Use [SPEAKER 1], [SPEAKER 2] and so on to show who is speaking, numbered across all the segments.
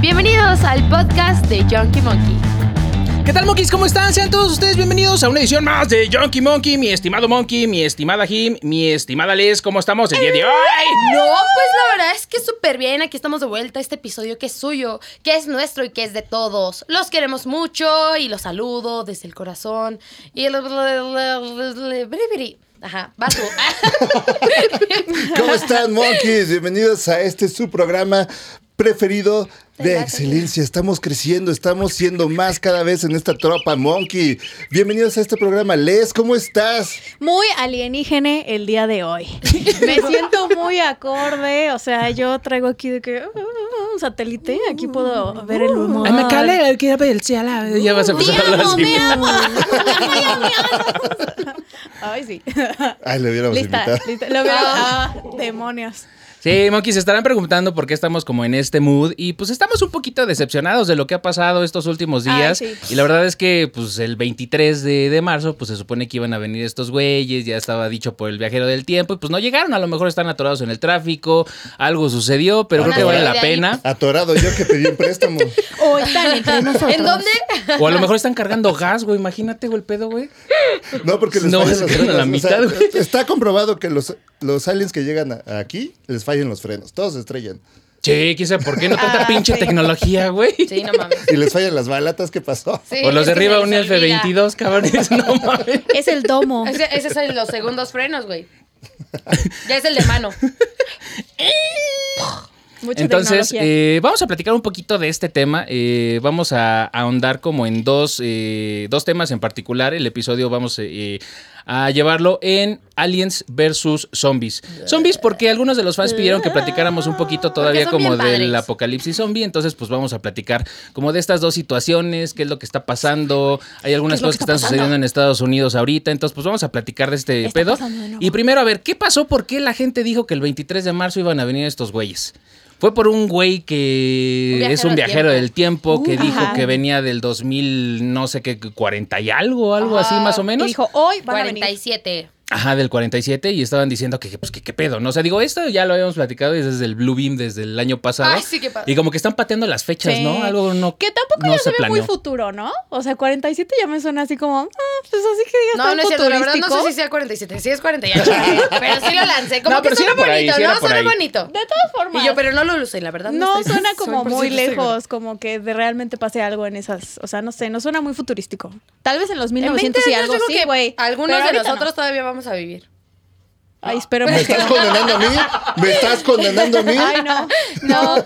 [SPEAKER 1] Bienvenidos al podcast de Junkie Monkey.
[SPEAKER 2] ¿Qué tal, monkeys? ¿Cómo están? Sean todos ustedes bienvenidos a una edición más de Junkie Monkey, mi estimado Monkey, mi estimada Jim, mi estimada Liz. ¿Cómo estamos el día de hoy?
[SPEAKER 1] No, pues la verdad es que súper bien. Aquí estamos de vuelta a este episodio que es suyo, que es nuestro y que es de todos. Los queremos mucho y los saludo desde el corazón. Y el... Ajá, vas tú.
[SPEAKER 3] ¿Cómo están, monkeys? Bienvenidos a este su programa preferido de excelencia. Estamos creciendo, estamos siendo más cada vez en esta tropa, monkey. Bienvenidos a este programa. Les, ¿cómo estás?
[SPEAKER 4] muy alienígene el día de hoy. Me siento muy acorde, o sea, yo traigo aquí de que ah, ah, un satélite, aquí puedo ver el humor.
[SPEAKER 2] el que el cielo. eh, Ya vas a empezar a hablar así.
[SPEAKER 4] Ay, sí.
[SPEAKER 3] Ay, le hubiéramos
[SPEAKER 4] Lista,
[SPEAKER 3] invitado.
[SPEAKER 4] lista. Lo veo. Ah, demonios.
[SPEAKER 2] Sí, monkeys, se estarán preguntando por qué estamos como en este mood y pues estamos un poquito decepcionados de lo que ha pasado estos últimos días.
[SPEAKER 4] Ay, sí.
[SPEAKER 2] Y la verdad es que pues el 23 de, de marzo pues se supone que iban a venir estos güeyes, ya estaba dicho por el viajero del tiempo y pues no llegaron, a lo mejor están atorados en el tráfico, algo sucedió, pero
[SPEAKER 1] Van
[SPEAKER 2] creo
[SPEAKER 1] a
[SPEAKER 2] que vale
[SPEAKER 1] salir
[SPEAKER 2] la
[SPEAKER 1] de ahí.
[SPEAKER 2] pena.
[SPEAKER 3] Atorado yo que pedí un préstamo.
[SPEAKER 4] O están entre nosotros.
[SPEAKER 1] ¿En dónde?
[SPEAKER 2] O a lo mejor están cargando gas, güey, imagínate, güey, el pedo, güey.
[SPEAKER 3] No, porque les
[SPEAKER 2] No,
[SPEAKER 3] fallan
[SPEAKER 2] se
[SPEAKER 3] los
[SPEAKER 2] quedan a
[SPEAKER 3] frenos.
[SPEAKER 2] la
[SPEAKER 3] O sea,
[SPEAKER 2] mitad, güey.
[SPEAKER 3] está comprobado que los, los aliens que llegan a- aquí les fallan los frenos. Todos se estrellan.
[SPEAKER 2] Che, quién sabe por qué no tanta
[SPEAKER 4] Ah,
[SPEAKER 2] pinche
[SPEAKER 4] sí.
[SPEAKER 2] tecnología, güey.
[SPEAKER 1] Sí, no mames.
[SPEAKER 3] Y les fallan las balatas. ¿Qué pasó?
[SPEAKER 1] Sí,
[SPEAKER 2] o los
[SPEAKER 1] es que
[SPEAKER 2] derriba
[SPEAKER 1] se
[SPEAKER 2] un
[SPEAKER 1] les olvida.
[SPEAKER 2] F-22, cabrones, no mames.
[SPEAKER 4] Es el domo.
[SPEAKER 1] Ese- Esos son los segundos frenos, güey. Ya es el de mano.
[SPEAKER 4] Mucha
[SPEAKER 2] Entonces,
[SPEAKER 4] tecnología.
[SPEAKER 2] eh, vamos a platicar un poquito de este tema. eh, vamos a ahondar como en dos, eh, dos temas en particular. El episodio vamos eh, a llevarlo en Aliens versus Zombies. Zombies porque algunos de los fans pidieron que platicáramos un poquito todavía
[SPEAKER 1] son
[SPEAKER 2] como
[SPEAKER 1] bien
[SPEAKER 2] del
[SPEAKER 1] padres.
[SPEAKER 2] apocalipsis zombie. Entonces, pues vamos a platicar como de estas dos situaciones, qué es lo que está pasando. Hay algunas
[SPEAKER 1] es lo
[SPEAKER 2] cosas que
[SPEAKER 1] que
[SPEAKER 2] están
[SPEAKER 1] está
[SPEAKER 2] sucediendo en Estados Unidos ahorita. Entonces, pues vamos a platicar de este
[SPEAKER 4] Está
[SPEAKER 2] pedo.
[SPEAKER 4] pasando de nuevo.
[SPEAKER 2] Y primero, a ver, ¿qué pasó? ¿Por qué la gente dijo que el 23 de marzo iban a venir estos güeyes? Fue por un güey que
[SPEAKER 1] Un viajero
[SPEAKER 2] es un
[SPEAKER 1] del
[SPEAKER 2] viajero
[SPEAKER 1] tiempo.
[SPEAKER 2] del tiempo, que
[SPEAKER 4] Uh,
[SPEAKER 2] dijo
[SPEAKER 4] ajá.
[SPEAKER 2] que venía del 2000, no sé qué, 40 y algo, algo así
[SPEAKER 1] Ajá,
[SPEAKER 2] más o
[SPEAKER 4] y
[SPEAKER 2] menos.
[SPEAKER 4] dijo, hoy van a venir.
[SPEAKER 1] 47.
[SPEAKER 2] Ajá, del 47 y estaban diciendo que, pues, que qué pedo, ¿no? O sea, digo, esto ya lo habíamos platicado desde el Blue Beam, desde el año pasado.
[SPEAKER 1] Ay, sí, qué padre.
[SPEAKER 2] Y como que están pateando las fechas,
[SPEAKER 4] Sí.
[SPEAKER 2] ¿no? Algo no
[SPEAKER 4] Que tampoco
[SPEAKER 2] no
[SPEAKER 4] ya
[SPEAKER 2] se
[SPEAKER 4] se ve muy
[SPEAKER 2] planeó.
[SPEAKER 4] futuro, ¿no? O sea, 47 ya me suena así como, ah, pues así que digas
[SPEAKER 1] No,
[SPEAKER 4] tan
[SPEAKER 1] no es cierto, la verdad no sé
[SPEAKER 4] futurístico.
[SPEAKER 1] si sea 47, sí es 48, pero sí lo lancé, como
[SPEAKER 2] No,
[SPEAKER 1] que
[SPEAKER 2] pero sí
[SPEAKER 1] suena
[SPEAKER 2] era por ahí,
[SPEAKER 1] bonito,
[SPEAKER 2] sí era
[SPEAKER 1] ¿no?
[SPEAKER 2] por
[SPEAKER 1] Suena
[SPEAKER 2] ahí.
[SPEAKER 1] bonito.
[SPEAKER 4] De todas formas.
[SPEAKER 1] Y yo, pero no lo lucé, la verdad.
[SPEAKER 4] No
[SPEAKER 1] estoy-
[SPEAKER 4] suena como
[SPEAKER 1] soy
[SPEAKER 4] muy
[SPEAKER 1] 100% segura.
[SPEAKER 4] lejos, como que de realmente pase algo en esas, o sea, no sé, no suena muy futurístico. Tal vez en los
[SPEAKER 1] En 20
[SPEAKER 4] 1900 y
[SPEAKER 1] años
[SPEAKER 4] algo
[SPEAKER 1] yo creo
[SPEAKER 4] sí,
[SPEAKER 1] que
[SPEAKER 4] güey.
[SPEAKER 1] Algunos
[SPEAKER 4] pero
[SPEAKER 1] de
[SPEAKER 4] ahorita
[SPEAKER 1] nosotros todavía vamos a vivir.
[SPEAKER 4] no. Ay, espero
[SPEAKER 3] ¿Me
[SPEAKER 4] que
[SPEAKER 3] estás
[SPEAKER 4] no.
[SPEAKER 3] condenando a mí? ¿Me estás condenando a mí?
[SPEAKER 4] Ay, no. No.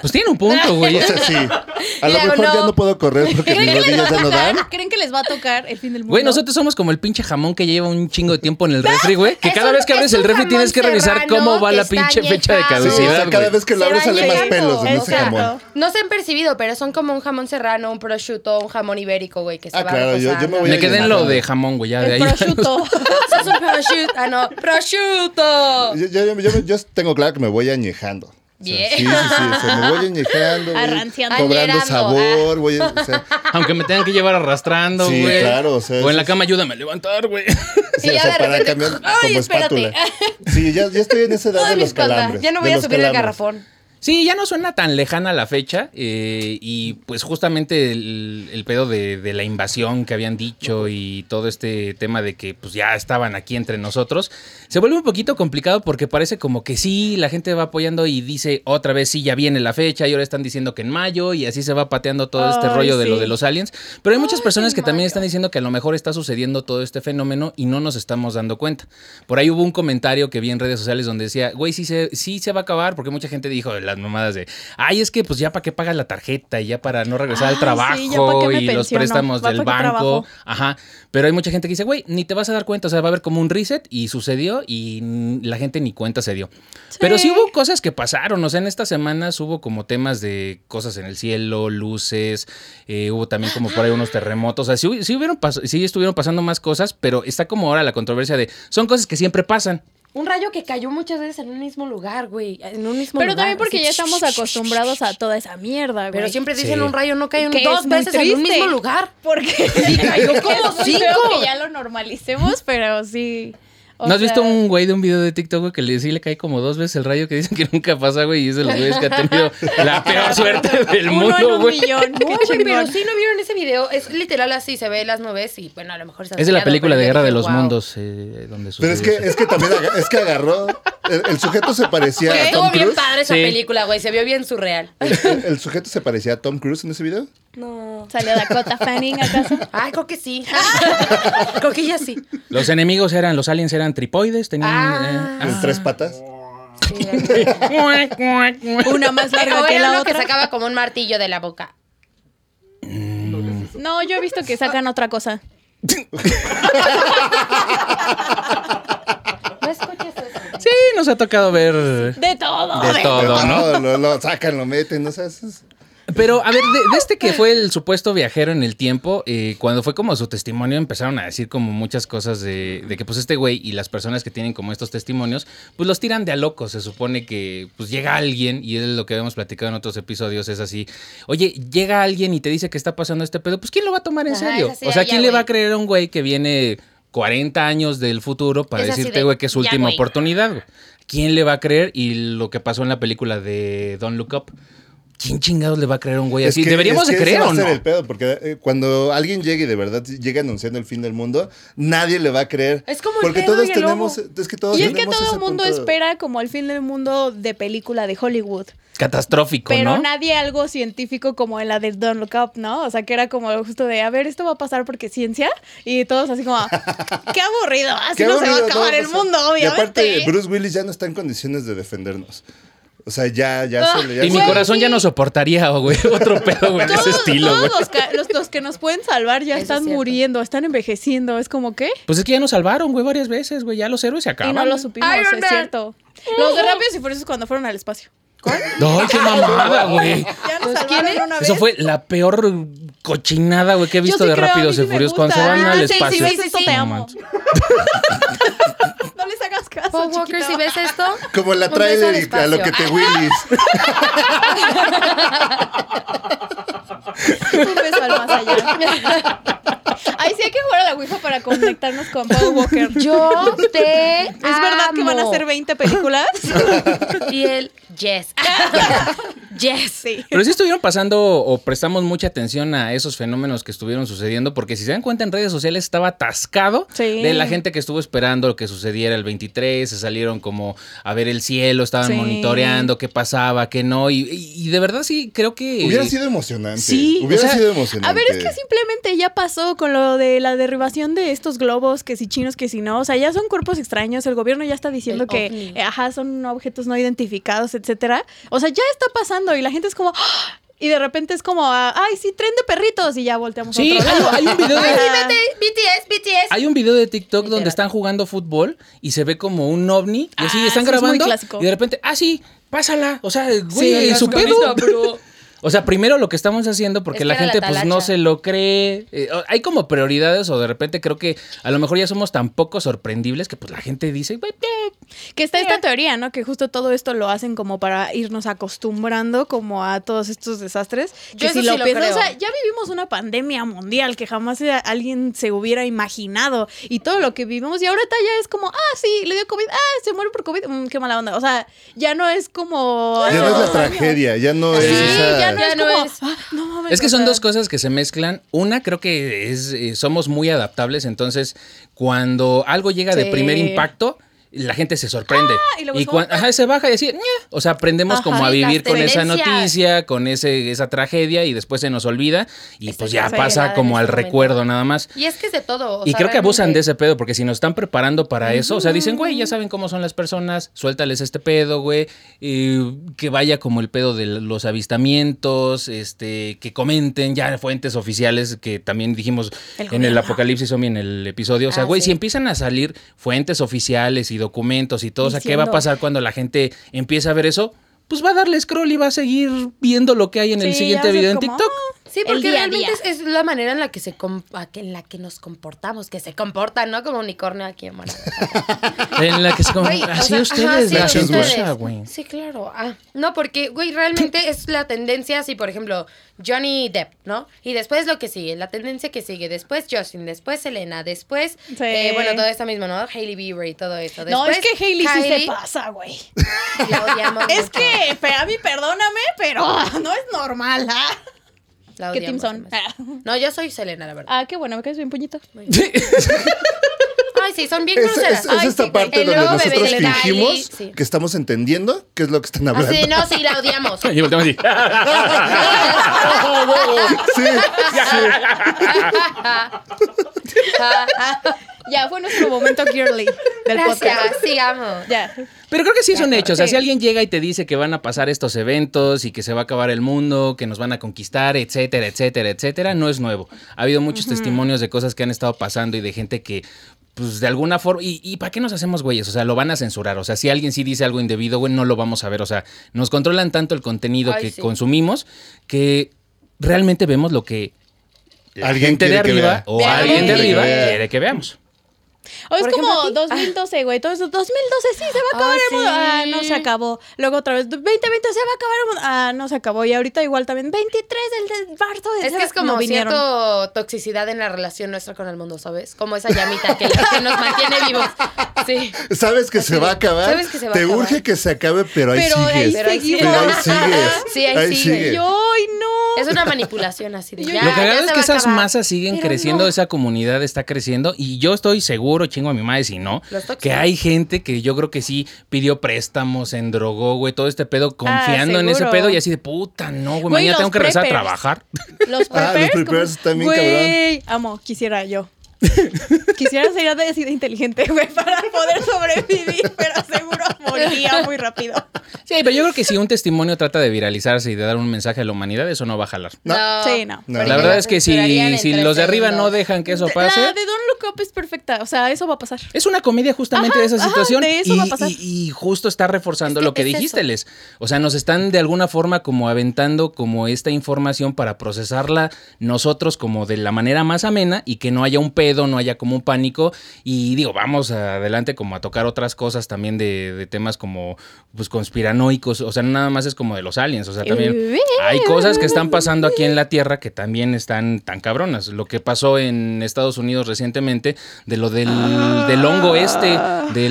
[SPEAKER 2] Pues tiene un punto, güey.
[SPEAKER 3] O sea, sí. A lo
[SPEAKER 1] Claro,
[SPEAKER 3] mejor ya
[SPEAKER 1] no.
[SPEAKER 3] no puedo correr porque mis
[SPEAKER 4] ¿Creen que, les
[SPEAKER 3] rodillas ya
[SPEAKER 4] va a
[SPEAKER 3] no dan.
[SPEAKER 4] tocar? ¿Creen que les va a tocar el fin del mundo?
[SPEAKER 2] Güey, nosotros somos como el pinche jamón que lleva un chingo de tiempo en el refri, güey. Que
[SPEAKER 1] Es
[SPEAKER 2] cada
[SPEAKER 1] un-
[SPEAKER 2] vez que
[SPEAKER 1] es
[SPEAKER 2] abres
[SPEAKER 1] un
[SPEAKER 2] el refri
[SPEAKER 1] jamón
[SPEAKER 2] tienes que revisar
[SPEAKER 1] serrano
[SPEAKER 2] cómo va la
[SPEAKER 1] que
[SPEAKER 2] pinche
[SPEAKER 1] está
[SPEAKER 2] fecha de
[SPEAKER 1] añejado.
[SPEAKER 3] Sí, o sea,
[SPEAKER 2] caducidad,
[SPEAKER 3] cada
[SPEAKER 2] güey.
[SPEAKER 3] vez que lo
[SPEAKER 1] Se
[SPEAKER 3] abro
[SPEAKER 1] va
[SPEAKER 3] sale más
[SPEAKER 1] llegando,
[SPEAKER 3] pelos en
[SPEAKER 1] o
[SPEAKER 3] ese
[SPEAKER 1] sea,
[SPEAKER 3] jamón.
[SPEAKER 1] No se han percibido, pero son como un jamón serrano, un prosciutto, un jamón ibérico, güey, que se
[SPEAKER 3] Ah,
[SPEAKER 1] va
[SPEAKER 3] claro, yo- yo me
[SPEAKER 1] reposando.
[SPEAKER 3] voy a
[SPEAKER 2] Me quedé en
[SPEAKER 3] llenar.
[SPEAKER 2] lo de jamón, güey. Ya de
[SPEAKER 4] El
[SPEAKER 2] ahí.
[SPEAKER 4] prosciutto.
[SPEAKER 1] Sos un prosciutto. Ah, no, prosciutto.
[SPEAKER 3] Yo, yo- yo- yo- yo tengo claro que me voy añejando. O sea,
[SPEAKER 1] Bien.
[SPEAKER 3] sí, sí, sí. o sea, me voy añejando. voy
[SPEAKER 4] Arranciando.
[SPEAKER 3] Cobrando
[SPEAKER 1] Añerando, Ah.
[SPEAKER 3] sabor. Voy, a- o sea,
[SPEAKER 2] Aunque me tengan que llevar arrastrando,
[SPEAKER 3] Sí,
[SPEAKER 2] güey.
[SPEAKER 3] claro, o sea,
[SPEAKER 2] en la
[SPEAKER 3] eso
[SPEAKER 2] cama ayúdame a levantar, güey.
[SPEAKER 3] sí,
[SPEAKER 1] Y ya
[SPEAKER 3] o sea,
[SPEAKER 1] de
[SPEAKER 3] para
[SPEAKER 1] repente,
[SPEAKER 3] cambiar
[SPEAKER 1] ¡ay,
[SPEAKER 3] como
[SPEAKER 1] espérate!
[SPEAKER 3] espátula. Sí, ya, ya estoy en esa edad
[SPEAKER 1] Ay,
[SPEAKER 3] de
[SPEAKER 1] mi
[SPEAKER 3] los
[SPEAKER 1] espalda.
[SPEAKER 3] calambres.
[SPEAKER 1] Ya no voy
[SPEAKER 3] de
[SPEAKER 1] a
[SPEAKER 3] los
[SPEAKER 1] subir el
[SPEAKER 3] calambres.
[SPEAKER 1] garrafón.
[SPEAKER 2] Sí, ya no suena tan lejana la fecha. eh, y pues justamente el, el pedo de, de la invasión que habían dicho y todo este tema de que pues ya estaban aquí entre nosotros. Se vuelve un poquito complicado porque parece como que sí, la gente va apoyando y dice otra vez sí, ya viene la fecha y ahora están diciendo que en mayo y así se va pateando todo este
[SPEAKER 4] Ay,
[SPEAKER 2] rollo de lo
[SPEAKER 4] sí.
[SPEAKER 2] de los aliens. Pero hay muchas
[SPEAKER 1] Ay,
[SPEAKER 2] personas que también
[SPEAKER 1] mayo.
[SPEAKER 2] están diciendo que a lo mejor está sucediendo todo este fenómeno y no nos estamos dando cuenta. Por ahí hubo un comentario que vi en redes sociales donde decía, güey, sí se, sí se va a acabar, porque mucha gente dijo de las mamadas de, ay, es que pues ya para qué pagas la tarjeta y ya para no regresar
[SPEAKER 4] Ay,
[SPEAKER 2] al
[SPEAKER 4] sí,
[SPEAKER 2] trabajo
[SPEAKER 4] ya para qué me
[SPEAKER 2] y los
[SPEAKER 4] pensiono,
[SPEAKER 2] préstamos
[SPEAKER 4] va
[SPEAKER 2] del
[SPEAKER 4] para qué
[SPEAKER 2] banco.
[SPEAKER 4] trabajo.
[SPEAKER 2] Ajá. Pero hay mucha gente que dice, güey, ni te vas a dar cuenta, o sea, va a haber como un reset y sucedió y mm, la gente ni cuenta se dio. Pero sí
[SPEAKER 4] Sí.
[SPEAKER 2] hubo cosas que pasaron, o sea, en estas semanas hubo como temas de cosas en el cielo, luces, eh, hubo también como por ahí unos terremotos, o sea, sí, hu- sí hubieron pas- sí estuvieron pasando más cosas, pero está como ahora la controversia de, son cosas que siempre pasan.
[SPEAKER 1] Un rayo que cayó muchas veces en un mismo lugar, güey. En un mismo
[SPEAKER 4] Pero
[SPEAKER 1] lugar,
[SPEAKER 4] también porque
[SPEAKER 1] así.
[SPEAKER 4] ya estamos acostumbrados a toda esa mierda, güey.
[SPEAKER 1] Pero siempre dicen
[SPEAKER 2] Sí.
[SPEAKER 1] un rayo no cae en-
[SPEAKER 4] Que es
[SPEAKER 1] dos
[SPEAKER 4] muy
[SPEAKER 1] veces en un
[SPEAKER 4] triste.
[SPEAKER 1] mismo lugar.
[SPEAKER 4] Porque
[SPEAKER 1] cayó como
[SPEAKER 4] Es muy
[SPEAKER 1] cinco.
[SPEAKER 4] feo que ya lo normalicemos, pero sí.
[SPEAKER 1] O
[SPEAKER 2] ¿No has visto
[SPEAKER 1] sea,
[SPEAKER 2] un güey de un video de TikTok güey, que le, sí le cae como dos veces el rayo que dicen que nunca pasa, güey? Y es de los güeyes que ha tenido la peor suerte del
[SPEAKER 4] Uno en
[SPEAKER 2] mundo,
[SPEAKER 4] un
[SPEAKER 2] güey.
[SPEAKER 4] millón.
[SPEAKER 1] No,
[SPEAKER 4] Qué
[SPEAKER 1] güey, pero
[SPEAKER 4] chingón.
[SPEAKER 1] sí no vieron ese video. Es literal así, se ve las nubes y bueno, a lo mejor está
[SPEAKER 2] Es de la
[SPEAKER 1] soleado,
[SPEAKER 2] película
[SPEAKER 1] pero
[SPEAKER 2] de
[SPEAKER 1] yo
[SPEAKER 2] Guerra de
[SPEAKER 1] dije,
[SPEAKER 2] los
[SPEAKER 1] "Wow".
[SPEAKER 2] Mundos, eh, donde
[SPEAKER 3] Pero es que,
[SPEAKER 2] sucedió eso.
[SPEAKER 3] es que también aga- es que agarró. El, el sujeto se parecía
[SPEAKER 1] Güey,
[SPEAKER 3] a Tom
[SPEAKER 1] Estuvo bien
[SPEAKER 3] Cruise.
[SPEAKER 1] padre esa
[SPEAKER 2] Sí.
[SPEAKER 1] película, güey. Se vio bien surreal.
[SPEAKER 3] El, el sujeto se parecía a Tom Cruise en ese video.
[SPEAKER 1] No.
[SPEAKER 4] ¿Salió Dakota Fanning acaso?
[SPEAKER 1] Ay, creo que sí. creo que ya sí.
[SPEAKER 2] Los enemigos eran, los aliens eran tripoides, tenían... eh,
[SPEAKER 1] Ah.
[SPEAKER 3] En tres patas.
[SPEAKER 4] Una más larga
[SPEAKER 1] Pero
[SPEAKER 4] que
[SPEAKER 1] era
[SPEAKER 4] la
[SPEAKER 1] uno que
[SPEAKER 4] otra.
[SPEAKER 1] sacaba como un martillo de la boca.
[SPEAKER 4] No, yo he visto que sacan otra cosa.
[SPEAKER 1] ¿No escuchas eso?
[SPEAKER 2] Sí, nos ha tocado ver...
[SPEAKER 4] De todo.
[SPEAKER 3] Ah,
[SPEAKER 2] De todo, ¿no?
[SPEAKER 3] No, lo, lo sacan, lo meten, no sabes. Es-
[SPEAKER 2] Pero, a ver, de, de este que fue el supuesto viajero en el tiempo, eh, cuando fue como su testimonio, empezaron a decir como muchas cosas de, de que pues este güey y las personas que tienen como estos testimonios, pues los tiran de a loco. Se supone que pues llega alguien, y es lo que habíamos platicado en otros episodios, es así, oye, llega alguien y te dice que está pasando este pedo, pues ¿quién lo va a tomar en
[SPEAKER 1] Ajá,
[SPEAKER 2] serio?
[SPEAKER 1] es así,
[SPEAKER 2] o sea,
[SPEAKER 1] ya,
[SPEAKER 2] ¿quién le va
[SPEAKER 1] güey.
[SPEAKER 2] a creer a un güey que viene 40 años del futuro para
[SPEAKER 1] Es así
[SPEAKER 2] decirte,
[SPEAKER 1] de,
[SPEAKER 2] güey, que es su
[SPEAKER 1] ya,
[SPEAKER 2] última
[SPEAKER 1] güey.
[SPEAKER 2] oportunidad? güey? ¿Quién le va a creer? Y lo que pasó en la película de Don't Look Up. ¿Quién chingados le va a creer a un güey
[SPEAKER 3] es
[SPEAKER 2] así?
[SPEAKER 3] que-
[SPEAKER 2] ¿Deberíamos
[SPEAKER 3] es que
[SPEAKER 2] de
[SPEAKER 3] ese
[SPEAKER 2] creer
[SPEAKER 3] va a
[SPEAKER 2] o
[SPEAKER 3] ser
[SPEAKER 2] no?
[SPEAKER 3] el pedo, porque eh, cuando alguien llegue y de verdad llegue anunciando el fin del mundo, nadie le va a creer.
[SPEAKER 1] Es como el
[SPEAKER 3] porque
[SPEAKER 1] dedo
[SPEAKER 3] todos
[SPEAKER 1] y el
[SPEAKER 3] tenemos,
[SPEAKER 1] lobo.
[SPEAKER 3] es que todos
[SPEAKER 4] Y es que
[SPEAKER 3] tenemos
[SPEAKER 4] todo
[SPEAKER 3] ese
[SPEAKER 4] el mundo
[SPEAKER 3] punto-
[SPEAKER 4] espera como el fin del mundo de película de Hollywood.
[SPEAKER 2] Catastrófico,
[SPEAKER 4] Pero
[SPEAKER 2] ¿no?
[SPEAKER 4] nadie algo científico como en la del Don't Look Up, ¿no? O sea, que era como justo de, a ver, esto va a pasar porque ciencia. Y todos así como, qué aburrido, así
[SPEAKER 3] Qué
[SPEAKER 4] no se va
[SPEAKER 3] aburrido,
[SPEAKER 4] a acabar
[SPEAKER 3] todo
[SPEAKER 4] el
[SPEAKER 3] pasa.
[SPEAKER 4] mundo,
[SPEAKER 3] Y
[SPEAKER 4] obviamente.
[SPEAKER 3] aparte, Bruce Willis ya no está en condiciones de defendernos. O sea, ya, ya
[SPEAKER 4] Ah,
[SPEAKER 3] se le. ya
[SPEAKER 2] Y mi
[SPEAKER 3] se-
[SPEAKER 4] Güey,
[SPEAKER 2] corazón ya
[SPEAKER 4] sí.
[SPEAKER 2] no soportaría, güey, otro pedo, güey, de ese estilo,
[SPEAKER 4] todos
[SPEAKER 2] güey.
[SPEAKER 4] los, ca- los- los que nos pueden salvar ya
[SPEAKER 1] Eso es
[SPEAKER 4] están
[SPEAKER 1] cierto.
[SPEAKER 4] muriendo, están envejeciendo, es como, ¿qué?
[SPEAKER 2] Pues es que ya nos salvaron, güey, varias veces, güey. Ya los héroes se acaban.
[SPEAKER 4] Y no lo supimos,
[SPEAKER 1] Iron
[SPEAKER 4] es
[SPEAKER 1] Man.
[SPEAKER 4] cierto. Los de Rápidos y Furiosos cuando fueron al espacio.
[SPEAKER 2] No, qué mamada, güey.
[SPEAKER 4] Ya nos salvaron una vez.
[SPEAKER 2] Eso fue la peor cochinada, güey, que he
[SPEAKER 4] Yo
[SPEAKER 2] visto
[SPEAKER 4] sí
[SPEAKER 2] de
[SPEAKER 4] creo, a mí
[SPEAKER 2] Rápidos
[SPEAKER 4] sí
[SPEAKER 2] y
[SPEAKER 4] me
[SPEAKER 2] Furiosos
[SPEAKER 4] gusta.
[SPEAKER 2] cuando se van
[SPEAKER 1] Ah,
[SPEAKER 2] al
[SPEAKER 1] sí, sí,
[SPEAKER 2] espacio.
[SPEAKER 1] sí, sí, sí.
[SPEAKER 4] Te
[SPEAKER 2] No
[SPEAKER 4] amo.
[SPEAKER 2] manches.
[SPEAKER 4] No les hagas caso,
[SPEAKER 1] Paul Walker,
[SPEAKER 4] chiquito.
[SPEAKER 1] si ves esto.
[SPEAKER 3] Como la
[SPEAKER 1] un beso al
[SPEAKER 3] trailer y a lo que
[SPEAKER 1] espacio.
[SPEAKER 3] te Willis.
[SPEAKER 4] Un beso al más allá. Ay, sí hay que jugar a la Ouija para conectarnos con Paul Walker.
[SPEAKER 1] Yo te
[SPEAKER 4] ¿Es verdad que van a
[SPEAKER 1] amo.
[SPEAKER 4] ser 20 películas?
[SPEAKER 1] Y el yes. yes.
[SPEAKER 4] Sí.
[SPEAKER 2] Pero sí estuvieron pasando o prestamos mucha atención a esos fenómenos que estuvieron sucediendo, porque si se dan cuenta en redes sociales estaba atascado
[SPEAKER 4] Sí.
[SPEAKER 2] de la gente que estuvo esperando que sucediera el 23, se salieron como a ver el cielo, estaban
[SPEAKER 4] Sí.
[SPEAKER 2] monitoreando qué pasaba, qué no, y, y- y de verdad sí creo que...
[SPEAKER 3] Hubiera sido emocionante.
[SPEAKER 2] Sí,
[SPEAKER 3] Hubiera
[SPEAKER 2] o sea,
[SPEAKER 3] sido emocionante.
[SPEAKER 4] A ver, es que simplemente ya pasó con lo de la derribación de estos globos, que si chinos, que si no. O sea, ya son cuerpos extraños. El gobierno ya está diciendo
[SPEAKER 1] El
[SPEAKER 4] que,
[SPEAKER 1] ovni.
[SPEAKER 4] eh, ajá, son objetos no identificados, etcétera. O sea, ya está pasando y la gente es como. ¡Ah! Y de repente es como, ah, ay, sí, tren de perritos. Y ya volteamos a
[SPEAKER 2] Sí,
[SPEAKER 4] otro lado.
[SPEAKER 2] hay- hay un video de-
[SPEAKER 1] Ay, sí, vete, BTS, BTS.
[SPEAKER 2] Hay un video de TikTok donde
[SPEAKER 1] Literal.
[SPEAKER 2] están jugando fútbol y se ve como un ovni y así están
[SPEAKER 4] Ah, sí, es muy
[SPEAKER 2] grabando
[SPEAKER 4] clásico.
[SPEAKER 2] y de repente, ah, sí, pásala. O sea, güey,
[SPEAKER 1] oiga,
[SPEAKER 2] su
[SPEAKER 1] con
[SPEAKER 2] pedo.
[SPEAKER 1] esta, bro.
[SPEAKER 2] O sea, primero lo que estamos haciendo, porque la
[SPEAKER 1] Espera la
[SPEAKER 2] gente pues no
[SPEAKER 1] talacha.
[SPEAKER 2] se lo cree. Eh, o- hay como prioridades o de repente creo que a lo mejor ya somos tan poco sorprendibles que pues la gente dice, "Güey, eh".
[SPEAKER 4] Que está esta teoría, ¿no? Que justo todo esto lo hacen como para irnos acostumbrando como a todos estos desastres.
[SPEAKER 1] Yo
[SPEAKER 4] Que
[SPEAKER 1] eso
[SPEAKER 4] si
[SPEAKER 1] sí
[SPEAKER 4] lo
[SPEAKER 1] lo
[SPEAKER 4] piensas, o
[SPEAKER 1] creo.
[SPEAKER 4] sea, ya vivimos una pandemia mundial que jamás eh, alguien se hubiera imaginado y todo lo que vivimos y ahora ya es como, ah, sí, le dio COVID, ah, se muere por COVID, mm, qué mala onda. O sea, ya no es como...
[SPEAKER 3] Ya no es la tragedia, ya no es
[SPEAKER 2] Sí,
[SPEAKER 3] esa.
[SPEAKER 4] ya no
[SPEAKER 1] Ya
[SPEAKER 4] es
[SPEAKER 1] no
[SPEAKER 4] como,
[SPEAKER 1] es.
[SPEAKER 4] "Ah, no mames",
[SPEAKER 2] es que
[SPEAKER 4] o
[SPEAKER 2] son
[SPEAKER 4] sea,
[SPEAKER 2] dos cosas que se mezclan. Una creo que es eh, somos muy adaptables, entonces cuando algo llega de
[SPEAKER 4] Sí.
[SPEAKER 2] primer impacto la gente se sorprende
[SPEAKER 4] y luego
[SPEAKER 2] y,
[SPEAKER 4] es como,
[SPEAKER 2] cuan- ajá, se baja y así, "Ña". o sea, aprendemos
[SPEAKER 4] Ajá.
[SPEAKER 2] como a
[SPEAKER 1] Sí,
[SPEAKER 2] vivir
[SPEAKER 1] las
[SPEAKER 2] con esa
[SPEAKER 1] tendencias.
[SPEAKER 2] noticia, con ese esa tragedia y después se nos olvida y pues ya
[SPEAKER 1] exagerada
[SPEAKER 2] pasa
[SPEAKER 1] en
[SPEAKER 2] como
[SPEAKER 1] este
[SPEAKER 2] al
[SPEAKER 1] momento.
[SPEAKER 2] recuerdo nada más.
[SPEAKER 1] Y es que es de todo. o
[SPEAKER 2] Y
[SPEAKER 1] sea,
[SPEAKER 2] creo que abusan de
[SPEAKER 1] realmente.
[SPEAKER 2] ese pedo, porque si nos están preparando para eso, o sea, dicen, güey, ya saben cómo son las personas, suéltales este pedo, güey, y que vaya como el pedo de los avistamientos, este, que comenten ya fuentes oficiales que también dijimos
[SPEAKER 4] El
[SPEAKER 2] en el
[SPEAKER 4] gobierno.
[SPEAKER 2] apocalipsis zombie en el episodio, o sea,
[SPEAKER 1] Ah,
[SPEAKER 2] güey,
[SPEAKER 1] sí.
[SPEAKER 2] si empiezan a salir fuentes oficiales y documentos y todo, o sea, ¿qué va a
[SPEAKER 4] Diciendo-
[SPEAKER 2] pasar cuando la gente empieza a ver eso? Pues va a darle scroll y va a seguir viendo lo que hay en el
[SPEAKER 4] Sí,
[SPEAKER 2] siguiente
[SPEAKER 4] ya va a ser
[SPEAKER 2] video en
[SPEAKER 4] como,
[SPEAKER 2] TikTok.
[SPEAKER 4] "Ah".
[SPEAKER 1] Sí, porque
[SPEAKER 4] el día a
[SPEAKER 1] realmente
[SPEAKER 4] día.
[SPEAKER 1] es- Es, la manera en la que se com- a que- en la que nos comportamos, que se comportan, ¿no? Como unicornio aquí en Mara.
[SPEAKER 2] En la que se como,
[SPEAKER 1] "Ah". Güey, o
[SPEAKER 2] así
[SPEAKER 1] sea, ajá,
[SPEAKER 2] ustedes,
[SPEAKER 1] sí,
[SPEAKER 2] gracias,
[SPEAKER 1] ustedes.
[SPEAKER 2] Guasha, güey.
[SPEAKER 1] Sí, claro. Ah, no, porque, güey, realmente es la tendencia, si por ejemplo, Johnny Depp, ¿no? Y después lo que sigue, la tendencia que sigue, después Justin, después Selena, después,
[SPEAKER 4] Sí.
[SPEAKER 1] eh, bueno, todo esto mismo, ¿no? Hailey Bieber y todo eso.
[SPEAKER 4] No, es que
[SPEAKER 1] Después,
[SPEAKER 4] Hailey sí se
[SPEAKER 1] Kylie,
[SPEAKER 4] pasa, güey.
[SPEAKER 1] la odiamos
[SPEAKER 4] Es
[SPEAKER 1] mucho,
[SPEAKER 4] que, pe- a mí perdóname, pero no es normal. ¿ah?
[SPEAKER 1] la
[SPEAKER 4] ¿Qué team
[SPEAKER 1] odiamos
[SPEAKER 4] son?
[SPEAKER 1] demasiado. No, yo soy Selena, la verdad.
[SPEAKER 4] Ah, qué bueno, me caes bien puñito.
[SPEAKER 1] Ay, sí, son bien
[SPEAKER 3] Es,
[SPEAKER 1] cruceras.
[SPEAKER 3] es- es
[SPEAKER 1] Ay,
[SPEAKER 3] esta
[SPEAKER 1] sí, güey.
[SPEAKER 3] parte
[SPEAKER 1] El
[SPEAKER 3] donde
[SPEAKER 1] nuevo bebé
[SPEAKER 3] nosotros
[SPEAKER 1] de Kylie,
[SPEAKER 3] fingimos
[SPEAKER 1] sí.
[SPEAKER 3] que estamos entendiendo qué es lo que están hablando.
[SPEAKER 1] Así, no, sí, la odiamos.
[SPEAKER 2] Y volteamos así.
[SPEAKER 3] ¡Ah, huevo! Sí,
[SPEAKER 1] Ah,
[SPEAKER 4] Ya fue nuestro momento girly del podcast.
[SPEAKER 1] Gracias, sigamos.
[SPEAKER 4] Ya.
[SPEAKER 2] Pero creo que sí es un hecho. O sea,
[SPEAKER 4] Sí.
[SPEAKER 2] si alguien llega y te dice que van a pasar estos eventos y que se va a acabar el mundo, que nos van a conquistar, etcétera, etcétera, etcétera, no es nuevo. Ha habido muchos testimonios de cosas que han estado pasando y de gente que, pues, de alguna forma. ¿Y, y para qué nos hacemos güeyes? O sea, lo van a censurar. O sea, si alguien sí dice algo indebido, güey, no lo vamos a ver. O sea, nos controlan tanto el contenido
[SPEAKER 1] Ay,
[SPEAKER 2] que
[SPEAKER 1] sí.
[SPEAKER 2] consumimos que realmente vemos lo que. la
[SPEAKER 3] Alguien
[SPEAKER 2] gente de
[SPEAKER 3] quiere que
[SPEAKER 2] arriba
[SPEAKER 3] vea.
[SPEAKER 2] o
[SPEAKER 1] Veamos.
[SPEAKER 2] alguien de
[SPEAKER 1] Quiere que
[SPEAKER 2] arriba
[SPEAKER 3] vea.
[SPEAKER 2] quiere que veamos.
[SPEAKER 4] O es
[SPEAKER 1] Por ejemplo,
[SPEAKER 4] como
[SPEAKER 1] aquí.
[SPEAKER 4] 2012, güey. Todo eso, 2012 sí, se va a acabar
[SPEAKER 1] Ay,
[SPEAKER 4] el mundo.
[SPEAKER 1] sí.
[SPEAKER 4] Ah, no se acabó. Luego otra vez, 2020 se va a acabar el mundo. Ah, no se acabó. Y ahorita igual también, 23 del de marzo.
[SPEAKER 1] Es
[SPEAKER 4] se
[SPEAKER 1] que
[SPEAKER 4] va-
[SPEAKER 1] es como
[SPEAKER 4] no vinieron.
[SPEAKER 1] cierto toxicidad en la relación nuestra con el mundo, ¿sabes? Como esa llamita que, que nos mantiene vivos. Sí.
[SPEAKER 3] sabes que se va a acabar.
[SPEAKER 1] Sabes que se va a
[SPEAKER 3] Te
[SPEAKER 1] acabar.
[SPEAKER 3] urge que se acabe, pero ahí
[SPEAKER 4] Pero ahí
[SPEAKER 3] sigues.
[SPEAKER 1] Pero ahí
[SPEAKER 4] seguimos.
[SPEAKER 3] Pero ahí sigues.
[SPEAKER 1] Sí, ahí sigue.
[SPEAKER 3] sigue.
[SPEAKER 4] Yo, ay, no.
[SPEAKER 1] Es una manipulación así de
[SPEAKER 4] Yo-
[SPEAKER 1] ya,
[SPEAKER 2] Lo que
[SPEAKER 1] ya
[SPEAKER 2] es
[SPEAKER 1] se
[SPEAKER 2] que
[SPEAKER 1] va a
[SPEAKER 2] esas
[SPEAKER 1] acabar.
[SPEAKER 2] masas siguen
[SPEAKER 4] Pero
[SPEAKER 2] creciendo,
[SPEAKER 4] no.
[SPEAKER 2] esa comunidad está creciendo y yo estoy seguro, chingo a mi madre si no,
[SPEAKER 1] Los tóxicos.
[SPEAKER 2] que hay gente que yo creo que sí pidió préstamos, se endrogó, güey, todo este pedo, confiando en ese
[SPEAKER 4] seguro.
[SPEAKER 2] pedo y así de puta, no, güey,
[SPEAKER 4] Güey,
[SPEAKER 2] mañana
[SPEAKER 4] los
[SPEAKER 2] tengo que regresar a
[SPEAKER 4] preppers.
[SPEAKER 2] trabajar.
[SPEAKER 4] Los
[SPEAKER 3] Ah, los
[SPEAKER 4] preppers. como-
[SPEAKER 3] preppers están bien
[SPEAKER 4] Güey, amo, quisiera yo. Quisiera ser así de inteligente, güey, para poder sobrevivir, pero seguro moría muy rápido.
[SPEAKER 2] Sí, pero yo creo que si un testimonio trata de viralizarse y de dar un mensaje a la humanidad, eso no va a jalar.
[SPEAKER 1] No.
[SPEAKER 4] Sí, no.
[SPEAKER 3] No.
[SPEAKER 2] La verdad es que
[SPEAKER 1] Censurarían
[SPEAKER 2] si,
[SPEAKER 1] en
[SPEAKER 2] si
[SPEAKER 1] tres
[SPEAKER 2] los de arriba no
[SPEAKER 1] segundos.
[SPEAKER 2] dejan que eso pase...
[SPEAKER 4] La de Don Look Up es perfecta, o sea, eso va a pasar.
[SPEAKER 2] Es una comedia justamente
[SPEAKER 4] Ajá,
[SPEAKER 2] de esa
[SPEAKER 4] ajá,
[SPEAKER 2] situación.
[SPEAKER 4] de eso
[SPEAKER 2] y,
[SPEAKER 4] va a pasar.
[SPEAKER 2] y- y justo está reforzando
[SPEAKER 1] Es que
[SPEAKER 2] lo que
[SPEAKER 1] es
[SPEAKER 2] dijiste,
[SPEAKER 1] eso.
[SPEAKER 2] Les. O sea, nos están de alguna forma como aventando como esta información para procesarla nosotros como de la manera más amena y que no haya un pedo, no haya como un pánico. Y digo, vamos adelante como a tocar otras cosas también de, de temas como pues conspiranoicos. O sea, no nada más es como de los aliens. O sea, también
[SPEAKER 4] Eh.
[SPEAKER 2] hay cosas que están pasando aquí en la Tierra que también están tan cabronas. Lo que pasó en Estados Unidos recientemente de lo del, del hongo este, de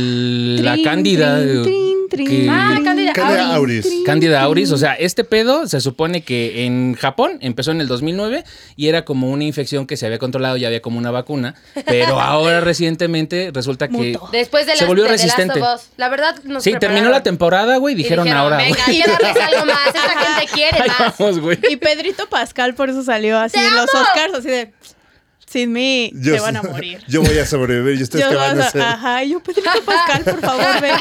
[SPEAKER 2] la
[SPEAKER 4] Trin,
[SPEAKER 2] cándida. eh,
[SPEAKER 4] trin, trin, trin.
[SPEAKER 2] que-
[SPEAKER 1] Ah, Cándida
[SPEAKER 3] Cándida
[SPEAKER 1] Auris.
[SPEAKER 3] Auris.
[SPEAKER 2] Cándida auris, o sea, este pedo se supone que en Japón empezó en el 2009 y era como una infección que se había controlado, ya había como una vacuna, pero ahora recientemente resulta que
[SPEAKER 4] Mutó.
[SPEAKER 1] Después de
[SPEAKER 2] se volvió resistente.
[SPEAKER 1] La verdad nos
[SPEAKER 2] sí, terminó la
[SPEAKER 1] prepararon.
[SPEAKER 2] temporada, güey,
[SPEAKER 1] Y
[SPEAKER 2] dijeron, ahora,
[SPEAKER 1] Venga,
[SPEAKER 2] güey.
[SPEAKER 1] hay que darles algo más. Esta gente quiere
[SPEAKER 2] Ahí
[SPEAKER 1] más.
[SPEAKER 2] vamos, güey.
[SPEAKER 4] Y Pedrito Pascal por eso salió así
[SPEAKER 1] ¡Te
[SPEAKER 4] en los
[SPEAKER 1] amo!
[SPEAKER 4] Oscars, así de sin mí
[SPEAKER 3] Yo-
[SPEAKER 4] se van a morir.
[SPEAKER 3] Yo voy a sobrevivir. ¿Y ustedes
[SPEAKER 4] Yo,
[SPEAKER 3] qué van
[SPEAKER 4] o
[SPEAKER 3] a
[SPEAKER 4] sea,
[SPEAKER 3] hacer?
[SPEAKER 4] Ajá, yo Pedrito Pascal, por favor, ven.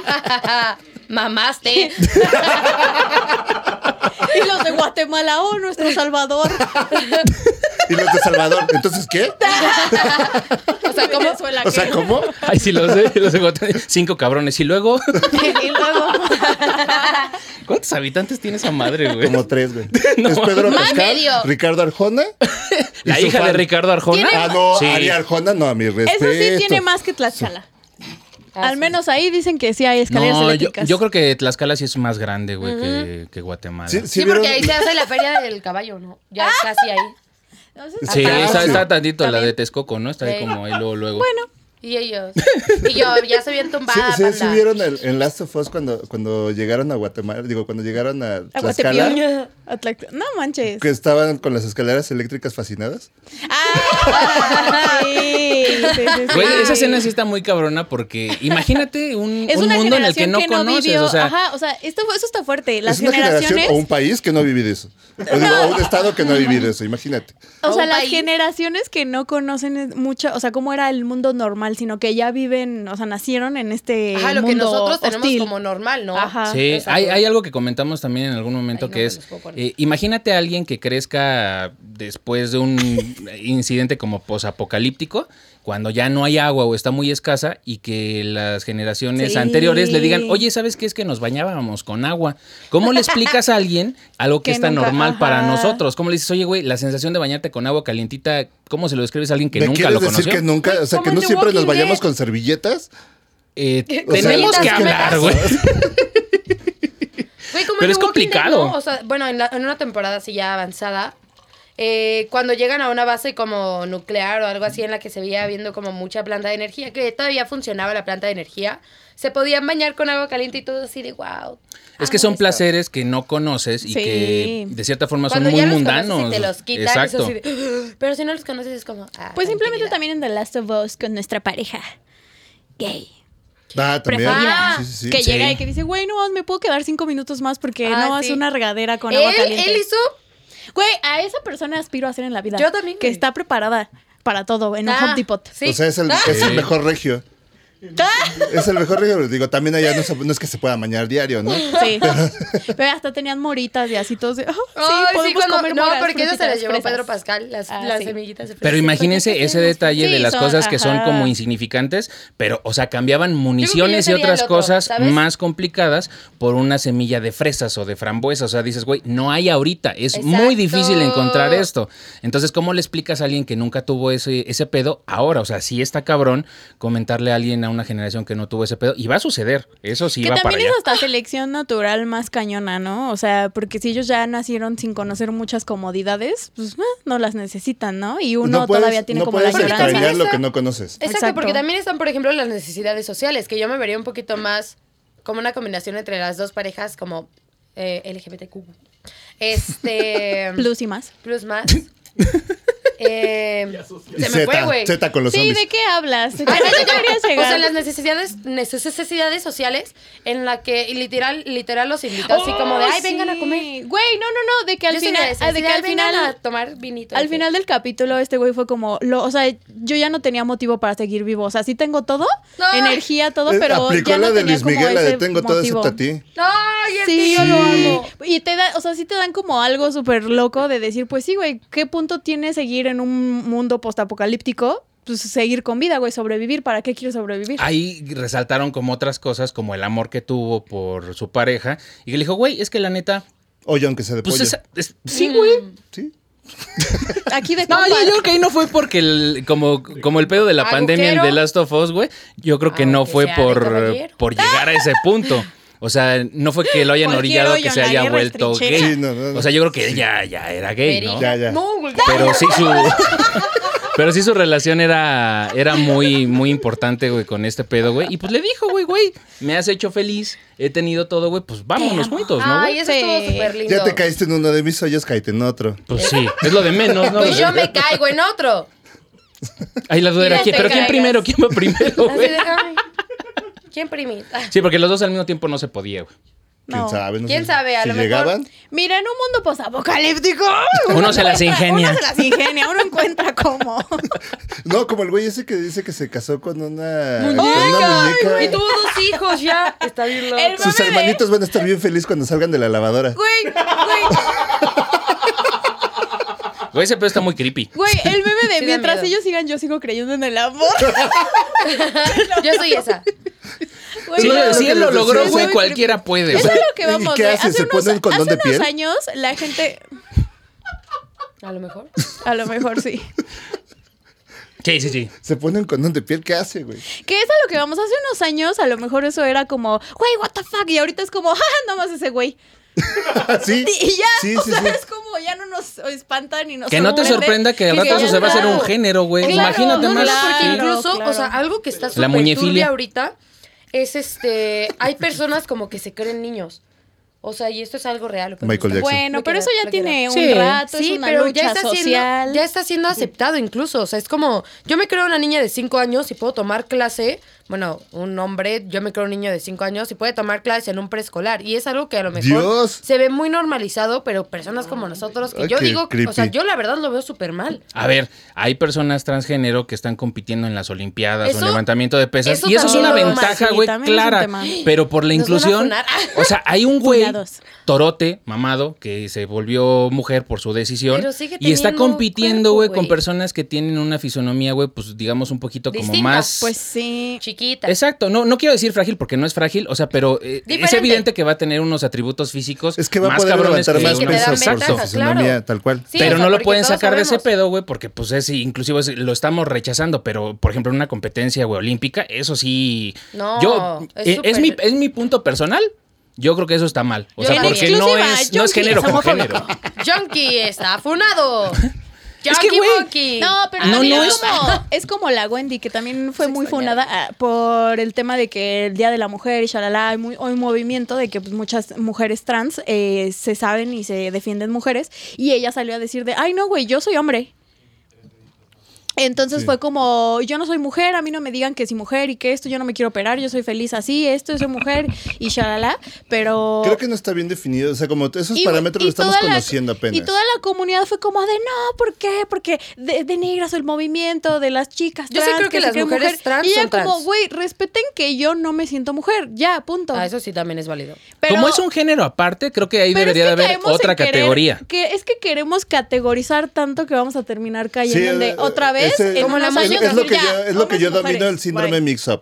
[SPEAKER 1] Mamaste.
[SPEAKER 4] Y los de Guatemala, oh, nuestro Salvador.
[SPEAKER 3] Y los de Salvador. ¿Entonces qué?
[SPEAKER 1] Ah,
[SPEAKER 4] O sea, ¿cómo?
[SPEAKER 3] O sea, ¿cómo?
[SPEAKER 2] Ay, sí, los, los cinco cabrones. Y luego,
[SPEAKER 4] y luego,
[SPEAKER 2] ¿cuántos habitantes tiene esa madre, güey?
[SPEAKER 3] Como tres, güey.
[SPEAKER 2] No.
[SPEAKER 3] Es Pedro
[SPEAKER 1] Más
[SPEAKER 3] Pascal,
[SPEAKER 1] medio.
[SPEAKER 3] Ricardo Arjona. y
[SPEAKER 2] La
[SPEAKER 3] su
[SPEAKER 2] hija
[SPEAKER 3] fan.
[SPEAKER 2] de Ricardo Arjona.
[SPEAKER 3] Ah, no,
[SPEAKER 2] Sí.
[SPEAKER 3] Ari Arjona, no, a mi respeto.
[SPEAKER 4] eso sí tiene más que Tlaxcala. Al menos ahí dicen que sí hay escaleras
[SPEAKER 2] No, yo,
[SPEAKER 4] eléctricas.
[SPEAKER 2] yo creo que Tlaxcala sí es más grande, güey, que, que Guatemala.
[SPEAKER 3] Sí,
[SPEAKER 2] Sí,
[SPEAKER 1] Sí,
[SPEAKER 3] vieron-
[SPEAKER 1] porque ahí se hace la feria del caballo, ¿no? Ya casi ahí.
[SPEAKER 4] Entonces,
[SPEAKER 3] Aparte-
[SPEAKER 2] está, está tantito la
[SPEAKER 1] También.
[SPEAKER 2] de Texcoco, ¿no? Está ahí
[SPEAKER 1] Sí.
[SPEAKER 2] como ahí luego, luego.
[SPEAKER 4] Bueno,
[SPEAKER 1] Y ellos. Y yo, ya se bien
[SPEAKER 3] Sí,
[SPEAKER 1] tumbada.
[SPEAKER 3] sí,
[SPEAKER 1] banda.
[SPEAKER 3] sí vieron el, en Last of Us cuando, cuando llegaron a Guatemala, digo, cuando llegaron a
[SPEAKER 4] a
[SPEAKER 3] Tlaxcala,
[SPEAKER 4] Guatepeor, a Tlaxcala. No manches.
[SPEAKER 3] que estaban con las escaleras eléctricas fascinadas.
[SPEAKER 4] Ah, sí, sí, sí, sí.
[SPEAKER 2] Güey, esa escena sí está muy cabrona porque imagínate un,
[SPEAKER 4] Es
[SPEAKER 2] un
[SPEAKER 4] una
[SPEAKER 2] mundo en el que
[SPEAKER 4] generación
[SPEAKER 2] no, conoces.
[SPEAKER 4] vivió.
[SPEAKER 2] o sea,
[SPEAKER 4] Ajá, o sea, esto, fue- eso está fuerte. Las
[SPEAKER 3] es una generación
[SPEAKER 4] generaciones.
[SPEAKER 3] o un país que no ha vivido eso. O, digo, o un estado que no ha vivido eso, imagínate.
[SPEAKER 4] O
[SPEAKER 1] O
[SPEAKER 4] sea,
[SPEAKER 1] un
[SPEAKER 4] las
[SPEAKER 1] país.
[SPEAKER 4] generaciones que no conocen es mucho, o sea, cómo era el mundo normal normal, sino que ya viven, o sea, nacieron en este
[SPEAKER 1] Ajá, lo que
[SPEAKER 4] mundo
[SPEAKER 1] nosotros tenemos
[SPEAKER 4] hostil.
[SPEAKER 1] como normal, ¿no?
[SPEAKER 4] Ajá.
[SPEAKER 2] Sí,
[SPEAKER 1] Exacto.
[SPEAKER 2] hay, hay algo que comentamos también en algún momento
[SPEAKER 1] Ay, no
[SPEAKER 2] que
[SPEAKER 1] me
[SPEAKER 2] es,
[SPEAKER 1] los puedo poner.
[SPEAKER 2] eh, imagínate a alguien que crezca después de un incidente como posapocalíptico, cuando ya no hay agua o está muy escasa y que las generaciones
[SPEAKER 4] Sí.
[SPEAKER 2] anteriores le digan, oye, ¿sabes qué es que nos bañábamos con agua? ¿Cómo le explicas a alguien algo que,
[SPEAKER 4] Que
[SPEAKER 2] es tan
[SPEAKER 4] nunca-
[SPEAKER 2] normal para
[SPEAKER 4] ajá.
[SPEAKER 2] nosotros? ¿Cómo le dices, oye, güey, la sensación de bañarte con agua calientita, ¿cómo se lo describes a alguien que
[SPEAKER 3] ¿Me
[SPEAKER 2] nunca
[SPEAKER 3] quieres
[SPEAKER 2] lo
[SPEAKER 3] decir
[SPEAKER 2] conoció?
[SPEAKER 3] que nunca? O sea,
[SPEAKER 4] Como
[SPEAKER 3] que
[SPEAKER 4] en
[SPEAKER 3] no
[SPEAKER 4] The
[SPEAKER 3] siempre nos
[SPEAKER 4] Walking
[SPEAKER 3] vayamos
[SPEAKER 4] Dead.
[SPEAKER 3] con servilletas.
[SPEAKER 2] Eh,
[SPEAKER 1] O sea,
[SPEAKER 2] tenemos que
[SPEAKER 1] ¿qué me
[SPEAKER 2] hablar,
[SPEAKER 1] das?
[SPEAKER 2] güey.
[SPEAKER 1] Güey, como
[SPEAKER 2] Pero
[SPEAKER 1] en
[SPEAKER 2] es
[SPEAKER 1] The Walking Dead,
[SPEAKER 2] complicado.
[SPEAKER 1] ¿no? O sea, bueno, en, la- en una temporada así ya avanzada, eh, cuando llegan a una base como nuclear o algo así en la que se veía viendo como mucha planta de energía, que todavía funcionaba la planta de energía, se podían bañar con agua caliente y todo así de wow.
[SPEAKER 2] Es que son placeres que no conoces y
[SPEAKER 4] Sí.
[SPEAKER 2] que de cierta forma
[SPEAKER 1] Cuando
[SPEAKER 2] son muy
[SPEAKER 1] ya los
[SPEAKER 2] mundanos.
[SPEAKER 1] conoces y te los quitan,
[SPEAKER 2] Exacto.
[SPEAKER 1] es así de, "Ugh", pero si no los conoces es como... ah,
[SPEAKER 4] Pues simplemente
[SPEAKER 1] tranquilidad.
[SPEAKER 4] también en The Last of Us con nuestra pareja gay.
[SPEAKER 3] Ah, también.
[SPEAKER 4] preferida.
[SPEAKER 3] Sí, sí, sí.
[SPEAKER 4] que
[SPEAKER 2] Sí.
[SPEAKER 4] llega y que dice, güey, no, me puedo quedar cinco minutos más porque
[SPEAKER 1] Ah,
[SPEAKER 4] no vas
[SPEAKER 1] sí.
[SPEAKER 4] a una regadera con agua
[SPEAKER 1] él,
[SPEAKER 4] caliente.
[SPEAKER 1] él hizo...
[SPEAKER 4] Güey, a esa persona aspiro a ser en la vida.
[SPEAKER 1] Yo también,
[SPEAKER 4] Que
[SPEAKER 1] güey.
[SPEAKER 4] está preparada para todo en
[SPEAKER 1] Ah,
[SPEAKER 4] un Home Depot.
[SPEAKER 1] sí.
[SPEAKER 3] O sea, es el,
[SPEAKER 1] Ah,
[SPEAKER 3] es el
[SPEAKER 2] Sí.
[SPEAKER 3] mejor regio. Es el mejor regio. pero Digo, también allá no, se- no es que se pueda mañar diario, ¿no?
[SPEAKER 4] Sí. Pero hasta tenían moritas y así todos de, "Ah,
[SPEAKER 1] Ay,
[SPEAKER 4] sí, podemos
[SPEAKER 1] cuando-
[SPEAKER 4] comer
[SPEAKER 1] No,
[SPEAKER 4] moras,
[SPEAKER 1] porque eso se
[SPEAKER 4] frutitas,
[SPEAKER 1] las llevó
[SPEAKER 4] fresas".
[SPEAKER 1] Pedro Pascal, las,
[SPEAKER 4] Ah,
[SPEAKER 1] las
[SPEAKER 4] sí.
[SPEAKER 1] semillitas pues, de
[SPEAKER 2] Pero
[SPEAKER 1] fresa.
[SPEAKER 2] imagínense ese detalle de
[SPEAKER 4] Sí,
[SPEAKER 2] las
[SPEAKER 4] son-
[SPEAKER 2] cosas que son
[SPEAKER 4] ajá.
[SPEAKER 2] como insignificantes, pero, o sea, cambiaban municiones y
[SPEAKER 1] sería el
[SPEAKER 2] otras
[SPEAKER 1] otro,
[SPEAKER 2] cosas
[SPEAKER 1] ¿sabes?
[SPEAKER 2] más complicadas por una semilla de fresas o de frambuesas. O sea, dices, güey, no hay ahorita. Es muy
[SPEAKER 1] Exacto.
[SPEAKER 2] difícil encontrar esto. Entonces, ¿cómo le explicas a alguien que nunca tuvo ese, ese pedo ahora? O sea, sí está cabrón comentarle a alguien a una generación que no tuvo ese pedo. Y va a suceder. Eso sí
[SPEAKER 4] que
[SPEAKER 2] va para
[SPEAKER 4] también
[SPEAKER 2] allá.
[SPEAKER 4] es hasta selección natural más cañona, ¿no? O sea, porque si ellos ya nacieron sin conocer muchas comodidades, pues eh, no las necesitan, ¿no? Y uno
[SPEAKER 3] no puedes,
[SPEAKER 4] todavía tiene
[SPEAKER 3] no
[SPEAKER 4] como la
[SPEAKER 3] puedes
[SPEAKER 1] Porque
[SPEAKER 4] lloranza.
[SPEAKER 1] también
[SPEAKER 3] extrañar lo
[SPEAKER 1] está-
[SPEAKER 3] que no conoces.
[SPEAKER 1] Exacto,
[SPEAKER 4] Exacto.
[SPEAKER 1] porque también están, por ejemplo, las necesidades sociales, que yo me vería un poquito más como una combinación entre las dos parejas, como eh, LGBTQ. Este.
[SPEAKER 4] Plus y más.
[SPEAKER 1] plus más. Eh,
[SPEAKER 3] Y
[SPEAKER 1] se me fue,
[SPEAKER 3] Z,
[SPEAKER 1] güey.
[SPEAKER 3] Z con los
[SPEAKER 4] Sí,
[SPEAKER 3] zombies.
[SPEAKER 4] ¿de qué hablas?
[SPEAKER 1] Ah, no, no, no.
[SPEAKER 4] querías
[SPEAKER 1] O sea,
[SPEAKER 4] llegar?
[SPEAKER 1] las necesidades, neces- necesidades sociales en la que y literal, literal los invito así como de ay, vengan a comer.
[SPEAKER 4] Oh, Sí. Güey, no, no, no, de que al
[SPEAKER 1] Yo soy de
[SPEAKER 4] final,
[SPEAKER 1] esas,
[SPEAKER 4] ah, de
[SPEAKER 1] sí,
[SPEAKER 4] que al
[SPEAKER 1] vengan
[SPEAKER 4] final
[SPEAKER 1] a tomar vinito.
[SPEAKER 4] Al final del capítulo, este güey fue como, lo, o sea, yo ya no tenía motivo para seguir vivo. O sea, sí tengo todo,
[SPEAKER 1] No.
[SPEAKER 4] energía, todo,
[SPEAKER 3] Eh,
[SPEAKER 4] pero
[SPEAKER 3] Aplicó
[SPEAKER 4] ya no
[SPEAKER 3] la de
[SPEAKER 4] tenía
[SPEAKER 3] Luis
[SPEAKER 4] como
[SPEAKER 3] Miguel, la
[SPEAKER 4] ese
[SPEAKER 3] de tengo todo
[SPEAKER 4] motivo".
[SPEAKER 3] excepto a ti.
[SPEAKER 1] Ay, el
[SPEAKER 4] Sí,
[SPEAKER 1] tío lo amo.
[SPEAKER 4] Y te da, o sea, sí te dan como algo súper loco de decir, pues sí, güey, ¿qué punto tiene seguir en un mundo postapocalíptico? Pues seguir con vida, güey, sobrevivir. ¿Para qué quiero sobrevivir?
[SPEAKER 2] Ahí resaltaron como otras cosas, como el amor que tuvo por su pareja. Y que le dijo, güey, es que la neta,
[SPEAKER 3] O John que se de
[SPEAKER 2] pues
[SPEAKER 3] pollo.
[SPEAKER 2] esa- es- sí, güey.
[SPEAKER 4] Mm,
[SPEAKER 3] Sí.
[SPEAKER 4] Aquí de
[SPEAKER 2] No,
[SPEAKER 4] compas.
[SPEAKER 2] yo, yo creo que ahí no fue porque el- como, como el pedo de la
[SPEAKER 1] Agujero.
[SPEAKER 2] pandemia en The Last of Us, güey. Yo creo que
[SPEAKER 4] Ah,
[SPEAKER 2] no
[SPEAKER 1] Aunque
[SPEAKER 2] fue
[SPEAKER 1] sea de
[SPEAKER 2] por,
[SPEAKER 1] caballero.
[SPEAKER 2] por llegar a ese punto. O sea, no fue que lo hayan
[SPEAKER 4] Cualquier
[SPEAKER 2] orillado a que
[SPEAKER 4] hoyo
[SPEAKER 2] se
[SPEAKER 4] en la
[SPEAKER 2] haya
[SPEAKER 4] guerra
[SPEAKER 2] vuelto
[SPEAKER 4] es
[SPEAKER 2] gay.
[SPEAKER 4] trinchera.
[SPEAKER 3] Sí, no, no, no.
[SPEAKER 2] O sea, yo creo que ella ya era gay, ¿no?
[SPEAKER 3] Ya, ya.
[SPEAKER 1] No, güey.
[SPEAKER 2] Pero sí su. Pero sí su relación era, era muy, muy importante, güey, con este pedo, güey. Y pues le dijo, güey, güey, me has hecho feliz, he tenido todo, güey, pues vámonos juntos, ¿no,
[SPEAKER 1] Ay,
[SPEAKER 2] güey?
[SPEAKER 1] eso estuvo
[SPEAKER 4] Sí.
[SPEAKER 1] súper lindo.
[SPEAKER 3] Ya te caíste en uno de mis hoyos, caíte en otro.
[SPEAKER 2] Pues sí, es lo de menos, ¿no?
[SPEAKER 1] Pues yo me caigo en otro.
[SPEAKER 2] Ahí la duda era
[SPEAKER 1] Ya
[SPEAKER 2] quién,
[SPEAKER 1] te
[SPEAKER 2] pero ¿quién
[SPEAKER 1] caigas.
[SPEAKER 2] primero? ¿Quién va primero,
[SPEAKER 1] Así
[SPEAKER 2] güey?
[SPEAKER 1] de, ay, ¿Quién primita?
[SPEAKER 2] Sí, porque los dos al mismo tiempo no se podía, güey.
[SPEAKER 3] ¿Quién
[SPEAKER 4] No.
[SPEAKER 3] sabe? No
[SPEAKER 1] ¿Quién
[SPEAKER 3] sé
[SPEAKER 1] sabe? A
[SPEAKER 3] si
[SPEAKER 1] lo mejor-
[SPEAKER 3] llegaban.
[SPEAKER 4] Mira, en un mundo postapocalíptico.
[SPEAKER 2] Uno se las
[SPEAKER 4] encuentra-
[SPEAKER 2] ingenia.
[SPEAKER 4] Uno se las ingenia, uno encuentra cómo.
[SPEAKER 3] No, como el güey ese que dice que se casó con una con
[SPEAKER 1] Muñeca,
[SPEAKER 3] una muñeca.
[SPEAKER 1] Y tuvo dos hijos ya. Está bien loco.
[SPEAKER 4] El-
[SPEAKER 3] Sus
[SPEAKER 4] Mame de-
[SPEAKER 3] hermanitos van a estar bien felices cuando salgan de la lavadora.
[SPEAKER 4] Güey, güey.
[SPEAKER 2] Güey, ese pedo está muy creepy.
[SPEAKER 4] Güey, el meme de
[SPEAKER 1] Sí da
[SPEAKER 4] mientras
[SPEAKER 1] miedo.
[SPEAKER 4] ellos sigan, yo sigo creyendo en el amor.
[SPEAKER 1] Yo soy esa.
[SPEAKER 4] Güey,
[SPEAKER 2] Si,
[SPEAKER 3] Sí,
[SPEAKER 4] no.
[SPEAKER 3] lo
[SPEAKER 2] si
[SPEAKER 3] que
[SPEAKER 2] él lo
[SPEAKER 3] les
[SPEAKER 2] logró,
[SPEAKER 3] decía,
[SPEAKER 2] güey,
[SPEAKER 4] soy
[SPEAKER 2] cualquiera puede,
[SPEAKER 4] Eso
[SPEAKER 2] güey.
[SPEAKER 4] es lo que
[SPEAKER 3] ¿y
[SPEAKER 4] vamos
[SPEAKER 3] qué
[SPEAKER 4] de-
[SPEAKER 3] hace?
[SPEAKER 4] Hace,
[SPEAKER 3] ¿Se
[SPEAKER 4] unos,
[SPEAKER 3] pone un condón
[SPEAKER 4] hace
[SPEAKER 3] de
[SPEAKER 4] unos
[SPEAKER 3] piel?
[SPEAKER 4] años la gente,
[SPEAKER 1] A lo mejor.
[SPEAKER 4] a lo mejor sí.
[SPEAKER 2] Sí, sí, sí.
[SPEAKER 3] Se pone un condón de piel, ¿qué hace, güey?
[SPEAKER 4] Que es a lo que vamos. Hace unos años a lo mejor eso era como, güey, what the fuck. Y ahorita es como, ja, ja, nomás ese güey.
[SPEAKER 3] ¿Sí?
[SPEAKER 4] Y ya,
[SPEAKER 3] Sí,
[SPEAKER 4] o
[SPEAKER 3] sí,
[SPEAKER 4] sea,
[SPEAKER 3] sí.
[SPEAKER 4] es como ya no nos espantan ni nos
[SPEAKER 2] Que no te sorprenda que al
[SPEAKER 4] Sí,
[SPEAKER 2] rato
[SPEAKER 4] ya
[SPEAKER 2] eso se va a hacer un
[SPEAKER 4] claro.
[SPEAKER 2] género, güey.
[SPEAKER 4] Claro,
[SPEAKER 2] Pues Imagínate
[SPEAKER 4] no,
[SPEAKER 2] más.
[SPEAKER 4] claro,
[SPEAKER 1] porque
[SPEAKER 2] Sí.
[SPEAKER 1] incluso,
[SPEAKER 4] claro.
[SPEAKER 1] o sea, algo que está
[SPEAKER 2] La
[SPEAKER 1] súper
[SPEAKER 2] muñefilia.
[SPEAKER 1] turbia ahorita es este. Hay personas como que se creen niños. O sea, y esto es algo real. lo podemos
[SPEAKER 3] Michael
[SPEAKER 1] ver.
[SPEAKER 3] Jackson.
[SPEAKER 4] Bueno,
[SPEAKER 1] Lo
[SPEAKER 4] pero
[SPEAKER 1] que
[SPEAKER 4] eso
[SPEAKER 1] ver,
[SPEAKER 4] ya
[SPEAKER 1] lo que
[SPEAKER 4] tiene
[SPEAKER 1] ver.
[SPEAKER 4] un
[SPEAKER 2] Sí.
[SPEAKER 4] rato, es una lucha social.
[SPEAKER 1] Siendo, ya está siendo aceptado incluso. O sea, es como, yo me creo una niña de 5 años y puedo tomar clase. Bueno, un hombre, yo me creo un niño de 5 años y puede tomar clase en un preescolar. Y es algo que a lo mejor
[SPEAKER 3] Dios.
[SPEAKER 1] se ve muy normalizado, pero personas como nosotros, que
[SPEAKER 3] Ay,
[SPEAKER 1] yo
[SPEAKER 3] qué
[SPEAKER 1] digo, o sea,
[SPEAKER 3] creepy.
[SPEAKER 1] yo la verdad lo veo súper mal.
[SPEAKER 2] A ver, hay personas transgénero que están compitiendo en las Olimpiadas o
[SPEAKER 1] Eso-
[SPEAKER 2] en levantamiento de pesas.
[SPEAKER 1] eso
[SPEAKER 2] y eso es
[SPEAKER 1] también
[SPEAKER 2] una
[SPEAKER 1] lo-
[SPEAKER 2] ventaja,
[SPEAKER 4] sí,
[SPEAKER 2] güey,
[SPEAKER 4] también es un
[SPEAKER 2] clara.
[SPEAKER 4] tema.
[SPEAKER 2] Pero por la
[SPEAKER 1] Nos van a
[SPEAKER 2] inclusión.
[SPEAKER 1] funar. Ah,
[SPEAKER 2] O sea, hay un güey
[SPEAKER 4] Funados.
[SPEAKER 2] torote, mamado, que se volvió mujer por su decisión.
[SPEAKER 1] Pero sigue
[SPEAKER 2] y está
[SPEAKER 1] teniendo
[SPEAKER 2] compitiendo,
[SPEAKER 1] cuerpo,
[SPEAKER 2] güey,
[SPEAKER 1] güey.
[SPEAKER 2] con personas que tienen una fisonomía, güey, pues digamos un poquito como
[SPEAKER 1] Distinta,
[SPEAKER 2] más.
[SPEAKER 4] Pues sí.
[SPEAKER 1] Chiquita.
[SPEAKER 2] Exacto, no, no quiero decir frágil porque no es frágil, o sea, pero eh, es
[SPEAKER 1] Diferente.
[SPEAKER 2] evidente que va a tener unos atributos físicos.
[SPEAKER 3] Es que va a
[SPEAKER 2] más
[SPEAKER 3] poder
[SPEAKER 2] cabrones
[SPEAKER 3] levantar
[SPEAKER 2] que
[SPEAKER 3] más
[SPEAKER 1] Sí, que
[SPEAKER 2] uno.
[SPEAKER 1] te dan
[SPEAKER 3] pesas por su
[SPEAKER 1] ventajas, claro.
[SPEAKER 3] fisonomía, tal cual.
[SPEAKER 1] Sí,
[SPEAKER 2] pero
[SPEAKER 1] o sea,
[SPEAKER 2] no lo
[SPEAKER 1] porque
[SPEAKER 2] pueden
[SPEAKER 1] todos
[SPEAKER 2] sacar de ese
[SPEAKER 1] sabemos.
[SPEAKER 2] pedo, güey, porque pues es, inclusive es- lo estamos rechazando, pero por ejemplo en una competencia, güey, olímpica, eso sí,
[SPEAKER 1] No,
[SPEAKER 2] yo,
[SPEAKER 1] es
[SPEAKER 2] eh, es,
[SPEAKER 1] súper-
[SPEAKER 2] mi, es mi punto personal, yo creo que eso está mal, o
[SPEAKER 1] Yo
[SPEAKER 2] sea,
[SPEAKER 1] en
[SPEAKER 2] porque no
[SPEAKER 4] exclusiva,
[SPEAKER 2] es, no es
[SPEAKER 4] Yonki
[SPEAKER 2] género
[SPEAKER 4] es
[SPEAKER 2] con
[SPEAKER 4] homofóbico.
[SPEAKER 2] género.
[SPEAKER 1] Junkie está funado.
[SPEAKER 2] Es que,
[SPEAKER 1] Junkie Ah,
[SPEAKER 2] güey,
[SPEAKER 1] Monkey.
[SPEAKER 4] No, pero
[SPEAKER 2] No,
[SPEAKER 4] también
[SPEAKER 2] no
[SPEAKER 4] es,
[SPEAKER 2] es-
[SPEAKER 4] como, es como la Wendy, que también fue muy
[SPEAKER 1] extrañada.
[SPEAKER 4] funada ah, por el tema de que el Día de la Mujer y shalala, hay muy, hay un movimiento de que pues, muchas mujeres trans eh, se saben y se defienden mujeres, y ella salió a decir de, ay no, güey, yo soy hombre. Entonces
[SPEAKER 3] Sí.
[SPEAKER 4] fue como, yo no soy mujer, a mí no me digan que soy mujer y que esto, yo no me quiero operar, yo soy feliz así, esto, yo soy mujer y shalala, pero...
[SPEAKER 3] Creo que no está bien definido. O sea, como esos
[SPEAKER 4] Y-
[SPEAKER 3] parámetros
[SPEAKER 4] y
[SPEAKER 3] los estamos
[SPEAKER 4] toda la-
[SPEAKER 3] conociendo apenas.
[SPEAKER 4] Y toda la comunidad fue como de no, ¿por qué? Porque de, denigras el movimiento de las chicas.
[SPEAKER 1] Yo sí
[SPEAKER 4] trans
[SPEAKER 1] creo que
[SPEAKER 4] se
[SPEAKER 1] las
[SPEAKER 4] creen
[SPEAKER 1] mujeres trans
[SPEAKER 4] Y ella
[SPEAKER 1] son
[SPEAKER 4] como,
[SPEAKER 1] trans.
[SPEAKER 4] güey, respeten que yo no me siento mujer, ya, punto.
[SPEAKER 1] Ah, eso sí también es válido.
[SPEAKER 4] Pero-
[SPEAKER 2] Como es un género aparte, creo que ahí
[SPEAKER 4] pero
[SPEAKER 2] debería
[SPEAKER 4] es que
[SPEAKER 2] de haber
[SPEAKER 4] caemos en
[SPEAKER 2] otra
[SPEAKER 4] querer-
[SPEAKER 2] categoría.
[SPEAKER 4] Que es que queremos categorizar tanto que vamos a terminar cayendo
[SPEAKER 3] Sí,
[SPEAKER 4] en de
[SPEAKER 3] eh,
[SPEAKER 4] otra vez.
[SPEAKER 3] ese-
[SPEAKER 4] en
[SPEAKER 1] Como la
[SPEAKER 4] unos
[SPEAKER 1] música,
[SPEAKER 4] años,
[SPEAKER 3] es lo que
[SPEAKER 4] decir,
[SPEAKER 3] yo,
[SPEAKER 4] ya,
[SPEAKER 3] es lo que
[SPEAKER 4] hombres
[SPEAKER 3] yo
[SPEAKER 4] y
[SPEAKER 3] domino
[SPEAKER 4] mujeres,
[SPEAKER 3] el síndrome
[SPEAKER 4] bye.
[SPEAKER 3] mix up.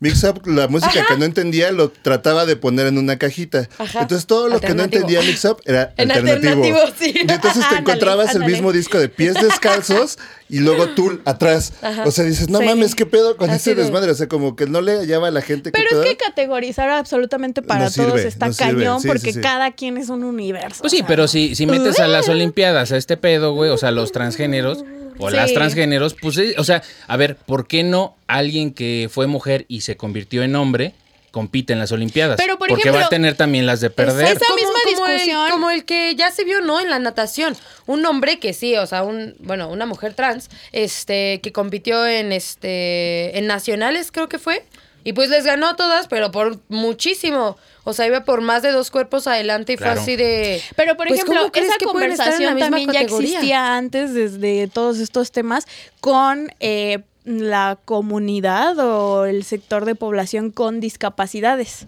[SPEAKER 3] Mix up, la música que no entendía lo trataba de poner en una cajita.
[SPEAKER 1] Ajá.
[SPEAKER 3] Entonces todo lo que no
[SPEAKER 1] Alternativo.
[SPEAKER 3] entendía mix up era
[SPEAKER 1] En
[SPEAKER 3] alternativo.
[SPEAKER 1] alternativo, sí.
[SPEAKER 3] Y entonces te
[SPEAKER 1] Ándale,
[SPEAKER 3] encontrabas el
[SPEAKER 1] ándale.
[SPEAKER 3] mismo disco de pies descalzos y luego Tool atrás. O sea, dices, no
[SPEAKER 4] Sí.
[SPEAKER 3] mames, qué pedo con
[SPEAKER 1] Así
[SPEAKER 3] este
[SPEAKER 1] de-
[SPEAKER 3] desmadre. O sea, como que no le hallaba a la gente
[SPEAKER 4] Pero
[SPEAKER 3] qué
[SPEAKER 4] es
[SPEAKER 3] pedo.
[SPEAKER 4] que categorizar absolutamente para
[SPEAKER 3] No sirve,
[SPEAKER 4] todos está
[SPEAKER 3] no sirve,
[SPEAKER 4] cañón
[SPEAKER 3] sí, sí,
[SPEAKER 4] porque
[SPEAKER 3] sí.
[SPEAKER 4] cada quien es un universo.
[SPEAKER 2] Pues sí,
[SPEAKER 4] o sea.
[SPEAKER 2] pero si, si metes a las Olimpiadas a este pedo, güey, o sea, los transgéneros o
[SPEAKER 4] Sí.
[SPEAKER 2] las transgéneros, pues, eh, o sea, a ver, ¿por qué no alguien que fue mujer y se convirtió en hombre compite en las Olimpiadas?
[SPEAKER 4] Pero, por
[SPEAKER 2] Porque va a
[SPEAKER 4] ejemplo,
[SPEAKER 2] tener también las de perder.
[SPEAKER 4] Esa misma discusión.
[SPEAKER 1] El, como el que ya se vio, ¿no? En la natación. Un hombre que sí, o sea, un, bueno, una mujer trans, este, que compitió en este. en nacionales, creo que fue. Y pues les ganó a todas, pero por muchísimo. O sea, iba por más de dos cuerpos adelante y
[SPEAKER 2] Claro.
[SPEAKER 1] fue así de.
[SPEAKER 4] Pero, por
[SPEAKER 1] pues,
[SPEAKER 4] ejemplo,
[SPEAKER 1] ¿cómo crees
[SPEAKER 4] esa
[SPEAKER 1] que pueden estar en la
[SPEAKER 4] conversación
[SPEAKER 1] misma
[SPEAKER 4] también ya
[SPEAKER 1] categoría?
[SPEAKER 4] existía antes desde todos estos temas con eh, la comunidad o el sector de población con discapacidades,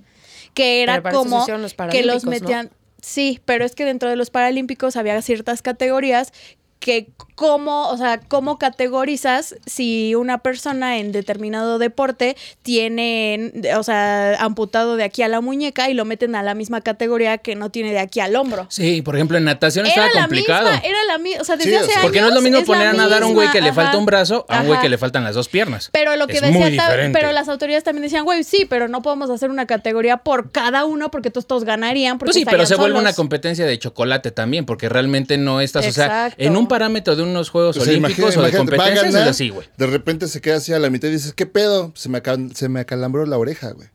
[SPEAKER 4] que era
[SPEAKER 1] Pero para eso se
[SPEAKER 4] como
[SPEAKER 1] hicieron los
[SPEAKER 4] que los
[SPEAKER 1] Paralímpicos, ¿no?
[SPEAKER 4] metían... Sí, pero es que dentro de los Paralímpicos había ciertas categorías que cómo, o sea, cómo categorizas si una persona en determinado deporte tiene, o sea, amputado de aquí a la muñeca y lo meten a la misma categoría que no tiene de aquí al hombro
[SPEAKER 2] Sí, por ejemplo, en natación estaba complicado.
[SPEAKER 4] misma, era la misma, o sea, desde
[SPEAKER 3] Sí, o
[SPEAKER 4] hace
[SPEAKER 3] sea,
[SPEAKER 4] años.
[SPEAKER 2] porque no es lo mismo poner
[SPEAKER 4] la
[SPEAKER 2] a nadar a un güey que le
[SPEAKER 4] misma,
[SPEAKER 2] falta un
[SPEAKER 4] ajá.
[SPEAKER 2] brazo a un güey
[SPEAKER 4] Ajá.
[SPEAKER 2] que le faltan las dos piernas.
[SPEAKER 4] Pero lo que
[SPEAKER 2] es muy
[SPEAKER 4] decía, ta-
[SPEAKER 2] diferente.
[SPEAKER 4] pero las autoridades también decían, güey, sí, pero no podemos hacer una categoría por cada uno porque todos, todos ganarían. Porque
[SPEAKER 2] Pues sí, pero
[SPEAKER 4] estarían
[SPEAKER 2] se vuelve
[SPEAKER 4] solos.
[SPEAKER 2] una competencia de chocolate también, porque realmente no estás, o sea,
[SPEAKER 4] Exacto.
[SPEAKER 2] en un parámetro de unos Juegos
[SPEAKER 3] O sea,
[SPEAKER 2] Olímpicos
[SPEAKER 3] imagina-
[SPEAKER 2] o de
[SPEAKER 3] Pues imagínate, va a
[SPEAKER 2] competencias es
[SPEAKER 3] ganar,
[SPEAKER 2] así, güey.
[SPEAKER 3] De repente se queda así a la mitad y dices, ¿qué pedo? Se me, acal- se me acalambró la oreja, güey.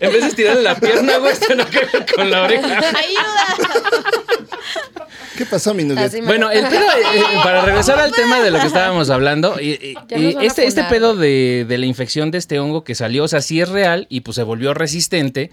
[SPEAKER 2] En vez de estirarle la pierna, güey, se lo queda con la oreja.
[SPEAKER 4] Ayuda.
[SPEAKER 3] ¿Qué pasó, mi novia?
[SPEAKER 1] Así me-
[SPEAKER 2] Bueno, el pedo, eh, eh, para regresar al tema de lo que estábamos hablando, eh, eh,
[SPEAKER 1] Ya nos van a
[SPEAKER 2] este, este
[SPEAKER 1] funar.
[SPEAKER 2] pedo de, de la infección de este hongo que salió, o sea, sí es real y pues se volvió resistente.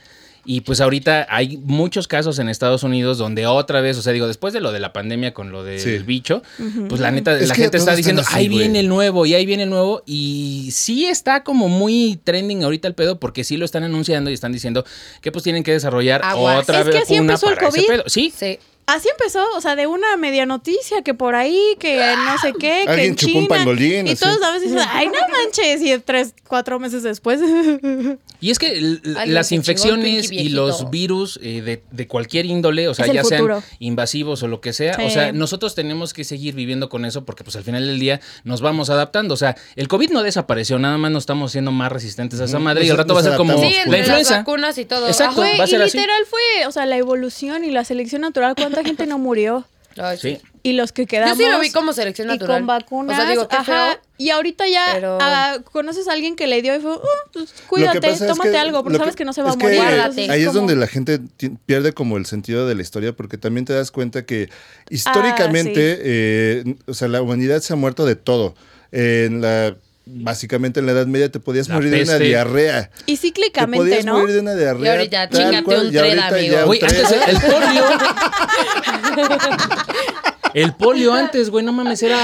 [SPEAKER 2] Y pues ahorita hay muchos casos en Estados Unidos donde otra vez, o sea, digo, después de lo de la pandemia con lo del
[SPEAKER 3] Sí.
[SPEAKER 2] bicho, pues la neta,
[SPEAKER 3] Es
[SPEAKER 2] la
[SPEAKER 3] que
[SPEAKER 2] gente
[SPEAKER 3] todos
[SPEAKER 2] está
[SPEAKER 3] están
[SPEAKER 2] diciendo,
[SPEAKER 3] así,
[SPEAKER 2] ahí
[SPEAKER 3] güey".
[SPEAKER 2] viene el nuevo y ahí viene el nuevo. Y sí está como muy trending ahorita el pedo porque sí lo están anunciando y están diciendo que pues tienen que desarrollar
[SPEAKER 1] Aguas.
[SPEAKER 2] otra
[SPEAKER 4] Es
[SPEAKER 2] vez
[SPEAKER 4] que así
[SPEAKER 2] vacuna
[SPEAKER 4] empezó el
[SPEAKER 2] para ese
[SPEAKER 4] COVID.
[SPEAKER 2] pedo. Sí,
[SPEAKER 1] sí.
[SPEAKER 4] Así empezó, o sea, de una media noticia que por ahí, que no sé qué, que
[SPEAKER 3] Alguien
[SPEAKER 4] en
[SPEAKER 3] chupó
[SPEAKER 4] China.
[SPEAKER 3] un pangolín,
[SPEAKER 4] y
[SPEAKER 3] así.
[SPEAKER 4] todos a veces dicen, ay, no manches, y tres, cuatro meses después.
[SPEAKER 2] Y es que l-
[SPEAKER 1] Alguien
[SPEAKER 2] las
[SPEAKER 1] se chingó un
[SPEAKER 2] infecciones
[SPEAKER 1] Twinkie
[SPEAKER 2] y
[SPEAKER 1] viejito.
[SPEAKER 2] los virus eh, de, de cualquier índole, o sea,
[SPEAKER 4] Es el
[SPEAKER 2] ya sean
[SPEAKER 4] futuro.
[SPEAKER 2] invasivos o lo que sea, o
[SPEAKER 4] Sí.
[SPEAKER 2] sea, nosotros tenemos que seguir viviendo con eso porque pues al final del día nos vamos adaptando. O sea, el COVID no desapareció, nada más nos estamos siendo más resistentes a esa madre y al
[SPEAKER 3] Nos-
[SPEAKER 2] rato va a
[SPEAKER 3] nos
[SPEAKER 2] ser como
[SPEAKER 3] adaptamos,
[SPEAKER 1] Sí,
[SPEAKER 2] la
[SPEAKER 1] entre las
[SPEAKER 2] influenza.
[SPEAKER 1] vacunas y todo.
[SPEAKER 2] Exacto.
[SPEAKER 1] Ajá.
[SPEAKER 4] Güey,
[SPEAKER 2] va a
[SPEAKER 4] y
[SPEAKER 2] ser así.
[SPEAKER 4] literal fue, o sea, la evolución y la selección natural, ¿cuánta gente no murió?
[SPEAKER 1] Ay,
[SPEAKER 2] Sí.
[SPEAKER 4] Y los que
[SPEAKER 1] Yo
[SPEAKER 4] quedamos.
[SPEAKER 1] sí lo vi como selección natural.
[SPEAKER 4] Y con vacunas.
[SPEAKER 1] O sea, digo, qué
[SPEAKER 4] ajá,
[SPEAKER 1] feo,
[SPEAKER 4] Y ahorita ya
[SPEAKER 1] Pero-
[SPEAKER 4] ah, conoces a alguien que le dio y fue, "Uh, pues, cuídate,
[SPEAKER 3] pasa es
[SPEAKER 4] tómate
[SPEAKER 3] que-
[SPEAKER 4] algo, porque
[SPEAKER 3] lo que-
[SPEAKER 4] sabes que no se va
[SPEAKER 3] es
[SPEAKER 4] a
[SPEAKER 3] que
[SPEAKER 4] morir.
[SPEAKER 1] Guárdate.
[SPEAKER 4] Entonces,
[SPEAKER 3] Ahí es
[SPEAKER 4] como-
[SPEAKER 3] donde la gente ti- pierde como el sentido de la historia, porque también te das cuenta que históricamente,
[SPEAKER 4] Ah,
[SPEAKER 3] eh, o sea, la humanidad se ha muerto de todo. En la, básicamente en la Edad Media te podías
[SPEAKER 2] La
[SPEAKER 3] morir de
[SPEAKER 2] peste.
[SPEAKER 3] una diarrea.
[SPEAKER 4] Y
[SPEAKER 3] Te
[SPEAKER 4] cíclicamente,
[SPEAKER 3] podías
[SPEAKER 4] ¿no?
[SPEAKER 3] morir de una diarrea.
[SPEAKER 1] Y ahorita,
[SPEAKER 3] tal
[SPEAKER 1] chíngate
[SPEAKER 3] cual,
[SPEAKER 1] un
[SPEAKER 3] y
[SPEAKER 1] tren,
[SPEAKER 3] ahorita
[SPEAKER 1] amigo.
[SPEAKER 3] ya un
[SPEAKER 2] Güey,
[SPEAKER 3] tren.
[SPEAKER 2] antes el polio. El polio antes, güey, no mames, era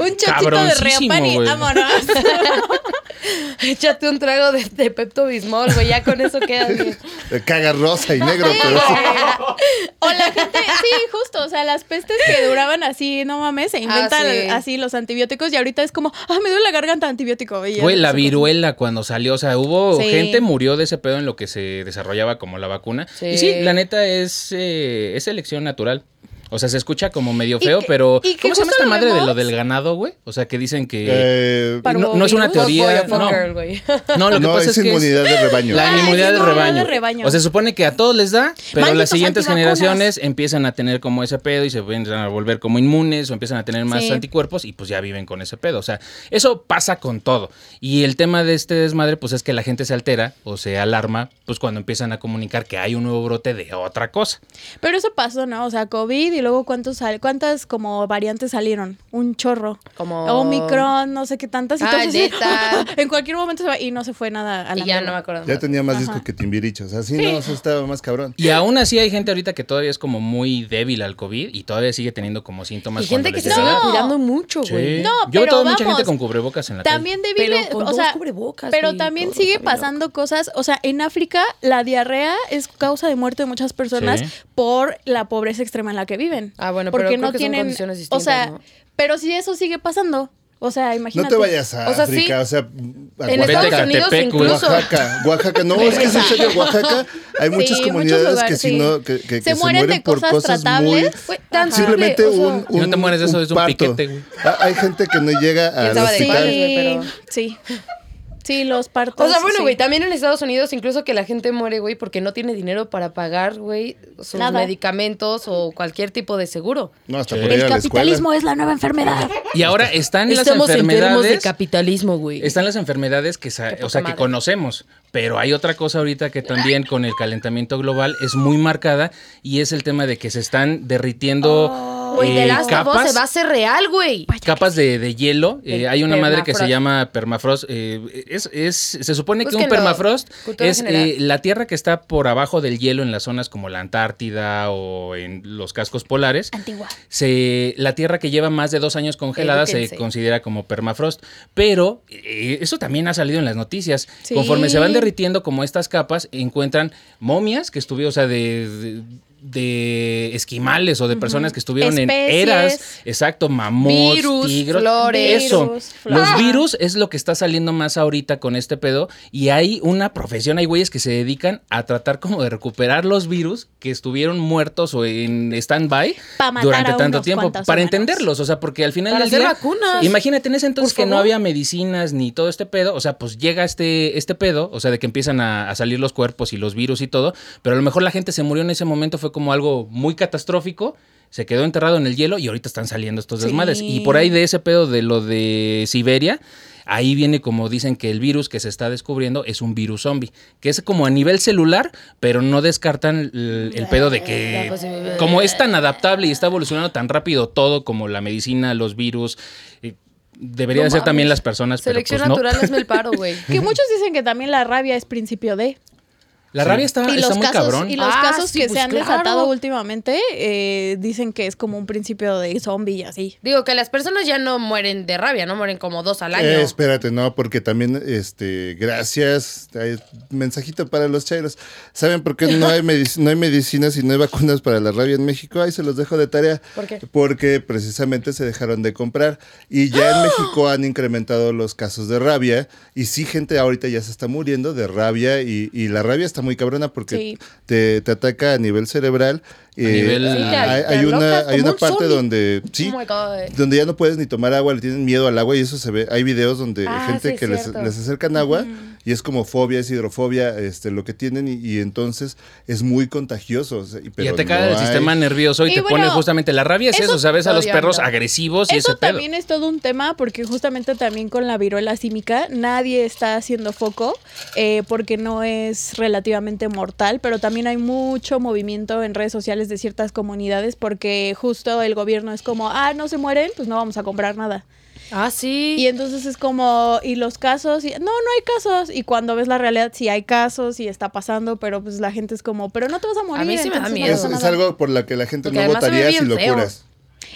[SPEAKER 4] Un chachito de Reopan y
[SPEAKER 2] güey.
[SPEAKER 4] vámonos.
[SPEAKER 1] Échate un trago de, de Pepto Bismol, güey, ya con eso queda bien.
[SPEAKER 3] eh, Caga rosa y negro, pero sí.
[SPEAKER 4] O la gente, sí, justo, o sea, las pestes que duraban así, no mames, se inventan
[SPEAKER 1] Ah, sí.
[SPEAKER 4] así los antibióticos y ahorita es como, ah, me duele la garganta antibiótico. y ya
[SPEAKER 2] Güey,
[SPEAKER 4] no
[SPEAKER 2] la
[SPEAKER 4] sé cómo.
[SPEAKER 2] viruela cuando salió, o sea, hubo
[SPEAKER 4] Sí.
[SPEAKER 2] gente murió de ese pedo en lo que se desarrollaba como la vacuna.
[SPEAKER 1] Sí.
[SPEAKER 2] Y sí, la neta es, eh, es elección natural. O sea, se escucha como medio
[SPEAKER 4] Y
[SPEAKER 2] feo,
[SPEAKER 4] que-
[SPEAKER 2] pero
[SPEAKER 4] y que
[SPEAKER 2] ¿cómo se llama esta
[SPEAKER 4] justo lo
[SPEAKER 2] madre de lo
[SPEAKER 4] vemos.
[SPEAKER 2] del ganado, güey? O sea, que dicen que
[SPEAKER 3] Eh,
[SPEAKER 4] Para-
[SPEAKER 2] no, no es una
[SPEAKER 4] Parvovirus.
[SPEAKER 2] teoría,
[SPEAKER 1] Fuck boy,
[SPEAKER 2] no.
[SPEAKER 1] fuck girl, güey.
[SPEAKER 2] No, lo que
[SPEAKER 3] no,
[SPEAKER 2] pasa
[SPEAKER 3] es
[SPEAKER 2] es que es-
[SPEAKER 3] inmunidad de rebaño.
[SPEAKER 2] la
[SPEAKER 4] Ah, es
[SPEAKER 2] inmunidad de
[SPEAKER 4] inmunidad de
[SPEAKER 2] rebaño.
[SPEAKER 4] rebaño.
[SPEAKER 2] O se supone que a todos les da, pero las
[SPEAKER 4] Malditos
[SPEAKER 2] siguientes
[SPEAKER 4] antivacunas.
[SPEAKER 2] generaciones empiezan a tener como ese pedo y se empiezan a volver como inmunes o empiezan a tener más
[SPEAKER 4] Sí.
[SPEAKER 2] anticuerpos y pues ya viven con ese pedo. O sea, eso pasa con todo. Y el tema de este desmadre, pues es que la gente se altera o se alarma, pues cuando empiezan a comunicar que hay un nuevo brote de otra cosa.
[SPEAKER 4] Pero eso pasó, ¿no? O sea, COVID y luego cuántos sal- cuántas como variantes salieron, un chorro.
[SPEAKER 1] Como-
[SPEAKER 4] Omicron, no sé qué tantas y
[SPEAKER 1] Ah,
[SPEAKER 4] todos así,
[SPEAKER 1] neta.
[SPEAKER 4] en cualquier momento se va y no se fue nada a la
[SPEAKER 1] Y ya
[SPEAKER 4] mierda.
[SPEAKER 1] no me acuerdo.
[SPEAKER 3] Ya tenía más disco que Timbiriche. O sea, sí, no, eso estaba más cabrón.
[SPEAKER 2] Y aún así hay gente ahorita que todavía es como muy débil al COVID y todavía sigue teniendo como síntomas.
[SPEAKER 1] Y gente
[SPEAKER 2] cuando
[SPEAKER 1] que
[SPEAKER 2] les
[SPEAKER 1] se
[SPEAKER 2] da.
[SPEAKER 1] sigue
[SPEAKER 4] No.
[SPEAKER 1] cuidando mucho,
[SPEAKER 2] Sí.
[SPEAKER 1] güey.
[SPEAKER 4] No,
[SPEAKER 2] Yo he
[SPEAKER 4] pero
[SPEAKER 2] notado mucha
[SPEAKER 4] vamos,
[SPEAKER 2] gente con cubrebocas en la calle.
[SPEAKER 4] También débiles,
[SPEAKER 1] Pero con
[SPEAKER 4] o sea,
[SPEAKER 1] dos cubrebocas,
[SPEAKER 4] pero
[SPEAKER 1] güey,
[SPEAKER 4] también
[SPEAKER 1] todo
[SPEAKER 4] sigue
[SPEAKER 1] está bien
[SPEAKER 4] pasando cosas, o sea, en África la diarrea es causa de muerte de muchas personas
[SPEAKER 2] Sí.
[SPEAKER 4] por la pobreza extrema en la que viven.
[SPEAKER 1] Ah, bueno, pero
[SPEAKER 4] porque
[SPEAKER 1] creo
[SPEAKER 4] no
[SPEAKER 1] que son
[SPEAKER 4] tienen,
[SPEAKER 1] condiciones
[SPEAKER 4] o sea,
[SPEAKER 1] distintas, ¿no?
[SPEAKER 4] pero si eso sigue pasando, o sea,
[SPEAKER 3] No
[SPEAKER 4] imagínate.
[SPEAKER 3] te vayas a
[SPEAKER 1] O sea, sí.
[SPEAKER 3] África, o sea, a
[SPEAKER 1] En
[SPEAKER 2] Vete
[SPEAKER 1] Estados
[SPEAKER 2] a
[SPEAKER 1] Unidos
[SPEAKER 2] Catepec, güey.
[SPEAKER 1] incluso.
[SPEAKER 3] Oaxaca, Oaxaca, no, es que es en serio, Oaxaca hay muchas
[SPEAKER 4] muchos
[SPEAKER 3] comunidades que
[SPEAKER 4] lugares,
[SPEAKER 3] si
[SPEAKER 4] sí.
[SPEAKER 3] no, que, que- que se,
[SPEAKER 4] Se mueren de
[SPEAKER 3] por
[SPEAKER 4] cosas
[SPEAKER 3] cosas muy...
[SPEAKER 4] tratables.
[SPEAKER 1] Güey, tan
[SPEAKER 4] Ajá.
[SPEAKER 3] Simplemente
[SPEAKER 1] simple, o sea,
[SPEAKER 3] un, un-
[SPEAKER 2] No te mueres de eso, es un
[SPEAKER 3] parto.
[SPEAKER 2] piquete, güey.
[SPEAKER 3] Ah, Hay gente que no llega
[SPEAKER 1] ¿Quién
[SPEAKER 3] al
[SPEAKER 1] sabe de
[SPEAKER 3] hospital.
[SPEAKER 1] cuál? güey,
[SPEAKER 4] Sí. Sí, los partos.
[SPEAKER 1] O sea, bueno,
[SPEAKER 4] sí.
[SPEAKER 1] güey, también en Estados Unidos incluso que la gente muere, güey, porque no tiene dinero para pagar, güey, sus
[SPEAKER 4] Nada.
[SPEAKER 1] medicamentos o cualquier tipo de seguro.
[SPEAKER 3] No, hasta
[SPEAKER 2] Sí.
[SPEAKER 3] por ir
[SPEAKER 4] El
[SPEAKER 3] a la escuela.
[SPEAKER 4] capitalismo es la nueva enfermedad.
[SPEAKER 2] Y ahora están
[SPEAKER 1] Estamos enfermos
[SPEAKER 2] las
[SPEAKER 1] de
[SPEAKER 2] enfermedades.
[SPEAKER 1] capitalismo, güey.
[SPEAKER 2] Están las enfermedades que, sa-
[SPEAKER 1] Qué poca
[SPEAKER 2] o sea, que
[SPEAKER 1] madre.
[SPEAKER 2] conocemos, pero hay otra cosa ahorita que también con el calentamiento global es muy marcada y es el tema de que se están derritiendo
[SPEAKER 1] Güey,
[SPEAKER 2] eh,
[SPEAKER 1] The Last of Us
[SPEAKER 2] capas,
[SPEAKER 1] se va a hacer real, güey.
[SPEAKER 2] capas de, de hielo. Eh,
[SPEAKER 1] El
[SPEAKER 2] hay una madre que se
[SPEAKER 1] permafrost.
[SPEAKER 2] llama permafrost. eh, es, es- se supone que un
[SPEAKER 1] Búsquenlo.
[SPEAKER 2] permafrost
[SPEAKER 1] Cultura
[SPEAKER 2] es
[SPEAKER 1] general.
[SPEAKER 2] eh, la tierra que está por abajo del hielo en las zonas como la Antártida o en los cascos polares
[SPEAKER 4] Antigua.
[SPEAKER 2] se, la tierra que lleva más de dos años congelada
[SPEAKER 1] Edúquense.
[SPEAKER 2] se considera como permafrost. Pero eh, eso también ha salido en las noticias.
[SPEAKER 4] Sí.
[SPEAKER 2] Conforme se van derritiendo como estas capas, encuentran momias que estuvieron, o sea, de... de- de esquimales o de personas que estuvieron en
[SPEAKER 4] Especies.
[SPEAKER 2] eras, exacto, mamuts,
[SPEAKER 1] Virus,
[SPEAKER 2] tigros,
[SPEAKER 1] flores. Ah.
[SPEAKER 2] eso,
[SPEAKER 4] Virus,
[SPEAKER 2] los
[SPEAKER 4] flora.
[SPEAKER 2] virus es lo que está saliendo más ahorita con este pedo y hay una profesión, hay güeyes que se dedican a tratar como de recuperar los virus que estuvieron muertos o en stand-by
[SPEAKER 4] Pa matar
[SPEAKER 2] durante
[SPEAKER 4] a
[SPEAKER 2] tanto
[SPEAKER 4] unos
[SPEAKER 2] tiempo para
[SPEAKER 4] cuantos humanos.
[SPEAKER 2] entenderlos, o sea, porque al final
[SPEAKER 1] Para
[SPEAKER 2] del
[SPEAKER 1] hacer
[SPEAKER 2] día,
[SPEAKER 1] vacunas.
[SPEAKER 2] imagínate en ese entonces
[SPEAKER 1] Por
[SPEAKER 2] que no
[SPEAKER 1] favor.
[SPEAKER 2] había medicinas ni todo este pedo, o sea, pues llega este este pedo, o sea, de que empiezan a, a salir los cuerpos y los virus y todo, pero a lo mejor la gente se murió en ese momento fue como algo muy catastrófico. Se quedó enterrado en el hielo y ahorita están saliendo estos desmadres.
[SPEAKER 4] Sí.
[SPEAKER 2] Y por ahí de ese pedo de lo de Siberia, ahí viene como dicen que el virus que se está descubriendo es un virus zombie, que es como a nivel celular, pero no descartan el, el pedo de que como es tan adaptable y está evolucionando tan rápido todo como la medicina, los virus, eh, debería
[SPEAKER 1] No
[SPEAKER 2] de ser también
[SPEAKER 1] mames.
[SPEAKER 2] las personas, pero
[SPEAKER 1] Selección
[SPEAKER 2] pues no.
[SPEAKER 1] natural es el paro, güey.
[SPEAKER 4] Que muchos dicen que también la rabia es principio de.
[SPEAKER 2] La rabia está,
[SPEAKER 4] y
[SPEAKER 2] está
[SPEAKER 4] los
[SPEAKER 2] muy
[SPEAKER 4] casos,
[SPEAKER 2] cabrón.
[SPEAKER 4] Y los
[SPEAKER 1] Ah,
[SPEAKER 4] casos
[SPEAKER 1] sí,
[SPEAKER 4] que
[SPEAKER 1] pues
[SPEAKER 4] se han
[SPEAKER 1] claro.
[SPEAKER 4] desatado últimamente eh, dicen que es como un principio de zombie y así.
[SPEAKER 1] Digo que las personas ya no mueren de rabia, no mueren como dos al año.
[SPEAKER 3] Eh, espérate, no, porque también, este, gracias. eh, mensajito para los chairos. ¿Saben por qué no hay, medic- no hay medicinas y no hay vacunas para la rabia en México? Ahí se los dejo de tarea.
[SPEAKER 1] ¿Por qué?
[SPEAKER 3] Porque precisamente se dejaron de comprar. Y ya
[SPEAKER 1] ¡Ah!
[SPEAKER 3] en México han incrementado los casos de rabia. Y sí, gente ahorita ya se está muriendo de rabia. Y, y la rabia está muy cabrona porque
[SPEAKER 4] Sí.
[SPEAKER 3] te, te ataca a nivel cerebral. eh,
[SPEAKER 2] nivel- Sí, te-
[SPEAKER 3] hay,
[SPEAKER 1] te
[SPEAKER 3] hay una,
[SPEAKER 1] alocas
[SPEAKER 3] hay
[SPEAKER 1] como
[SPEAKER 3] una
[SPEAKER 1] un
[SPEAKER 3] parte
[SPEAKER 1] zombie.
[SPEAKER 3] donde sí,
[SPEAKER 1] Oh my God.
[SPEAKER 3] donde ya no puedes ni tomar agua, le tienen miedo al agua y eso se ve. Hay videos donde
[SPEAKER 1] Ah,
[SPEAKER 3] gente
[SPEAKER 1] sí, es
[SPEAKER 3] que les,
[SPEAKER 1] cierto.
[SPEAKER 3] les acercan agua y es como fobia, es hidrofobia, este, lo que tienen y, y entonces es muy contagioso. o sea, y-
[SPEAKER 2] y
[SPEAKER 3] pero
[SPEAKER 2] te cae
[SPEAKER 3] no
[SPEAKER 2] el
[SPEAKER 3] hay-
[SPEAKER 2] sistema nervioso y,
[SPEAKER 4] Y
[SPEAKER 2] te
[SPEAKER 4] bueno,
[SPEAKER 2] pone justamente la rabia. Es eso,
[SPEAKER 4] eso
[SPEAKER 2] ¿sabes? A los
[SPEAKER 1] todavía
[SPEAKER 2] perros
[SPEAKER 1] no.
[SPEAKER 2] agresivos y
[SPEAKER 4] Eso
[SPEAKER 2] ese pedo.
[SPEAKER 4] también es todo un tema porque justamente también con la viruela símica nadie está haciendo foco eh, porque no es relativamente mortal, pero también hay mucho movimiento en redes sociales de ciertas comunidades porque justo el gobierno es como, ah, no se mueren, pues no vamos a comprar nada.
[SPEAKER 1] Ah, sí.
[SPEAKER 4] Y entonces es como, y los casos, y, no, no hay casos. Y cuando ves la realidad, sí hay casos y está pasando, pero pues la gente es como, pero no te vas a morir.
[SPEAKER 1] mí sí me da
[SPEAKER 4] entonces no
[SPEAKER 1] miedo.
[SPEAKER 3] Es,
[SPEAKER 4] pasa
[SPEAKER 3] es
[SPEAKER 4] nada".
[SPEAKER 3] algo por la que la gente
[SPEAKER 1] Porque
[SPEAKER 3] no
[SPEAKER 1] además se ve
[SPEAKER 3] votaría si
[SPEAKER 1] bien
[SPEAKER 3] lo
[SPEAKER 1] feo.
[SPEAKER 3] curas.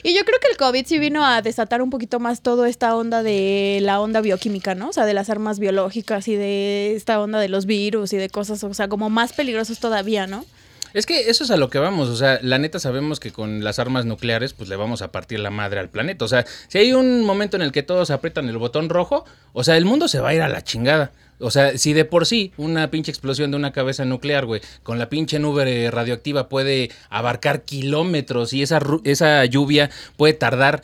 [SPEAKER 4] Y yo creo que el COVID sí vino a desatar un poquito más toda esta onda de la onda bioquímica, ¿no? O sea, de las armas biológicas y de esta onda de los virus y de cosas, o sea, como más peligrosos todavía, ¿no?
[SPEAKER 2] Es que eso es a lo que vamos, o sea, la neta sabemos que con las armas nucleares pues le vamos a partir la madre al planeta, o sea, si hay un momento en el que todos aprietan el botón rojo, o sea, el mundo se va a ir a la chingada. O sea, si de por sí una pinche explosión de una cabeza nuclear, güey, con la pinche nube eh, radioactiva puede abarcar kilómetros y esa, ru- esa lluvia puede tardar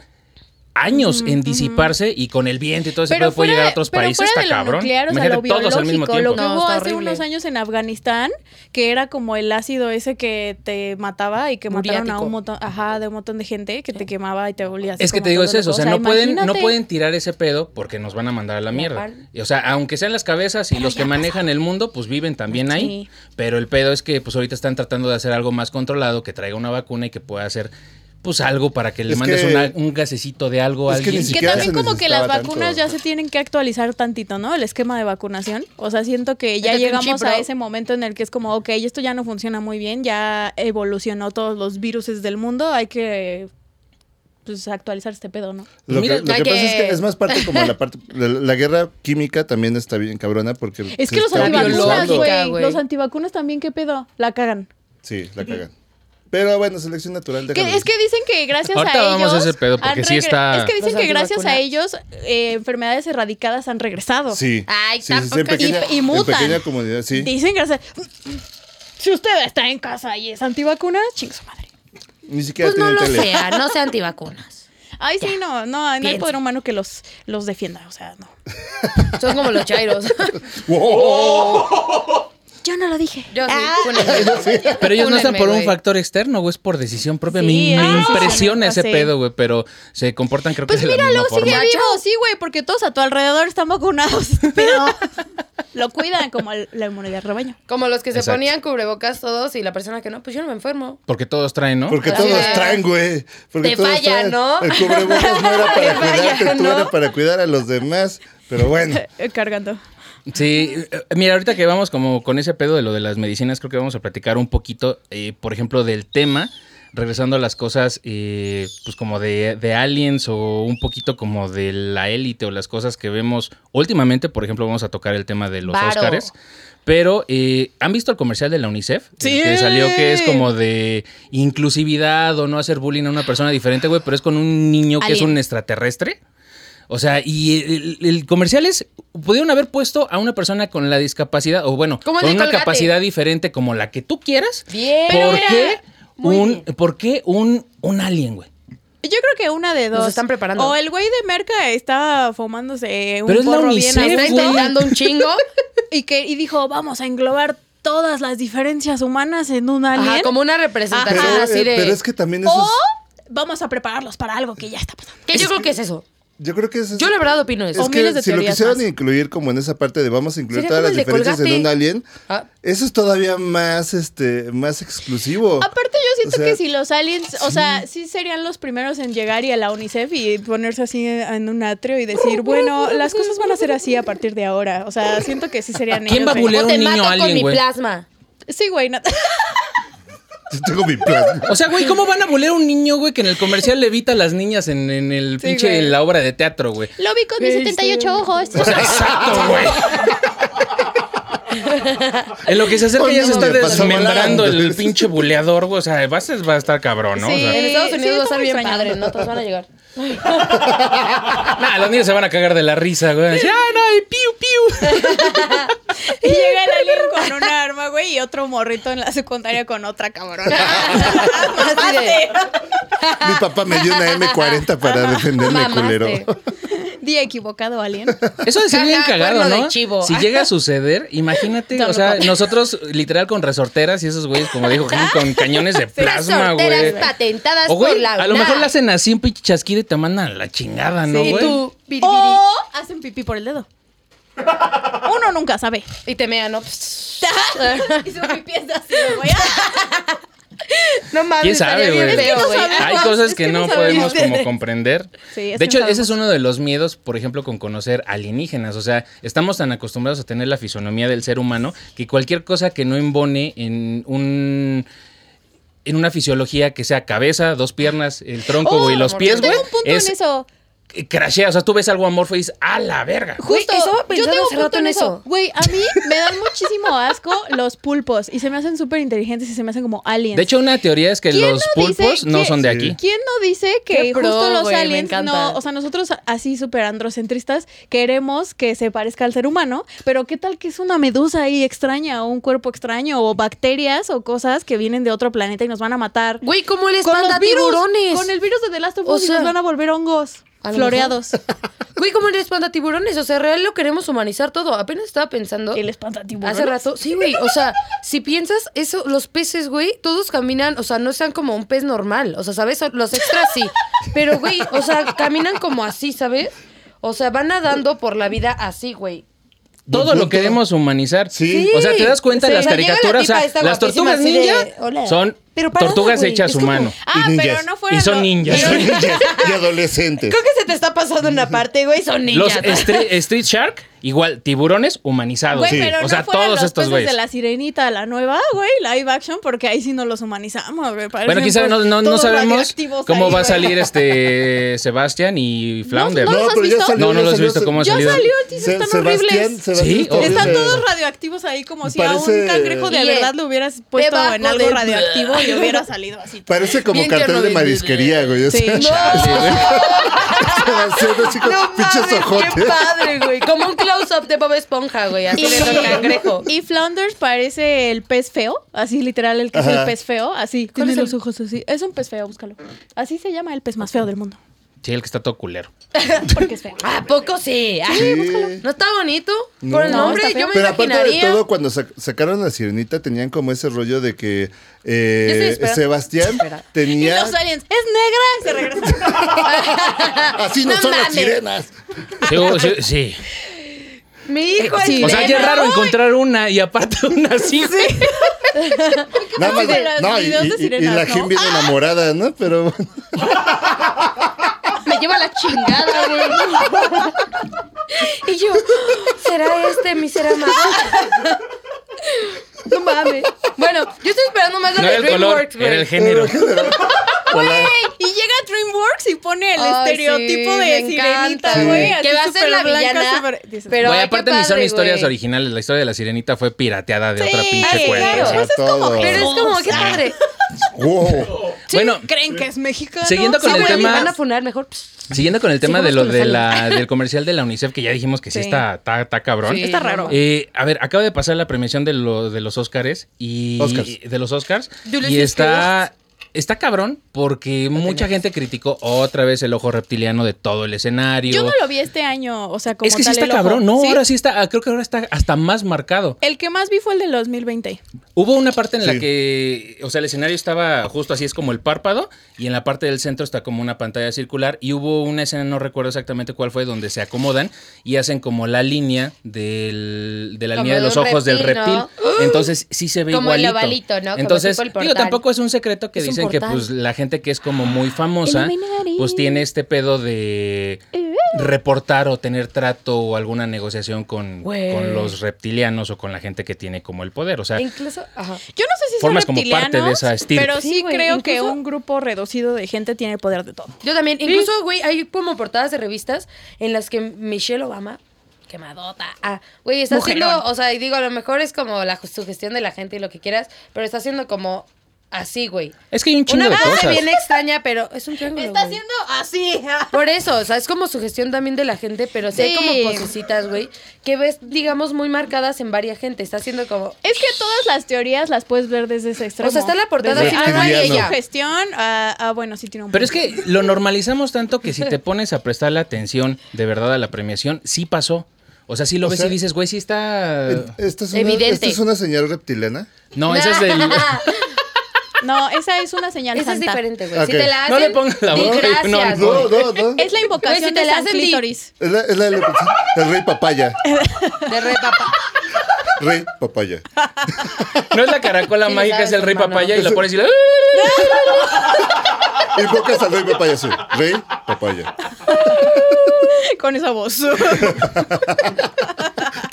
[SPEAKER 2] años en disiparse y con el viento y todo ese pedo Pues puede llegar a otros
[SPEAKER 4] pero
[SPEAKER 2] países,
[SPEAKER 4] fuera
[SPEAKER 2] está
[SPEAKER 4] de lo
[SPEAKER 2] cabrón.
[SPEAKER 4] nuclear, o sea, lo
[SPEAKER 2] Imagínate,
[SPEAKER 4] biológico,
[SPEAKER 2] todos al mismo tiempo.
[SPEAKER 4] lo que
[SPEAKER 1] No,
[SPEAKER 4] hubo
[SPEAKER 1] está
[SPEAKER 4] hace
[SPEAKER 1] horrible.
[SPEAKER 4] unos años en Afganistán, que era como el ácido ese que te mataba y que mataron a
[SPEAKER 1] Muriático.
[SPEAKER 4] un montón, ajá, de un montón de gente que te quemaba y te volvía así
[SPEAKER 2] Es que
[SPEAKER 4] como
[SPEAKER 2] te digo
[SPEAKER 4] todo
[SPEAKER 2] es eso, o
[SPEAKER 4] loco.
[SPEAKER 2] sea, no pueden, no
[SPEAKER 4] imagínate.
[SPEAKER 2] pueden tirar ese pedo porque nos van a mandar a la mierda.
[SPEAKER 1] pan.
[SPEAKER 2] Y, o sea, aunque sean las cabezas y los que manejan el mundo, pues viven también ahí. Pero el pedo es que pues ahorita están tratando de hacer algo más controlado, que traiga una vacuna y que pueda hacer pues algo para que le
[SPEAKER 3] Es
[SPEAKER 2] mandes
[SPEAKER 3] que-
[SPEAKER 2] una- un gasecito de algo a
[SPEAKER 3] es que
[SPEAKER 2] alguien.
[SPEAKER 3] ni
[SPEAKER 4] Que
[SPEAKER 3] siquiera
[SPEAKER 4] también
[SPEAKER 3] se
[SPEAKER 4] como que las
[SPEAKER 3] necesitaba
[SPEAKER 4] vacunas
[SPEAKER 3] tanto.
[SPEAKER 4] ya se tienen que actualizar tantito, ¿no? El esquema de vacunación. O sea, siento que ya
[SPEAKER 1] Métete un
[SPEAKER 4] llegamos
[SPEAKER 1] chip,
[SPEAKER 4] a
[SPEAKER 1] bro.
[SPEAKER 4] ese momento en el que es como, ok, esto ya no funciona muy bien, ya evolucionó todos los viruses del mundo, hay que pues actualizar este pedo, ¿no?
[SPEAKER 3] Lo
[SPEAKER 2] Mira,
[SPEAKER 3] que, lo
[SPEAKER 1] hay
[SPEAKER 3] que pasa es que
[SPEAKER 1] que-
[SPEAKER 3] es más parte como la parte. La, la guerra química también está bien cabrona porque.
[SPEAKER 4] Es
[SPEAKER 3] se
[SPEAKER 4] que los
[SPEAKER 3] está
[SPEAKER 4] antivacunas,
[SPEAKER 3] utilizando.
[SPEAKER 1] Biológica,
[SPEAKER 4] güey.
[SPEAKER 1] güey.
[SPEAKER 4] Los antivacunas también, ¿qué pedo? La cagan.
[SPEAKER 3] Sí, la cagan. Pero bueno, selección natural.
[SPEAKER 4] Que-
[SPEAKER 3] déjalo.
[SPEAKER 4] es que dicen que gracias
[SPEAKER 2] Ahorita
[SPEAKER 4] a ellos.
[SPEAKER 2] vamos a ese pedo, porque
[SPEAKER 4] han
[SPEAKER 2] sí
[SPEAKER 4] regre-
[SPEAKER 2] está-
[SPEAKER 4] Es que dicen
[SPEAKER 1] Los
[SPEAKER 4] que gracias a
[SPEAKER 1] antivacunas.
[SPEAKER 4] ellos eh, enfermedades erradicadas han regresado.
[SPEAKER 3] Sí.
[SPEAKER 1] Ay,
[SPEAKER 3] sí, sí, sí, en
[SPEAKER 1] tampoco-
[SPEAKER 3] pequeña-
[SPEAKER 4] y- y mutan.
[SPEAKER 3] En pequeña comunidad, sí.
[SPEAKER 4] Dicen gracias. Si usted está en casa y es antivacuna, ching su madre.
[SPEAKER 3] Ni siquiera
[SPEAKER 1] Pues no
[SPEAKER 3] tienen
[SPEAKER 1] lo
[SPEAKER 3] tele.
[SPEAKER 1] sea, no sea antivacunas.
[SPEAKER 4] Ay, sí, no, no, no hay
[SPEAKER 1] Piensa.
[SPEAKER 4] poder humano que los, los defienda, o sea, no.
[SPEAKER 1] Son como los chairos.
[SPEAKER 3] ¡Oh!
[SPEAKER 4] Yo no lo dije. Ah,
[SPEAKER 1] Yo sí, fúnenme.
[SPEAKER 2] Pero ellos no están
[SPEAKER 1] Fúnenme,
[SPEAKER 2] por un
[SPEAKER 1] güey.
[SPEAKER 2] factor externo, güey, es por decisión propia.
[SPEAKER 4] Sí,
[SPEAKER 2] me,
[SPEAKER 4] es
[SPEAKER 2] me
[SPEAKER 4] decisión
[SPEAKER 2] impresiona ese
[SPEAKER 4] propia, sí.
[SPEAKER 2] pedo, güey, pero se comportan creo
[SPEAKER 4] Pues
[SPEAKER 2] que de la misma
[SPEAKER 4] míralo, sigue
[SPEAKER 2] forma.
[SPEAKER 4] vivo, sí, güey, porque todos a tu alrededor están vacunados, pero lo cuidan como el- la inmunidad de rebaño.
[SPEAKER 1] Como los que se
[SPEAKER 2] Exacto.
[SPEAKER 1] ponían cubrebocas todos y la persona que no, pues yo no me enfermo.
[SPEAKER 2] Porque todos traen, ¿no?
[SPEAKER 3] Porque
[SPEAKER 1] Así
[SPEAKER 3] todos
[SPEAKER 1] es.
[SPEAKER 3] traen, güey. Porque
[SPEAKER 1] Te
[SPEAKER 3] todos
[SPEAKER 1] falla,
[SPEAKER 3] traen.
[SPEAKER 1] ¿no?
[SPEAKER 3] El cubrebocas no era para
[SPEAKER 1] Te falla,
[SPEAKER 3] cuidarte, tú
[SPEAKER 1] ¿no?
[SPEAKER 3] era para cuidar a los demás. Pero bueno.
[SPEAKER 4] Eh, Cargando.
[SPEAKER 2] Sí, eh, mira, ahorita que vamos como con ese pedo de lo de las medicinas, creo que vamos a platicar un poquito, eh, por ejemplo, del tema, regresando a las cosas, eh, pues como de, de aliens o un poquito como de la élite o las cosas que vemos últimamente, por ejemplo, vamos a tocar el tema de los
[SPEAKER 1] Varo.
[SPEAKER 2] Óscares. Pero, eh, ¿han visto el comercial de la UNICEF? El
[SPEAKER 4] Sí.
[SPEAKER 2] que salió que es como de inclusividad o no hacer bullying a una persona diferente, güey, pero es con un niño que es
[SPEAKER 1] Alien.
[SPEAKER 2] un extraterrestre. O sea, y el, el- el comercial es, pudieron haber puesto a una persona con la discapacidad, o bueno, con
[SPEAKER 1] Como el
[SPEAKER 2] una
[SPEAKER 1] de Colgate.
[SPEAKER 2] capacidad diferente como la que tú quieras.
[SPEAKER 1] Bien.
[SPEAKER 2] ¿Por
[SPEAKER 1] Pero
[SPEAKER 2] qué,
[SPEAKER 1] mira, muy
[SPEAKER 2] un,
[SPEAKER 1] bien.
[SPEAKER 2] ¿Por qué un, un alien, güey?
[SPEAKER 4] Yo creo que una de dos.
[SPEAKER 1] Nos están preparando.
[SPEAKER 4] O el güey de Merca está fumándose un
[SPEAKER 2] Pero es la
[SPEAKER 4] porro
[SPEAKER 2] UNICEF,
[SPEAKER 4] bien
[SPEAKER 1] Me
[SPEAKER 4] a
[SPEAKER 1] está
[SPEAKER 2] güey.
[SPEAKER 4] gusto.
[SPEAKER 1] intentando un chingo.
[SPEAKER 4] y que y dijo vamos a englobar todas las diferencias humanas en un alien
[SPEAKER 1] Ajá, como una
[SPEAKER 3] Pero,
[SPEAKER 1] representación
[SPEAKER 4] Ajá,
[SPEAKER 1] así
[SPEAKER 3] eh,
[SPEAKER 1] de. ¿oh?
[SPEAKER 3] pero es que también eso
[SPEAKER 4] o
[SPEAKER 3] es-
[SPEAKER 4] vamos a prepararlos para algo que ya está pasando
[SPEAKER 1] Que yo creo que es eso.
[SPEAKER 3] Yo creo que eso es.
[SPEAKER 1] Yo la verdad opino
[SPEAKER 3] Es
[SPEAKER 1] eso.
[SPEAKER 4] O
[SPEAKER 3] que
[SPEAKER 4] miles de
[SPEAKER 3] si lo
[SPEAKER 4] teorías
[SPEAKER 3] quisieran
[SPEAKER 4] más.
[SPEAKER 3] incluir como en esa parte de vamos a incluir
[SPEAKER 1] Sería
[SPEAKER 3] todas
[SPEAKER 1] como
[SPEAKER 3] las
[SPEAKER 1] el de
[SPEAKER 3] diferencias en
[SPEAKER 1] Colgate.
[SPEAKER 3] un alien,
[SPEAKER 1] Ah.
[SPEAKER 3] eso es todavía más este más exclusivo.
[SPEAKER 4] aparte yo siento
[SPEAKER 3] O sea,
[SPEAKER 4] que si los aliens o sea sí serían los primeros en llegar y a la UNICEF y ponerse así en un atrio y decir bueno las cosas van a ser así a partir de ahora o sea siento que sí serían
[SPEAKER 2] ¿Quién
[SPEAKER 4] ellos, güey.
[SPEAKER 2] bullear
[SPEAKER 1] O te
[SPEAKER 2] un niño
[SPEAKER 1] mato
[SPEAKER 2] alien,
[SPEAKER 1] con mi
[SPEAKER 2] güey.
[SPEAKER 1] plasma.
[SPEAKER 4] sí güey no-
[SPEAKER 3] Yo tengo mi plan.
[SPEAKER 2] O sea, güey, ¿cómo van a bulear a un niño, güey, que en el comercial levita a las niñas en, en el
[SPEAKER 4] Sí,
[SPEAKER 2] pinche,
[SPEAKER 4] güey.
[SPEAKER 2] en la obra de teatro, güey?
[SPEAKER 4] lo vi con mis 78 ojos
[SPEAKER 2] O sea, exacto, güey. En lo que se acerca
[SPEAKER 3] Oye,
[SPEAKER 2] ya se está
[SPEAKER 3] me pasó
[SPEAKER 2] desmembrando
[SPEAKER 3] volando.
[SPEAKER 2] el pinche buleador, güey. O sea, va a ser, va a estar cabrón, ¿no? O sea,
[SPEAKER 1] En Estados
[SPEAKER 4] Sí,
[SPEAKER 1] Unidos va a
[SPEAKER 4] está
[SPEAKER 1] ser
[SPEAKER 4] muy
[SPEAKER 1] bien
[SPEAKER 4] extraño.
[SPEAKER 1] padre, ¿no? Todos van a llegar.
[SPEAKER 2] nah, los niños se van a cagar de la risa, güey. Así, ah, no, y piu, piu.
[SPEAKER 4] Y llega el alien con una arma, güey, y otro morrito en la secundaria con otra cabrona.
[SPEAKER 1] Así de-
[SPEAKER 3] Mi papá me dio una M40 para defenderme,
[SPEAKER 1] Mamaste.
[SPEAKER 3] culero.
[SPEAKER 4] Día equivocado, alien.
[SPEAKER 2] Eso de ser bien
[SPEAKER 1] Jaja,
[SPEAKER 2] cagado,
[SPEAKER 1] cuerno de
[SPEAKER 2] ¿no?
[SPEAKER 1] chivo.
[SPEAKER 2] Si llega a suceder, imagínate,
[SPEAKER 4] No,
[SPEAKER 2] o
[SPEAKER 4] no,
[SPEAKER 2] sea,
[SPEAKER 4] no.
[SPEAKER 2] nosotros literal con resorteras y esos güeyes, como dijo Gil, con cañones de plasma, güey.
[SPEAKER 1] Resorteras patentadas
[SPEAKER 2] O, güey,
[SPEAKER 1] por la
[SPEAKER 2] a lo
[SPEAKER 1] UNAM.
[SPEAKER 2] mejor le hacen así un pinche chasquido y te mandan a la chingada, Ah, ¿no,
[SPEAKER 1] y
[SPEAKER 2] güey?
[SPEAKER 1] tú, piribiri,
[SPEAKER 4] O hacen pipí por el dedo. Uno nunca sabe.
[SPEAKER 1] y te mean, ¿no?
[SPEAKER 4] Y su pipí es así, güey. Ah,
[SPEAKER 1] No mames,
[SPEAKER 2] ¿Quién sabe,
[SPEAKER 1] estaría bien
[SPEAKER 2] güey?
[SPEAKER 1] feo, güey.
[SPEAKER 4] sabemos,
[SPEAKER 2] Hay cosas
[SPEAKER 4] es
[SPEAKER 2] que,
[SPEAKER 4] que
[SPEAKER 2] no,
[SPEAKER 4] no
[SPEAKER 2] podemos
[SPEAKER 4] sabemos.
[SPEAKER 2] como comprender.
[SPEAKER 4] Sí,
[SPEAKER 2] de
[SPEAKER 4] es que
[SPEAKER 2] hecho,
[SPEAKER 4] no
[SPEAKER 2] ese es
[SPEAKER 4] sabemos.
[SPEAKER 2] uno de los miedos, por ejemplo, con conocer alienígenas. O sea, estamos tan acostumbrados a tener la fisonomía del ser humano que cualquier cosa que no embone en un en una fisiología que sea cabeza, dos piernas, el tronco
[SPEAKER 4] Oh,
[SPEAKER 2] y los pies, güey,
[SPEAKER 4] Tengo un punto
[SPEAKER 2] es
[SPEAKER 4] en eso.
[SPEAKER 2] eh, crashea. O sea, tú ves algo amorfo y dices, ¡a la verga!
[SPEAKER 1] Güey,
[SPEAKER 4] Justo,
[SPEAKER 1] estaba
[SPEAKER 4] yo
[SPEAKER 1] pensando
[SPEAKER 4] tengo un
[SPEAKER 1] hace rato
[SPEAKER 4] punto en
[SPEAKER 1] en eso.
[SPEAKER 4] eso. Güey, a mí me dan muchísimo asco los pulpos y se me hacen súper inteligentes y se me hacen como aliens.
[SPEAKER 2] De hecho, una teoría es que
[SPEAKER 4] ¿Quién
[SPEAKER 2] los
[SPEAKER 4] no dice
[SPEAKER 2] pulpos no
[SPEAKER 4] que-
[SPEAKER 2] son de aquí.
[SPEAKER 4] ¿Quién no dice que
[SPEAKER 1] Qué pro,
[SPEAKER 4] justo los
[SPEAKER 1] güey, me
[SPEAKER 4] aliens
[SPEAKER 1] encanta.
[SPEAKER 4] no, o sea, nosotros así súper androcentristas queremos que se parezca al ser humano, pero qué tal que es una medusa ahí extraña o un cuerpo extraño o bacterias o cosas que vienen de otro planeta y nos van a matar?
[SPEAKER 1] Güey, ¿cómo les
[SPEAKER 4] Con
[SPEAKER 1] manda
[SPEAKER 4] los virus,
[SPEAKER 1] tiburones?
[SPEAKER 4] con el virus de The Last of
[SPEAKER 1] O
[SPEAKER 4] Us y
[SPEAKER 1] sea,
[SPEAKER 4] nos van a volver hongos
[SPEAKER 1] a lo
[SPEAKER 4] floreados.
[SPEAKER 1] Güey, ¿cómo les manda tiburones? O sea, real lo queremos humanizar todo. Apenas estaba pensando.
[SPEAKER 4] El espantatiburón.
[SPEAKER 1] Hace rato, sí, güey. O sea, si piensas eso, los peces, güey, todos caminan, o sea, no sean como un pez normal. O sea, ¿sabes? Los extras sí. Pero, güey, o sea, caminan como así, ¿sabes? O sea, van nadando por la vida así, güey.
[SPEAKER 2] Todo
[SPEAKER 3] Buen
[SPEAKER 2] lo
[SPEAKER 3] punto.
[SPEAKER 2] queremos humanizar.
[SPEAKER 3] Sí.
[SPEAKER 2] O sea, te das cuenta
[SPEAKER 1] Sí.
[SPEAKER 2] las
[SPEAKER 1] O sea, llega la
[SPEAKER 2] caricaturas. o sea,
[SPEAKER 1] tipa esta
[SPEAKER 2] las
[SPEAKER 1] guapísima
[SPEAKER 2] tortugas
[SPEAKER 1] así de,
[SPEAKER 2] ninja
[SPEAKER 1] "Hola".
[SPEAKER 2] son
[SPEAKER 1] Pero parada,
[SPEAKER 2] tortugas
[SPEAKER 1] güey,
[SPEAKER 2] hechas
[SPEAKER 1] es como-
[SPEAKER 2] humano.
[SPEAKER 4] Ah,
[SPEAKER 3] Y
[SPEAKER 4] pero
[SPEAKER 3] ninjas.
[SPEAKER 4] no fueron
[SPEAKER 2] Y son
[SPEAKER 4] lo-
[SPEAKER 2] ninjas.
[SPEAKER 3] Y son niñas y adolescentes.
[SPEAKER 1] Creo que se te está pasando una parte, güey. Son ¿eh?
[SPEAKER 2] Los
[SPEAKER 1] ninjas.
[SPEAKER 2] estre- Street Shark, igual, tiburones humanizados.
[SPEAKER 4] Güey,
[SPEAKER 3] Sí.
[SPEAKER 4] pero
[SPEAKER 2] O sea,
[SPEAKER 4] no fueron
[SPEAKER 2] todos
[SPEAKER 4] los
[SPEAKER 2] estos
[SPEAKER 4] peces
[SPEAKER 2] güeyes.
[SPEAKER 4] de la sirenita, la nueva, güey, live action, porque ahí sí no los humanizamos, güey. parecen
[SPEAKER 2] Bueno, quién sabe, no,
[SPEAKER 4] todos-
[SPEAKER 2] no- no
[SPEAKER 4] todos
[SPEAKER 2] sabemos
[SPEAKER 4] radioactivos
[SPEAKER 2] cómo
[SPEAKER 4] ahí,
[SPEAKER 2] va a
[SPEAKER 4] güey.
[SPEAKER 2] salir este Sebastian y Flounder.
[SPEAKER 4] ¿No los has visto?
[SPEAKER 2] No, no
[SPEAKER 3] pues ya
[SPEAKER 2] los he
[SPEAKER 3] salió
[SPEAKER 2] visto,
[SPEAKER 3] se-
[SPEAKER 2] ¿cómo ha
[SPEAKER 4] Ya
[SPEAKER 2] salido?
[SPEAKER 4] salió el teaser,
[SPEAKER 3] Se-
[SPEAKER 4] están
[SPEAKER 3] Sebastián,
[SPEAKER 4] horribles.
[SPEAKER 3] Sebastián
[SPEAKER 2] Sí,
[SPEAKER 3] todavía
[SPEAKER 4] Están
[SPEAKER 3] se-
[SPEAKER 4] todos radioactivos ahí, como si a
[SPEAKER 3] Parece-
[SPEAKER 4] un cangrejo de
[SPEAKER 1] Y
[SPEAKER 4] verdad
[SPEAKER 1] el-
[SPEAKER 4] lo hubieras puesto en
[SPEAKER 1] debajo
[SPEAKER 4] algo
[SPEAKER 1] de-
[SPEAKER 4] radioactivo y hubiera salido así.
[SPEAKER 3] Parece como
[SPEAKER 1] Bien
[SPEAKER 3] cartel
[SPEAKER 1] tierno,
[SPEAKER 3] de
[SPEAKER 1] bien-
[SPEAKER 3] marisquería, güey. O sea,
[SPEAKER 4] Sí.
[SPEAKER 3] Sebastián así con
[SPEAKER 1] No
[SPEAKER 3] pinches
[SPEAKER 1] mames, qué
[SPEAKER 3] ojotes.
[SPEAKER 1] padre, güey. Como un close-up de Bob Esponja, güey. Así de los cangrejo.
[SPEAKER 4] Y Flanders parece el pez feo, así literal, el que es
[SPEAKER 3] Ajá.
[SPEAKER 4] el pez feo, así.
[SPEAKER 1] ¿Cuál
[SPEAKER 4] Tiene
[SPEAKER 1] es el-
[SPEAKER 4] los ojos así. Es un pez feo, búscalo. Así se llama el pez más feo del mundo.
[SPEAKER 2] Sí, el que está todo culero.
[SPEAKER 4] Porque es feo.
[SPEAKER 1] ¿A poco sí? Ay,
[SPEAKER 3] Sí.
[SPEAKER 1] ¿No está bonito? Por el
[SPEAKER 4] No,
[SPEAKER 1] nombre,
[SPEAKER 4] está
[SPEAKER 1] yo
[SPEAKER 4] feo.
[SPEAKER 1] me
[SPEAKER 3] Pero aparte de
[SPEAKER 1] imaginaría.
[SPEAKER 3] todo, cuando sac- sacaron la sirenita, tenían como ese rollo de que eh,
[SPEAKER 1] Yo estoy esperando.
[SPEAKER 3] Sebastián
[SPEAKER 1] Espera.
[SPEAKER 4] Y
[SPEAKER 3] tenía.
[SPEAKER 4] los aliens, es negra, y se regresaron.
[SPEAKER 3] Así no,
[SPEAKER 1] No
[SPEAKER 3] son las
[SPEAKER 1] mames.
[SPEAKER 3] sirenas.
[SPEAKER 2] Sí, o- sí, sí.
[SPEAKER 1] Mi hijo
[SPEAKER 4] Eh, Sí.
[SPEAKER 1] es
[SPEAKER 2] O sea, ya es
[SPEAKER 1] negro.
[SPEAKER 2] raro encontrar una y aparte una así.
[SPEAKER 3] Nada más.
[SPEAKER 4] como los
[SPEAKER 3] No, y,
[SPEAKER 4] videos de
[SPEAKER 3] y- y
[SPEAKER 4] sirenas,
[SPEAKER 3] la
[SPEAKER 4] ¿no?
[SPEAKER 3] gente bien enamorada, ¿no? Pero bueno.
[SPEAKER 1] Me lleva la chingada, güey. Y yo, ¿será este mi ser amado? No mames. Bueno, yo estoy esperando más la
[SPEAKER 2] No
[SPEAKER 1] de
[SPEAKER 2] era el color,
[SPEAKER 1] DreamWorks, güey.
[SPEAKER 2] era el género.
[SPEAKER 3] Hola.
[SPEAKER 4] Y llega DreamWorks y pone el
[SPEAKER 1] Ay,
[SPEAKER 4] estereotipo
[SPEAKER 1] sí,
[SPEAKER 4] de
[SPEAKER 1] me
[SPEAKER 4] sirenita,
[SPEAKER 1] encanta.
[SPEAKER 4] güey.
[SPEAKER 3] Sí.
[SPEAKER 4] así
[SPEAKER 1] Que va a ser
[SPEAKER 4] súper
[SPEAKER 1] la
[SPEAKER 4] blanca,
[SPEAKER 1] villana,
[SPEAKER 4] súper- dices,
[SPEAKER 1] pero-
[SPEAKER 2] Güey,
[SPEAKER 1] ay, qué
[SPEAKER 2] aparte ni son
[SPEAKER 1] padre,
[SPEAKER 2] historias
[SPEAKER 1] güey.
[SPEAKER 2] originales. La historia de la sirenita fue pirateada de otra
[SPEAKER 4] Sí,
[SPEAKER 2] pinche
[SPEAKER 1] sí,
[SPEAKER 2] cuenta.
[SPEAKER 1] claro.
[SPEAKER 2] o sea.
[SPEAKER 4] Pues es como
[SPEAKER 3] todo.
[SPEAKER 1] Pero es como, qué padre.
[SPEAKER 2] Ah.
[SPEAKER 3] Wow.
[SPEAKER 4] ¿sí?
[SPEAKER 2] Bueno,
[SPEAKER 4] ¿creen que es mexicano?
[SPEAKER 2] siguiendo con
[SPEAKER 4] Sí,
[SPEAKER 2] el
[SPEAKER 4] güey,
[SPEAKER 1] Bueno,
[SPEAKER 2] tema-
[SPEAKER 1] me van a funar mejor. Pss,
[SPEAKER 2] Siguiendo con el tema de lo
[SPEAKER 1] Sigamos con
[SPEAKER 2] de
[SPEAKER 1] los
[SPEAKER 2] la, del comercial de la UNICEF, que ya dijimos que sí,
[SPEAKER 4] Sí.
[SPEAKER 2] está, está, está cabrón.
[SPEAKER 1] Sí,
[SPEAKER 4] Está
[SPEAKER 1] no
[SPEAKER 4] raro.
[SPEAKER 1] mames.
[SPEAKER 2] Eh, a ver, acaba de pasar la premiación de, lo- de los Oscars y
[SPEAKER 3] Oscars.
[SPEAKER 2] de los Oscars
[SPEAKER 1] Ulysses
[SPEAKER 2] y está está cabrón porque mucha gente criticó otra vez el ojo reptiliano de todo el escenario.
[SPEAKER 4] Yo no lo vi este año, o sea, como
[SPEAKER 2] es que sí
[SPEAKER 4] tal
[SPEAKER 2] está
[SPEAKER 4] el ojo.
[SPEAKER 2] cabrón, no,
[SPEAKER 4] ¿Sí?
[SPEAKER 2] ahora sí está, ah, creo que ahora está hasta más marcado.
[SPEAKER 4] El que más vi fue el del 2020.
[SPEAKER 2] Hubo una parte en la
[SPEAKER 3] Sí.
[SPEAKER 2] que, o sea, el escenario estaba justo así, es como el párpado, y en la parte del centro está como una pantalla circular, y hubo una escena, no recuerdo exactamente cuál fue, donde se acomodan y hacen como la línea del, de la
[SPEAKER 1] Como
[SPEAKER 2] línea de
[SPEAKER 1] de
[SPEAKER 2] los
[SPEAKER 1] un
[SPEAKER 2] ojos del
[SPEAKER 1] reptil,
[SPEAKER 2] reptil.
[SPEAKER 1] ¿no?
[SPEAKER 2] Entonces sí se ve
[SPEAKER 1] Como el
[SPEAKER 2] igualito.
[SPEAKER 1] ovalito, ¿no? Como
[SPEAKER 2] Entonces,
[SPEAKER 1] tipo el
[SPEAKER 2] digo,
[SPEAKER 1] portal.
[SPEAKER 2] tampoco es un secreto que
[SPEAKER 1] Es un
[SPEAKER 2] dicen que
[SPEAKER 1] portal.
[SPEAKER 2] pues la gente que es como muy famosa,
[SPEAKER 4] Illuminati.
[SPEAKER 2] pues tiene este pedo de
[SPEAKER 1] Uh.
[SPEAKER 2] reportar o tener trato o alguna negociación con,
[SPEAKER 1] Güey.
[SPEAKER 2] con los reptilianos o con la gente que tiene como el poder. O sea,
[SPEAKER 1] Incluso, ajá.
[SPEAKER 4] Yo no sé si
[SPEAKER 2] Formas
[SPEAKER 4] son
[SPEAKER 2] como parte de
[SPEAKER 4] reptilianos,
[SPEAKER 2] esa estirpe.
[SPEAKER 4] pero sí,
[SPEAKER 1] Sí, güey,
[SPEAKER 4] creo que
[SPEAKER 1] incluso-
[SPEAKER 4] un grupo reducido de gente tiene el poder de todo.
[SPEAKER 1] Yo también. Incluso, güey, hay como portadas de revistas en las que Michelle Obama quemadota. Ah, güey, está haciendo,
[SPEAKER 2] Mujerón.
[SPEAKER 1] o sea, y digo, a lo mejor es como la ju- sugestión de la gente y lo que quieras, pero está haciendo como así, güey.
[SPEAKER 2] Es que hay un chingo
[SPEAKER 1] Una
[SPEAKER 2] de
[SPEAKER 1] frase
[SPEAKER 2] cosas.
[SPEAKER 1] bien extraña, pero es un triángulo.
[SPEAKER 5] Está
[SPEAKER 1] güey.
[SPEAKER 5] haciendo así.
[SPEAKER 1] Por eso, o sea, es como sugestión también de la gente, pero sí, hay
[SPEAKER 4] Sí.
[SPEAKER 1] como posecitas, güey, que ves, digamos, muy marcadas en varias gente. Está haciendo como.
[SPEAKER 4] Es que todas las teorías las puedes ver desde ese extremo.
[SPEAKER 1] O sea, está la portada
[SPEAKER 3] Desde
[SPEAKER 1] final
[SPEAKER 4] Ah,
[SPEAKER 1] de
[SPEAKER 3] Cristiano.
[SPEAKER 1] ella.
[SPEAKER 4] Sugestión, ah, ah, bueno, sí tiene un
[SPEAKER 2] Pero es
[SPEAKER 4] punto.
[SPEAKER 2] que lo normalizamos tanto que si te pones a prestarle atención de verdad a la premiación, sí pasó. O sea, sí lo
[SPEAKER 3] O
[SPEAKER 2] ves
[SPEAKER 3] sea, eh,
[SPEAKER 2] y dices, güey, sí está.
[SPEAKER 3] ¿E-, ¿Esta es, una,
[SPEAKER 1] Evidente.
[SPEAKER 3] esta es una señal reptiliana?
[SPEAKER 2] No, esa es del.
[SPEAKER 4] No, esa es una señal
[SPEAKER 1] Esa es
[SPEAKER 4] santa.
[SPEAKER 1] diferente, güey.
[SPEAKER 3] Ok.
[SPEAKER 1] Si te la hacen,
[SPEAKER 2] No le pongas la
[SPEAKER 1] di
[SPEAKER 2] boca, güey.
[SPEAKER 1] gracias,
[SPEAKER 2] No,
[SPEAKER 1] güey.
[SPEAKER 3] No, no, no.
[SPEAKER 4] Es la invocación
[SPEAKER 1] Güey, si te
[SPEAKER 4] de
[SPEAKER 1] la
[SPEAKER 4] San
[SPEAKER 1] hacen, di-
[SPEAKER 4] Clítoris.
[SPEAKER 3] Es la, es la del el rey papaya.
[SPEAKER 1] De re papá.
[SPEAKER 3] Rey papaya.
[SPEAKER 2] No es la caracola
[SPEAKER 1] Sí, lo
[SPEAKER 2] mágica, es el
[SPEAKER 1] sabes,
[SPEAKER 2] rey
[SPEAKER 1] hermano.
[SPEAKER 2] papaya y la
[SPEAKER 3] Eso-
[SPEAKER 2] pones y. la-
[SPEAKER 3] Invocas al rey papaya, sí. Rey papaya.
[SPEAKER 4] Con esa voz.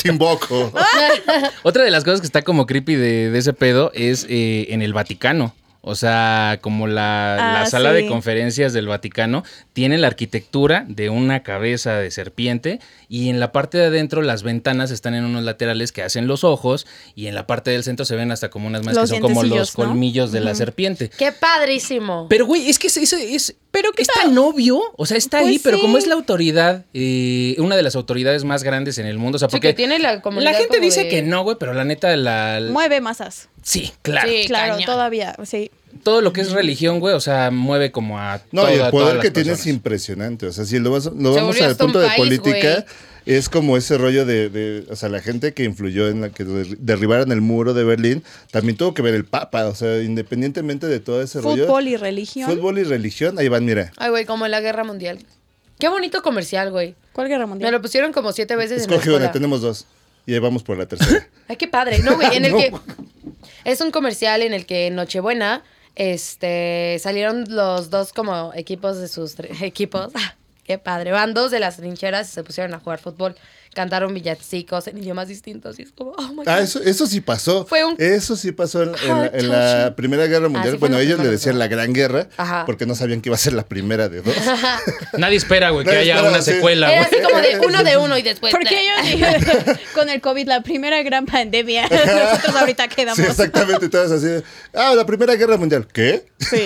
[SPEAKER 3] Te invoco.
[SPEAKER 2] Otra de las cosas que está como creepy de, de ese pedo es eh, en el Vaticano. O sea, como la,
[SPEAKER 4] Ah,
[SPEAKER 2] la sala
[SPEAKER 4] sí.
[SPEAKER 2] de conferencias del Vaticano tiene la arquitectura de una cabeza de serpiente y en la parte de adentro las ventanas están en unos laterales que hacen los ojos y en la parte del centro se ven hasta como unas más
[SPEAKER 4] Los
[SPEAKER 2] que son como los
[SPEAKER 4] dientecillos, ¿no?
[SPEAKER 2] colmillos de la serpiente.
[SPEAKER 1] Qué padrísimo.
[SPEAKER 2] Pero, güey, es que es, es, es- es tan obvio. O sea, está ahí,
[SPEAKER 4] Pues
[SPEAKER 2] pero como
[SPEAKER 4] sí.
[SPEAKER 2] es la autoridad, eh, una de las autoridades más grandes en el mundo. O sea,
[SPEAKER 1] Sí,
[SPEAKER 2] porque
[SPEAKER 1] que tiene la comunidad
[SPEAKER 2] la gente
[SPEAKER 1] como
[SPEAKER 2] dice
[SPEAKER 1] de-
[SPEAKER 2] que no, güey, pero la neta, la.
[SPEAKER 4] Mueve masas.
[SPEAKER 2] Sí, claro.
[SPEAKER 1] Sí. Qué
[SPEAKER 4] Claro,
[SPEAKER 1] cañón.
[SPEAKER 4] todavía. Sí.
[SPEAKER 2] Todo lo que es religión, güey, o sea, mueve como a.
[SPEAKER 3] No,
[SPEAKER 2] toda-
[SPEAKER 3] y el
[SPEAKER 2] todas
[SPEAKER 3] poder
[SPEAKER 2] las
[SPEAKER 3] que tiene es
[SPEAKER 2] personas.
[SPEAKER 3] impresionante. O sea, si lo, vas- lo
[SPEAKER 1] Se
[SPEAKER 3] vamos
[SPEAKER 1] volvió
[SPEAKER 3] al
[SPEAKER 1] hasta un
[SPEAKER 3] punto de
[SPEAKER 1] país,
[SPEAKER 3] política, es como ese rollo de, de- O sea, la gente que influyó en la que der- derribaran el muro de Berlín también tuvo que ver el Papa. O sea, independientemente de todo ese rollo.
[SPEAKER 4] Fútbol y religión.
[SPEAKER 3] Fútbol y religión. Ahí van, mira.
[SPEAKER 1] Ay, güey, como en la guerra mundial. Qué bonito comercial, güey.
[SPEAKER 4] ¿Cuál guerra
[SPEAKER 1] Me
[SPEAKER 4] mundial?
[SPEAKER 1] lo pusieron como siete veces
[SPEAKER 3] Escoge
[SPEAKER 1] en Este la
[SPEAKER 3] una,
[SPEAKER 1] escuela.
[SPEAKER 3] tenemos dos. Y ahí vamos por la tercera.
[SPEAKER 1] Ay, qué padre. No, güey, en el
[SPEAKER 3] No.
[SPEAKER 1] que. Es un comercial en el que en Nochebuena este, salieron los dos como equipos de sus tre- equipos. ah, Qué padre. Van dos de las trincheras y se pusieron a jugar fútbol. Cantaron villancicos en idiomas distintos. Y es como, oh my
[SPEAKER 3] Ah,
[SPEAKER 1] God.
[SPEAKER 3] eso, eso sí pasó.
[SPEAKER 1] Fue un-
[SPEAKER 3] Eso sí pasó en, en la- en la Primera Guerra Mundial.
[SPEAKER 1] Así fue
[SPEAKER 3] bueno,
[SPEAKER 1] la
[SPEAKER 3] ellos le
[SPEAKER 1] Primera
[SPEAKER 3] decían la Gran Guerra
[SPEAKER 1] Ajá.
[SPEAKER 3] porque no sabían que iba a ser la primera de dos.
[SPEAKER 2] Nadie espera, güey, que
[SPEAKER 3] Nadie
[SPEAKER 2] haya
[SPEAKER 3] espera,
[SPEAKER 2] una
[SPEAKER 3] sí.
[SPEAKER 2] secuela,
[SPEAKER 1] Era
[SPEAKER 2] güey.
[SPEAKER 1] así como de uno de uno y después.
[SPEAKER 4] Porque yo dije, con el COVID, la primera gran pandemia, nosotros ahorita quedamos.
[SPEAKER 3] Sí, exactamente. Todas así. de, Ah, la Primera Guerra Mundial. ¿Qué?
[SPEAKER 4] Sí.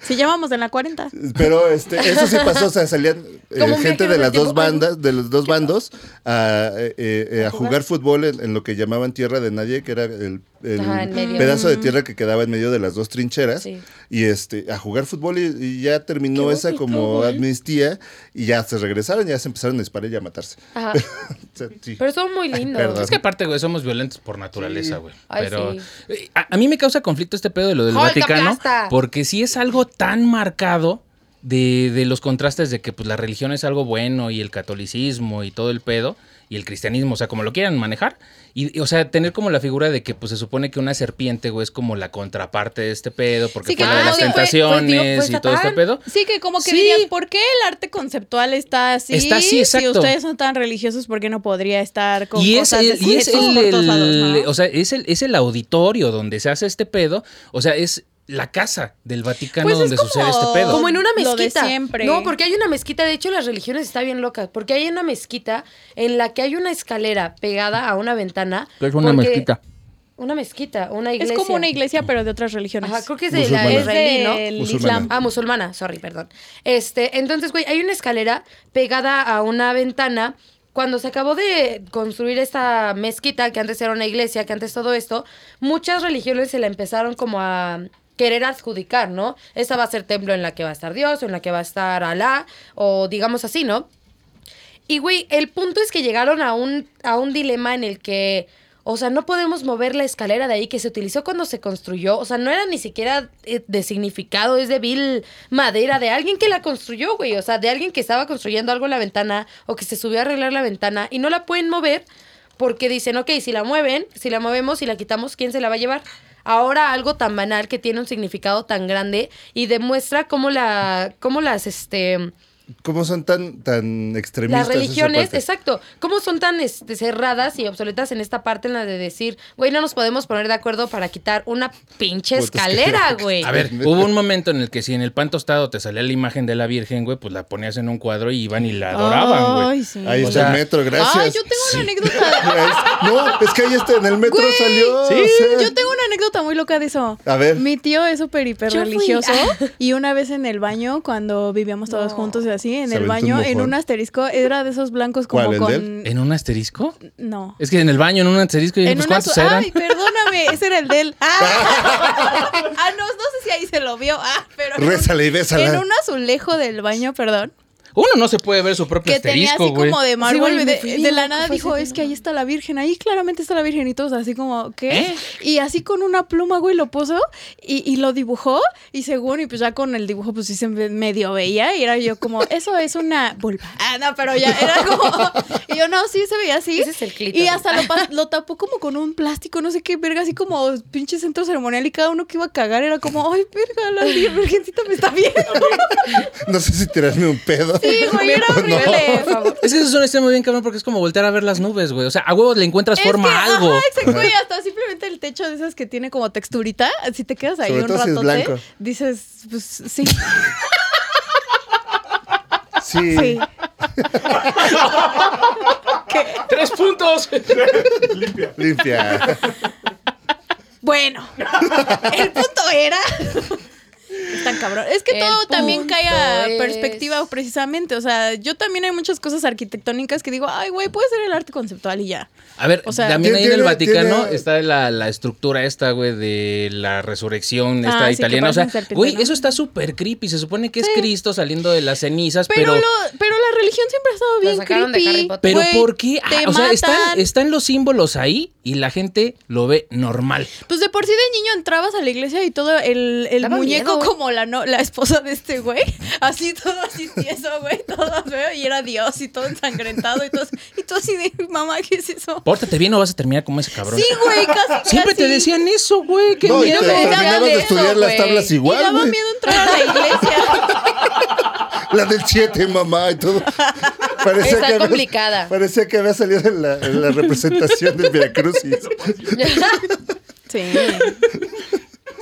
[SPEAKER 4] Si llamamos en la 40.
[SPEAKER 3] Pero este, eso sí pasó, o sea, salían eh,
[SPEAKER 1] Como un viajero
[SPEAKER 3] gente de
[SPEAKER 1] del
[SPEAKER 3] las dos
[SPEAKER 1] tiempo.
[SPEAKER 3] bandas, de los dos bandos, a, eh, eh, a jugar fútbol en, en lo que llamaban tierra de nadie, que era el, el
[SPEAKER 1] Ajá, en medio.
[SPEAKER 3] pedazo de tierra que quedaba en medio de las dos trincheras,
[SPEAKER 1] Sí.
[SPEAKER 3] y este, a jugar fútbol y, y ya terminó esa como amnistía y ya se regresaron, ya se empezaron a disparar y a matarse.
[SPEAKER 1] Ajá.
[SPEAKER 3] O sea, sí.
[SPEAKER 1] Pero son muy lindos.
[SPEAKER 3] perdón.
[SPEAKER 2] Es que aparte, güey, somos violentos por naturaleza, güey.
[SPEAKER 1] Ay,
[SPEAKER 2] Pero
[SPEAKER 1] sí.
[SPEAKER 2] eh, a, a mí me causa conflicto este pedo de lo del
[SPEAKER 1] Hulk
[SPEAKER 2] Vaticano,
[SPEAKER 1] aplasta.
[SPEAKER 2] porque sí es algo tan marcado de, de los contrastes de que pues la religión es algo bueno y el catolicismo y todo el pedo y el cristianismo, o sea, como lo quieran manejar y y, o sea, tener como la figura de que pues se supone que una serpiente, güey, es como la contraparte de este pedo porque
[SPEAKER 4] Sí, que
[SPEAKER 2] fue la de
[SPEAKER 4] como
[SPEAKER 2] las
[SPEAKER 4] que fue- fue,
[SPEAKER 1] tío, ah, fue
[SPEAKER 2] tentaciones y todo este
[SPEAKER 1] Satán.
[SPEAKER 2] pedo.
[SPEAKER 4] Sí, que como que
[SPEAKER 2] Sí.
[SPEAKER 4] dirías, ¿por qué el arte conceptual está así?
[SPEAKER 2] Está así,
[SPEAKER 4] Si
[SPEAKER 2] exacto.
[SPEAKER 4] ustedes son tan religiosos, ¿por qué no podría estar con
[SPEAKER 2] y es
[SPEAKER 4] cosas
[SPEAKER 2] el,
[SPEAKER 4] de
[SPEAKER 2] y es
[SPEAKER 4] sujetos
[SPEAKER 2] el-
[SPEAKER 4] por todos lados,
[SPEAKER 2] el-
[SPEAKER 4] no?
[SPEAKER 2] o sea, es el, es el auditorio donde se hace este pedo, o sea, es la casa del Vaticano
[SPEAKER 4] Pues es
[SPEAKER 2] donde
[SPEAKER 4] como-
[SPEAKER 2] sucede este pedo.
[SPEAKER 1] Como en una
[SPEAKER 4] Lo de
[SPEAKER 1] mezquita.
[SPEAKER 4] siempre.
[SPEAKER 1] No, porque hay una mezquita, de hecho las religiones está bien locas, porque hay una mezquita en la que hay una escalera pegada a una ventana. porque- Una mezquita, una
[SPEAKER 4] es
[SPEAKER 1] iglesia.
[SPEAKER 4] como una iglesia, pero de otras religiones.
[SPEAKER 1] Ajá, creo que es de la
[SPEAKER 3] Musulmana.
[SPEAKER 4] es
[SPEAKER 1] israelí, ¿no?
[SPEAKER 4] del
[SPEAKER 3] Musulmana.
[SPEAKER 4] Islam.
[SPEAKER 1] Ah, musulmana, sorry, perdón. Este, entonces, güey, hay una escalera pegada a una ventana. Cuando se acabó de construir esta mezquita, que antes era una iglesia, que antes todo esto, muchas religiones se la empezaron como a querer adjudicar, ¿no? Esta va a ser templo en la que va a estar Dios, en la que va a estar Alá, o digamos así, ¿no? Y güey, el punto es que llegaron a un, a un dilema en el que, o sea, no podemos mover la escalera de ahí que se utilizó cuando se construyó. O sea, no era ni siquiera eh, de significado, es de vil madera, de alguien que la construyó, güey. O sea, de alguien que estaba construyendo algo en la ventana o que se subió a arreglar la ventana y no la pueden mover porque dicen, ok, si la mueven, si la movemos, si la quitamos, ¿quién se la va a llevar? Ahora algo tan banal que tiene un significado tan grande y demuestra cómo la, cómo las, este,
[SPEAKER 3] cómo son tan, tan extremistas.
[SPEAKER 1] Las
[SPEAKER 3] esa
[SPEAKER 1] religiones,
[SPEAKER 3] parte?
[SPEAKER 1] exacto. ¿Cómo son tan este, cerradas y obsoletas en esta parte en la de decir, güey, no nos podemos poner de acuerdo para quitar una pinche
[SPEAKER 3] Puta, es que-
[SPEAKER 1] escalera, güey?
[SPEAKER 2] A ver, hubo un momento en el que si en el pan tostado te salía la imagen de la Virgen, güey, pues la ponías en un cuadro y iban y la adoraban, güey.
[SPEAKER 4] Ay, sí.
[SPEAKER 3] Ahí
[SPEAKER 2] O
[SPEAKER 3] está
[SPEAKER 2] sea,
[SPEAKER 3] el metro, gracias.
[SPEAKER 4] Ay, yo tengo una anécdota.
[SPEAKER 3] Ahí- No, es que ahí está, en el metro
[SPEAKER 4] Güey.
[SPEAKER 3] salió. o sea.
[SPEAKER 4] Yo tengo una anécdota muy loca de eso.
[SPEAKER 3] A ver.
[SPEAKER 4] Mi tío es súper hiper
[SPEAKER 1] Yo fui.
[SPEAKER 4] religioso. Y una vez en el baño, cuando vivíamos todos
[SPEAKER 1] No.
[SPEAKER 4] juntos y así, en
[SPEAKER 3] Se aventó
[SPEAKER 4] el
[SPEAKER 3] un
[SPEAKER 4] baño, en
[SPEAKER 3] mojón.
[SPEAKER 4] un asterisco, era de esos blancos como
[SPEAKER 3] ¿Cuál, el de
[SPEAKER 4] con.
[SPEAKER 3] él?
[SPEAKER 2] ¿En un asterisco?
[SPEAKER 4] No.
[SPEAKER 2] Es que en el baño, en un asterisco, y
[SPEAKER 4] En
[SPEAKER 2] pues,
[SPEAKER 4] una
[SPEAKER 2] ¿cuántos
[SPEAKER 4] so-
[SPEAKER 2] eran?
[SPEAKER 4] Ay, perdóname, ese era el del. Ah, Ah, no, no sé si ahí se lo vio. Ah, pero. en un-
[SPEAKER 3] Rézale y bésala.
[SPEAKER 4] En un azulejo del baño, perdón.
[SPEAKER 2] Uno no se puede ver su propio
[SPEAKER 4] Que tenía
[SPEAKER 2] asterisco,
[SPEAKER 4] así
[SPEAKER 2] güey.
[SPEAKER 4] como de mármol.
[SPEAKER 1] güey,
[SPEAKER 4] y
[SPEAKER 1] me
[SPEAKER 4] de,
[SPEAKER 1] fui, ¿no?
[SPEAKER 4] de la
[SPEAKER 1] ¿Qué
[SPEAKER 4] nada
[SPEAKER 1] fue
[SPEAKER 4] dijo,
[SPEAKER 1] ese
[SPEAKER 4] es
[SPEAKER 1] tema?
[SPEAKER 4] que ahí está la virgen, ahí claramente está la virgen. Y todos así como, ¿qué?
[SPEAKER 2] ¿Eh?
[SPEAKER 4] Y así con una pluma, güey, lo puso y, y lo dibujó. Y según, y pues ya con el dibujo, pues sí se me- medio veía. Y era yo como, eso es una vulva. Ah, no, pero ya era como. Y yo, no, sí se veía así.
[SPEAKER 1] Ese es el clítoris.
[SPEAKER 4] Y hasta lo, pas- lo tapó como con un plástico, no sé qué, verga, así como pinche centro ceremonial. Y cada uno que iba a cagar era como, ay, verga, la virgencita me está viendo.
[SPEAKER 3] No sé si tirarme un pedo.
[SPEAKER 4] Sí, güey, era horrible.
[SPEAKER 2] Es que eso es un extremo bien cabrón porque es como voltear a ver las nubes, güey. O sea, a huevos le encuentras
[SPEAKER 4] Es
[SPEAKER 2] forma
[SPEAKER 4] que,
[SPEAKER 2] a algo.
[SPEAKER 4] ajá, exacto, y hasta simplemente el techo de esas que tiene como texturita, si te quedas ahí
[SPEAKER 3] Sobre
[SPEAKER 4] un
[SPEAKER 3] todo si es
[SPEAKER 4] ratote,
[SPEAKER 3] blanco.
[SPEAKER 4] dices, pues sí,
[SPEAKER 3] Sí.
[SPEAKER 4] sí.
[SPEAKER 2] ¡Tres puntos!
[SPEAKER 3] Limpia.
[SPEAKER 4] Bueno, el punto era. Es tan cabrón. Es que
[SPEAKER 1] El
[SPEAKER 4] todo también
[SPEAKER 1] punto
[SPEAKER 4] cae a
[SPEAKER 1] es-
[SPEAKER 4] perspectiva, precisamente. O sea, yo también hay muchas cosas arquitectónicas que digo, ay, güey, puede ser el arte conceptual y ya.
[SPEAKER 2] A ver,
[SPEAKER 4] O sea,
[SPEAKER 2] también ahí en el
[SPEAKER 3] tiene-
[SPEAKER 2] Vaticano
[SPEAKER 3] tiene-
[SPEAKER 2] está la, la estructura esta, güey, de la resurrección esta
[SPEAKER 4] Ah, sí, que
[SPEAKER 2] italiana. O sea,
[SPEAKER 4] parece serpiente,
[SPEAKER 2] güey,
[SPEAKER 4] ¿no?
[SPEAKER 2] eso está súper creepy. Se supone que es Cristo saliendo de las cenizas, pero...
[SPEAKER 4] Pero, lo- pero la religión siempre ha estado bien
[SPEAKER 1] sacaron de
[SPEAKER 4] creepy.
[SPEAKER 1] Harry Potter.
[SPEAKER 2] Pero
[SPEAKER 4] Güey,
[SPEAKER 2] ¿por qué? Ah,
[SPEAKER 4] te
[SPEAKER 2] o sea,
[SPEAKER 4] matan.
[SPEAKER 2] están, están los símbolos ahí y la gente lo ve normal.
[SPEAKER 4] Pues de por sí de niño entrabas a la iglesia y todo el, el
[SPEAKER 1] Daba
[SPEAKER 4] muñeco
[SPEAKER 1] miedo, güey.
[SPEAKER 4] como la no- la esposa de este güey, así todo así tieso, güey, todo feo y era Dios y todo ensangrentado y todo, y todo así de mamá, ¿qué es eso?
[SPEAKER 2] Pórtate bien o vas a terminar como ese cabrón.
[SPEAKER 4] Sí, güey, casi.
[SPEAKER 2] Siempre te
[SPEAKER 4] casi.
[SPEAKER 2] decían eso, güey. Qué
[SPEAKER 3] No, y
[SPEAKER 2] miedo.
[SPEAKER 3] te-
[SPEAKER 4] güey,
[SPEAKER 3] terminabas
[SPEAKER 4] daba
[SPEAKER 3] de
[SPEAKER 4] miedo,
[SPEAKER 3] estudiar las
[SPEAKER 4] güey.
[SPEAKER 3] tablas igual,
[SPEAKER 4] Y daba
[SPEAKER 3] güey.
[SPEAKER 4] miedo entrar a la iglesia.
[SPEAKER 3] La del 7, mamá, y todo. Parecía
[SPEAKER 1] Está
[SPEAKER 3] había-
[SPEAKER 1] complicada.
[SPEAKER 3] Parecía que había salido en la, en la representación del Veracruzis.
[SPEAKER 4] Sí.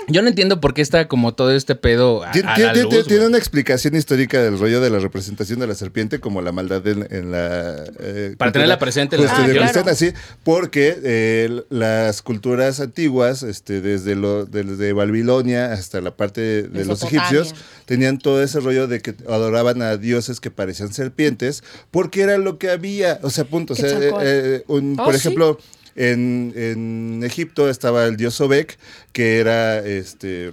[SPEAKER 2] Yo no entiendo por qué está como todo este pedo a,
[SPEAKER 3] Tien-
[SPEAKER 2] a
[SPEAKER 3] tien-
[SPEAKER 2] la
[SPEAKER 3] tien-
[SPEAKER 2] luz,
[SPEAKER 3] tiene
[SPEAKER 2] güey.
[SPEAKER 3] una explicación histórica del rollo de la representación de la serpiente como la maldad en, en la... eh,
[SPEAKER 2] Para
[SPEAKER 3] cultura
[SPEAKER 2] tenerla presente en la
[SPEAKER 3] justo, de
[SPEAKER 2] religión.
[SPEAKER 3] cristiana, sí, porque eh, l- las culturas antiguas, este, desde, lo, desde Babilonia hasta la parte de, de los
[SPEAKER 1] Mesopotamia.
[SPEAKER 3] egipcios, tenían todo ese rollo de que adoraban a dioses que parecían serpientes, porque era lo que había, o sea, punto. o sea, eh,
[SPEAKER 4] Quetzalcóatl.
[SPEAKER 3] eh, un-
[SPEAKER 1] Oh,
[SPEAKER 3] por
[SPEAKER 1] sí.
[SPEAKER 3] ejemplo... En, en Egipto estaba el dios Sobek, que era este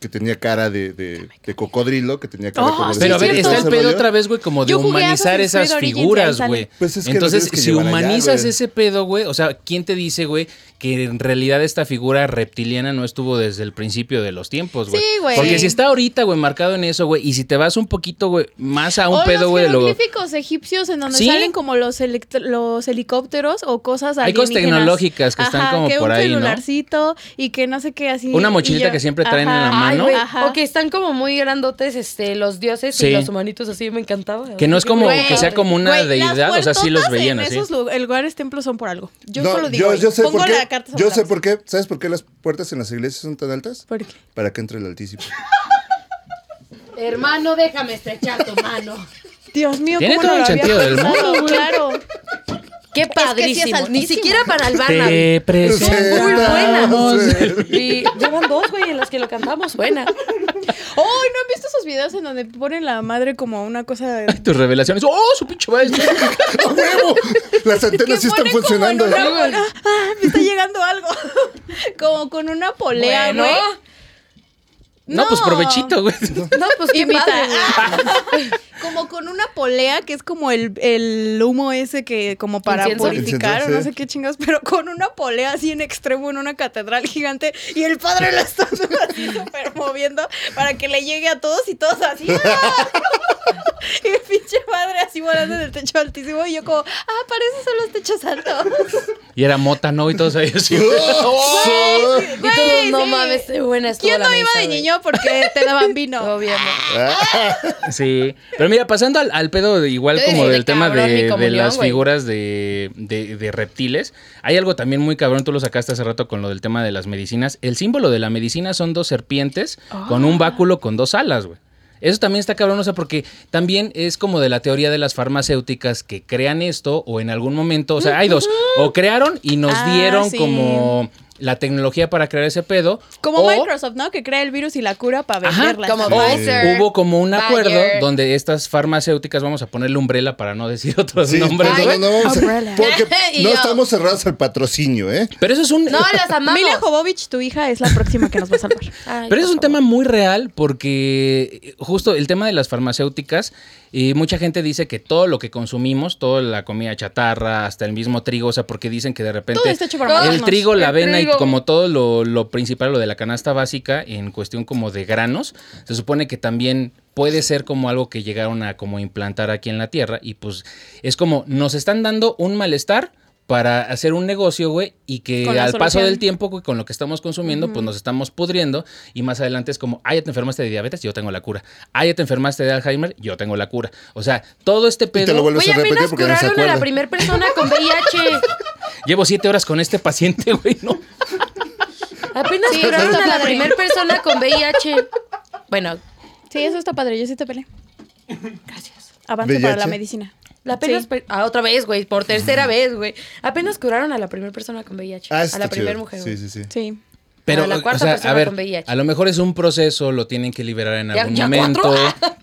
[SPEAKER 3] que tenía cara de, de, de cocodrilo, que tenía cara
[SPEAKER 4] Oh,
[SPEAKER 3] como de
[SPEAKER 4] sí,
[SPEAKER 2] Pero a ver,
[SPEAKER 3] serpiente,
[SPEAKER 4] cierto.
[SPEAKER 2] está el
[SPEAKER 3] ese
[SPEAKER 2] pedo
[SPEAKER 3] rollo.
[SPEAKER 2] otra vez, güey, como de
[SPEAKER 4] Yo jugué a
[SPEAKER 2] humanizar
[SPEAKER 4] Assassin's Creed
[SPEAKER 2] esas
[SPEAKER 4] Origins,
[SPEAKER 2] figuras,
[SPEAKER 4] ahí sale.
[SPEAKER 2] güey.
[SPEAKER 3] Pues es que lo
[SPEAKER 2] Entonces,
[SPEAKER 3] tienes que
[SPEAKER 2] si
[SPEAKER 3] llevar allá,
[SPEAKER 2] humanizas
[SPEAKER 3] güey.
[SPEAKER 2] ese pedo, güey, o sea, ¿quién te dice, güey, que en realidad esta figura reptiliana no estuvo desde el principio de los tiempos, güey?
[SPEAKER 4] Sí, güey.
[SPEAKER 2] Porque si está ahorita, güey, marcado en eso, güey, y si te vas un poquito, güey, más a un
[SPEAKER 4] o
[SPEAKER 2] pedo,
[SPEAKER 4] los
[SPEAKER 2] güey, lo...
[SPEAKER 4] jeroglíficos egipcios en donde
[SPEAKER 2] Sí.
[SPEAKER 4] salen como los, elect- los helicópteros o cosas
[SPEAKER 2] Hay cosas
[SPEAKER 4] alienígenas.
[SPEAKER 2] tecnológicas que están
[SPEAKER 4] Ajá,
[SPEAKER 2] como
[SPEAKER 4] que
[SPEAKER 2] por
[SPEAKER 4] un
[SPEAKER 2] ahí, ¿no?
[SPEAKER 4] celularcito y que no sé qué así.
[SPEAKER 2] Una
[SPEAKER 4] y
[SPEAKER 2] mochilita
[SPEAKER 4] yo-
[SPEAKER 2] que siempre traen en la
[SPEAKER 4] Ajá.
[SPEAKER 1] Ay,
[SPEAKER 2] mano.
[SPEAKER 1] güey.
[SPEAKER 4] Ajá.
[SPEAKER 1] O que están como muy grandotes este, los dioses
[SPEAKER 2] Sí.
[SPEAKER 1] y los humanitos así, me encantaba.
[SPEAKER 2] Que no es como
[SPEAKER 1] Güey.
[SPEAKER 2] que sea como una
[SPEAKER 4] Güey, las
[SPEAKER 2] deidad, o sea, sí los
[SPEAKER 4] puertotas
[SPEAKER 2] veían
[SPEAKER 4] en
[SPEAKER 2] así.
[SPEAKER 4] Esos lu- lugares, templos son por algo. Yo
[SPEAKER 3] No,
[SPEAKER 4] solo digo.
[SPEAKER 3] yo,
[SPEAKER 4] ahí.
[SPEAKER 3] yo sé
[SPEAKER 4] Pongo
[SPEAKER 3] por qué.
[SPEAKER 4] la carta sobre
[SPEAKER 3] yo
[SPEAKER 4] la
[SPEAKER 3] sé
[SPEAKER 4] mesa.
[SPEAKER 3] por qué. ¿Sabes por qué las puertas en las iglesias son tan altas?
[SPEAKER 4] ¿Por qué?
[SPEAKER 3] Para que entre el altísimo.
[SPEAKER 1] Hermano, déjame estrechar tu mano.
[SPEAKER 4] Dios mío,
[SPEAKER 2] Tiene
[SPEAKER 4] ¿cómo
[SPEAKER 2] todo el
[SPEAKER 4] no lo había
[SPEAKER 2] sentido del
[SPEAKER 4] pensado?
[SPEAKER 2] mundo, güey.
[SPEAKER 4] Claro.
[SPEAKER 1] Qué
[SPEAKER 4] sí es
[SPEAKER 1] padrísimo. Ni
[SPEAKER 4] altísimo.
[SPEAKER 1] siquiera para el Barnaby.
[SPEAKER 2] Te presentamos.
[SPEAKER 1] Muy buena.
[SPEAKER 3] Sí.
[SPEAKER 1] Y llevan dos, güey, en las que lo cantamos. Buena.
[SPEAKER 4] ¡Ay, no han visto esos videos en donde ponen la madre como una cosa.
[SPEAKER 2] Tus revelaciones. ¡Oh, su pinche madre!
[SPEAKER 3] ¡A huevo! Las antenas sí están
[SPEAKER 4] ponen como en
[SPEAKER 3] funcionando.
[SPEAKER 4] una- Ah, me está llegando algo. como con una polea,
[SPEAKER 1] Bueno.
[SPEAKER 4] güey.
[SPEAKER 2] No, pues
[SPEAKER 4] No.
[SPEAKER 2] provechito, güey.
[SPEAKER 1] No, pues qué
[SPEAKER 4] Imita.
[SPEAKER 1] padre, güey.
[SPEAKER 4] Como con una polea, que es como el, el humo ese que como para
[SPEAKER 1] Incienso.
[SPEAKER 4] purificar
[SPEAKER 3] Incienso,
[SPEAKER 4] o no
[SPEAKER 3] sí.
[SPEAKER 4] sé qué chingados, pero con una polea así en extremo en una catedral gigante y el padre la está así súper moviendo para que le llegue a todos y todos así. ¡ah! Y el pinche padre así volando en el techo altísimo y yo como, ah, para eso son los techos altos.
[SPEAKER 2] Y era mota, ¿no? Y todos ahí así.
[SPEAKER 3] ¡Oh!
[SPEAKER 1] Y tú,
[SPEAKER 4] Güey,
[SPEAKER 1] no
[SPEAKER 4] sí.
[SPEAKER 1] mames, qué buena estuvo
[SPEAKER 4] ¿Quién
[SPEAKER 1] la
[SPEAKER 4] no iba
[SPEAKER 1] misa,
[SPEAKER 4] de
[SPEAKER 1] güey.
[SPEAKER 4] niño porque te daban vino?
[SPEAKER 1] Obviamente.
[SPEAKER 3] Ah,
[SPEAKER 2] Sí. Pero Pero mira, pasando al, al pedo, de- igual
[SPEAKER 1] Yo
[SPEAKER 2] como
[SPEAKER 1] dije,
[SPEAKER 2] del
[SPEAKER 1] de
[SPEAKER 2] tema
[SPEAKER 1] cabrón, mi
[SPEAKER 2] de, de
[SPEAKER 1] comunión,
[SPEAKER 2] las
[SPEAKER 1] güey.
[SPEAKER 2] figuras de, de- de reptiles, hay algo también muy cabrón, tú lo sacaste hace rato con lo del tema de las medicinas. El símbolo de la medicina son dos serpientes con
[SPEAKER 1] Ah.
[SPEAKER 2] un báculo con dos alas, güey. Eso también está cabrón, o sea, porque también es como de la teoría de las farmacéuticas que crean esto o en algún momento, o sea, hay dos, o crearon y nos
[SPEAKER 4] Ah,
[SPEAKER 2] dieron
[SPEAKER 4] sí.
[SPEAKER 2] como la tecnología para crear ese pedo.
[SPEAKER 4] Como
[SPEAKER 2] o-
[SPEAKER 4] Microsoft, ¿no? Que crea el virus y la cura para
[SPEAKER 2] Ajá,
[SPEAKER 4] venderla.
[SPEAKER 1] como
[SPEAKER 4] esta madre.
[SPEAKER 1] Pfizer.
[SPEAKER 2] Hubo como un acuerdo
[SPEAKER 1] Bayer.
[SPEAKER 2] donde estas farmacéuticas, vamos a ponerle umbrella para no decir otros nombres,
[SPEAKER 1] Ay,
[SPEAKER 2] güey.
[SPEAKER 3] no, no, no, vamos a-
[SPEAKER 4] Umbrella.
[SPEAKER 3] porque
[SPEAKER 1] Y
[SPEAKER 3] no
[SPEAKER 1] yo.
[SPEAKER 3] estamos cerrados al patrocinio, ¿eh?
[SPEAKER 2] Pero eso es un.
[SPEAKER 1] No, las amamos.
[SPEAKER 4] Mila Jovovich, tu hija, es la próxima que nos va a salvar.
[SPEAKER 1] Ay,
[SPEAKER 2] Pero eso es
[SPEAKER 1] por
[SPEAKER 2] un tema muy real porque eh, justo el tema de las farmacéuticas y mucha gente dice que todo lo que consumimos, toda la comida chatarra, hasta el mismo trigo, o sea, porque dicen que de repente
[SPEAKER 4] Todo está hecho por
[SPEAKER 1] Todo.
[SPEAKER 2] el
[SPEAKER 4] humanos.
[SPEAKER 2] trigo, la
[SPEAKER 1] El
[SPEAKER 2] avena y
[SPEAKER 1] trigo.
[SPEAKER 2] como todo lo, lo principal, lo de la canasta básica en cuestión como de granos, se supone que también puede ser como algo que llegaron a como implantar aquí en la tierra y pues es como nos están dando un malestar para hacer un negocio, güey, y que
[SPEAKER 4] Con la
[SPEAKER 2] al paso
[SPEAKER 4] solución.
[SPEAKER 2] del tiempo, güey, con lo que estamos consumiendo, pues nos estamos pudriendo y más adelante es como, ay, ya te enfermaste de diabetes, yo tengo la cura. Ay, ya te enfermaste de Alzheimer, yo tengo la cura. O sea, todo este
[SPEAKER 3] Y te lo
[SPEAKER 2] pedo...
[SPEAKER 3] vuelves
[SPEAKER 1] Oye,
[SPEAKER 3] a
[SPEAKER 1] a mí
[SPEAKER 3] repetir
[SPEAKER 1] nos
[SPEAKER 3] porque no se
[SPEAKER 1] curaron a la
[SPEAKER 3] acuerda.
[SPEAKER 1] primera persona con VIH.
[SPEAKER 2] Llevo siete horas con este paciente, güey, no.
[SPEAKER 1] Apenas
[SPEAKER 4] Sí,
[SPEAKER 1] curaron
[SPEAKER 4] está
[SPEAKER 1] a la
[SPEAKER 4] padre.
[SPEAKER 1] primera persona con VIH. Bueno,
[SPEAKER 4] Sí, eso está padre. Yo sí te peleé.
[SPEAKER 1] gracias.
[SPEAKER 4] Avance
[SPEAKER 3] VIH.
[SPEAKER 4] para la medicina.
[SPEAKER 1] La apenas
[SPEAKER 4] Sí.
[SPEAKER 1] per- ah, otra vez, güey, por tercera vez, güey. Apenas curaron a la primera persona con VIH.
[SPEAKER 3] Ah,
[SPEAKER 1] a
[SPEAKER 3] está
[SPEAKER 1] la
[SPEAKER 3] chido.
[SPEAKER 1] primera mujer.
[SPEAKER 3] Sí,
[SPEAKER 1] güey.
[SPEAKER 3] sí, sí.
[SPEAKER 4] Sí.
[SPEAKER 2] Pero,
[SPEAKER 1] A la
[SPEAKER 2] o- o
[SPEAKER 1] cuarta
[SPEAKER 2] sea,
[SPEAKER 1] persona
[SPEAKER 2] a ver,
[SPEAKER 1] con VIH.
[SPEAKER 2] a lo mejor es un proceso, lo tienen que liberar en
[SPEAKER 1] Ya-
[SPEAKER 2] algún
[SPEAKER 1] ya
[SPEAKER 2] momento.
[SPEAKER 1] cuatro.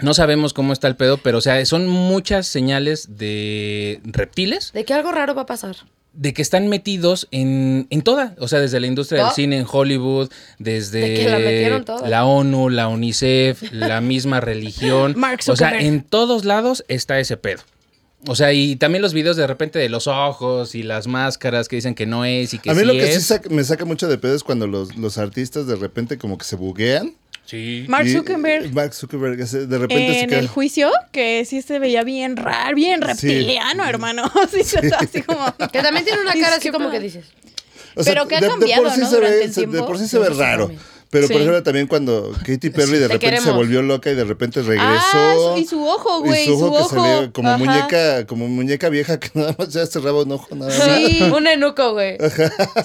[SPEAKER 2] No sabemos cómo está el pedo, pero o sea, son muchas señales de reptiles
[SPEAKER 1] De que algo raro va a pasar.
[SPEAKER 2] de que están metidos en, en toda, o sea, desde la industria del
[SPEAKER 1] Todo.
[SPEAKER 2] cine en Hollywood,
[SPEAKER 1] De que la
[SPEAKER 2] desde
[SPEAKER 1] metieron toda.
[SPEAKER 2] la ONU, la UNICEF, la misma religión,
[SPEAKER 4] Mark
[SPEAKER 2] o sea,
[SPEAKER 4] Zuckerberg.
[SPEAKER 2] en todos lados está ese pedo. O sea, y también los videos de repente de los ojos y las máscaras que dicen que no es y que
[SPEAKER 3] a mí
[SPEAKER 2] sí
[SPEAKER 3] lo que sí
[SPEAKER 2] es.
[SPEAKER 3] saca- me saca mucho de pedo es cuando los, los artistas de repente como que se buguean.
[SPEAKER 2] Sí.
[SPEAKER 4] Mark
[SPEAKER 3] y- eh,
[SPEAKER 4] Zuckerberg.
[SPEAKER 3] Mark Zuckerberg, ese- de repente se
[SPEAKER 4] En
[SPEAKER 3] queda-
[SPEAKER 4] el juicio, que sí se veía bien raro, bien reptiliano, hermano. Sí, así como.
[SPEAKER 1] Que también tiene una cara
[SPEAKER 4] Dices,
[SPEAKER 1] así
[SPEAKER 4] ¿qué
[SPEAKER 1] como que
[SPEAKER 4] pedo?
[SPEAKER 1] dices.
[SPEAKER 3] O sea,
[SPEAKER 4] Pero que ha
[SPEAKER 3] de-
[SPEAKER 4] cambiado,
[SPEAKER 3] de por sí
[SPEAKER 4] ¿no?
[SPEAKER 3] se
[SPEAKER 4] Durante
[SPEAKER 3] ve,
[SPEAKER 4] el
[SPEAKER 3] se- de
[SPEAKER 4] tiempo.
[SPEAKER 3] por sí se ve
[SPEAKER 1] Sí, sí,
[SPEAKER 3] raro.
[SPEAKER 1] también.
[SPEAKER 3] Pero por
[SPEAKER 4] Sí.
[SPEAKER 3] ejemplo también cuando Katy Perry de
[SPEAKER 1] Te
[SPEAKER 3] repente se
[SPEAKER 1] queremos.
[SPEAKER 3] volvió loca y de repente regresó.
[SPEAKER 4] Ah, su- y su ojo, güey,
[SPEAKER 3] Y su
[SPEAKER 4] su
[SPEAKER 3] ojo que
[SPEAKER 4] ojo.
[SPEAKER 3] salió como
[SPEAKER 4] Ajá.
[SPEAKER 3] muñeca, como muñeca vieja que nada más ya cerraba un ojo nada más.
[SPEAKER 4] Sí.
[SPEAKER 1] Un enuco, güey.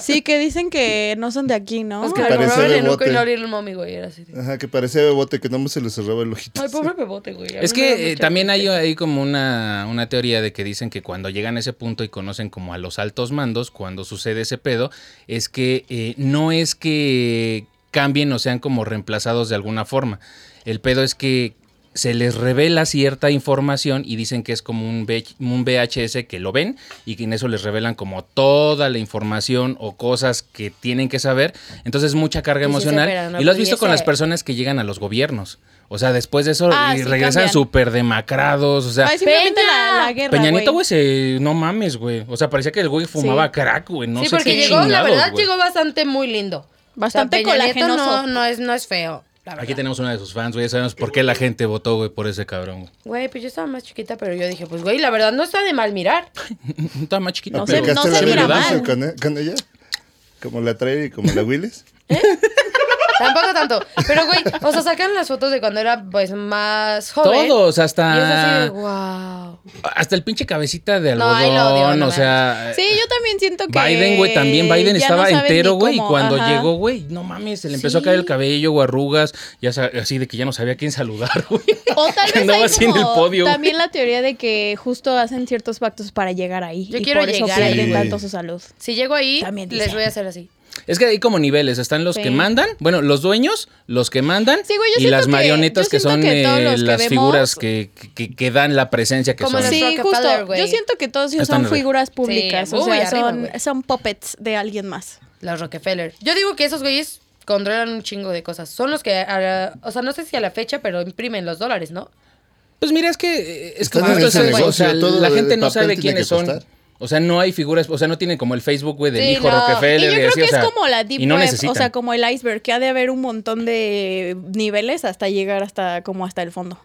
[SPEAKER 4] Sí, que dicen que no son de aquí, ¿no?
[SPEAKER 1] Nos que
[SPEAKER 3] Parece
[SPEAKER 1] el enuco
[SPEAKER 3] bebote.
[SPEAKER 1] y no abrir el momi, güey. Era así. de,
[SPEAKER 3] Ajá, que parecía bebote, que nada más se le cerraba el ojito.
[SPEAKER 1] Ay, pobre bebote, güey. A
[SPEAKER 2] Es
[SPEAKER 1] mí me da
[SPEAKER 2] que eh,
[SPEAKER 1] mucha
[SPEAKER 2] también hay,
[SPEAKER 1] tristeza.
[SPEAKER 2] hay como una, una teoría de que dicen que cuando llegan a ese punto y conocen como a los altos mandos, cuando sucede ese pedo, es que eh, no es que cambien o sean como reemplazados de alguna forma. El pedo es que se les revela cierta información y dicen que es como un, V- un VHS que lo ven y que en eso les revelan como toda la información o cosas que tienen que saber. Entonces mucha
[SPEAKER 1] Y
[SPEAKER 2] carga
[SPEAKER 1] sí se
[SPEAKER 2] emocional.
[SPEAKER 1] opera, ¿no?
[SPEAKER 2] Y lo has
[SPEAKER 1] Porque
[SPEAKER 2] visto con
[SPEAKER 1] ese-
[SPEAKER 2] las personas que llegan a los gobiernos. O sea, después de eso
[SPEAKER 4] Ah,
[SPEAKER 2] y
[SPEAKER 4] sí,
[SPEAKER 2] regresan
[SPEAKER 4] cambian.
[SPEAKER 2] súper demacrados. O sea,
[SPEAKER 4] Ay, simplemente
[SPEAKER 1] Peña.
[SPEAKER 4] la, la guerra.
[SPEAKER 2] Peña Nieto, güey,
[SPEAKER 4] güey.
[SPEAKER 2] se- no mames, güey. O sea, parecía que el güey fumaba
[SPEAKER 4] Sí.
[SPEAKER 2] crack, güey. No
[SPEAKER 1] sí,
[SPEAKER 2] sé
[SPEAKER 1] porque
[SPEAKER 2] qué
[SPEAKER 1] llegó, la
[SPEAKER 2] chingados,
[SPEAKER 1] verdad,
[SPEAKER 2] güey.
[SPEAKER 1] llegó bastante muy lindo.
[SPEAKER 4] Bastante
[SPEAKER 1] Peña Nieto
[SPEAKER 4] colagenoso.
[SPEAKER 1] No, no, es, no es feo. La
[SPEAKER 2] Aquí
[SPEAKER 1] verdad.
[SPEAKER 2] tenemos una de sus fans, güey. Ya sabemos por qué la gente votó, güey, por ese cabrón.
[SPEAKER 1] Güey, pues yo estaba más chiquita, pero yo dije, pues güey, la verdad no está de mal mirar.
[SPEAKER 2] güey. Estaba más chiquito.
[SPEAKER 4] No
[SPEAKER 2] pero-
[SPEAKER 4] sé, no
[SPEAKER 3] ¿Aplicaste
[SPEAKER 4] se
[SPEAKER 3] la
[SPEAKER 4] mira
[SPEAKER 3] Beyoncé
[SPEAKER 4] mal.
[SPEAKER 3] Con, e, con ella? Como la Traer y como la Willis.
[SPEAKER 1] Tampoco tanto. Pero güey, o sea, sacan las fotos de cuando era pues más joven.
[SPEAKER 2] Todos,
[SPEAKER 1] ¿eh? Y es así de,
[SPEAKER 2] hasta.
[SPEAKER 1] wow.
[SPEAKER 2] Hasta el pinche cabecita de
[SPEAKER 1] No,
[SPEAKER 2] algodón.
[SPEAKER 1] ahí lo odio, no
[SPEAKER 2] o
[SPEAKER 1] mames.
[SPEAKER 2] sea.
[SPEAKER 4] Sí, yo también siento que.
[SPEAKER 2] Biden, güey, también. Biden
[SPEAKER 4] ya
[SPEAKER 2] estaba
[SPEAKER 4] no saben
[SPEAKER 2] entero,
[SPEAKER 4] ni
[SPEAKER 2] güey. Y
[SPEAKER 4] cómo,
[SPEAKER 2] cuando
[SPEAKER 4] ajá.
[SPEAKER 2] llegó, güey, no mames, se le empezó a caer el
[SPEAKER 4] Sí.
[SPEAKER 2] cabello, o arrugas. Ya sa- así de que ya no sabía a quién saludar, güey.
[SPEAKER 4] O tal
[SPEAKER 2] Que
[SPEAKER 4] vez
[SPEAKER 2] andaba
[SPEAKER 4] hay
[SPEAKER 2] así en el
[SPEAKER 4] como
[SPEAKER 2] podio, güey.
[SPEAKER 4] también la teoría de que justo hacen ciertos pactos para llegar ahí.
[SPEAKER 1] Yo
[SPEAKER 4] y
[SPEAKER 1] quiero
[SPEAKER 4] por
[SPEAKER 1] llegar
[SPEAKER 4] eso pierden
[SPEAKER 3] ahí.
[SPEAKER 4] tanto su salud.
[SPEAKER 1] Si llego ahí,
[SPEAKER 4] También
[SPEAKER 1] les
[SPEAKER 4] dice.
[SPEAKER 1] voy a hacer así.
[SPEAKER 2] Es que hay como niveles, están los
[SPEAKER 4] Sí.
[SPEAKER 2] que mandan, bueno, los dueños, los que mandan
[SPEAKER 4] Sí, güey, yo
[SPEAKER 2] y
[SPEAKER 4] siento
[SPEAKER 2] las
[SPEAKER 4] que-
[SPEAKER 2] marionetas
[SPEAKER 4] yo
[SPEAKER 2] que
[SPEAKER 4] siento
[SPEAKER 2] son
[SPEAKER 4] que todos
[SPEAKER 2] eh,
[SPEAKER 4] los que
[SPEAKER 2] las
[SPEAKER 4] vemos-
[SPEAKER 2] figuras que, que, que dan la presencia que
[SPEAKER 1] Como
[SPEAKER 2] son.
[SPEAKER 1] los
[SPEAKER 4] Sí,
[SPEAKER 1] Rockefeller,
[SPEAKER 4] justo.
[SPEAKER 1] güey.
[SPEAKER 4] Yo siento que todos ellos
[SPEAKER 2] Están
[SPEAKER 4] son
[SPEAKER 2] arriba.
[SPEAKER 4] figuras públicas.
[SPEAKER 1] Sí,
[SPEAKER 4] o
[SPEAKER 1] muy
[SPEAKER 4] sea,
[SPEAKER 1] arriba,
[SPEAKER 4] son,
[SPEAKER 1] güey.
[SPEAKER 4] son puppets de alguien más.
[SPEAKER 1] Los Rockefeller. Yo digo que esos güeyes controlan un chingo de cosas. Son los que, a- o sea, no sé si a la fecha, pero imprimen los dólares, ¿no?
[SPEAKER 2] Pues mira, es que eh, es que
[SPEAKER 3] Están en
[SPEAKER 2] justo
[SPEAKER 3] ese
[SPEAKER 2] es eso,
[SPEAKER 3] negocio,
[SPEAKER 2] o sea,
[SPEAKER 3] todo
[SPEAKER 2] la
[SPEAKER 3] de
[SPEAKER 2] gente no
[SPEAKER 3] papel
[SPEAKER 2] sabe
[SPEAKER 3] tiene
[SPEAKER 2] quiénes
[SPEAKER 3] que
[SPEAKER 2] son.
[SPEAKER 3] costar.
[SPEAKER 2] O sea, no hay figuras, o sea, no tienen como el Facebook, güey, del
[SPEAKER 1] Sí,
[SPEAKER 2] hijo
[SPEAKER 1] no.
[SPEAKER 4] Y yo
[SPEAKER 2] Rockefeller.
[SPEAKER 4] creo
[SPEAKER 2] así,
[SPEAKER 4] que
[SPEAKER 2] o sea,
[SPEAKER 4] es como la deep
[SPEAKER 2] y no
[SPEAKER 4] web,
[SPEAKER 2] necesitan.
[SPEAKER 4] o sea, como el iceberg, que ha de haber un montón de niveles hasta llegar hasta como hasta el fondo.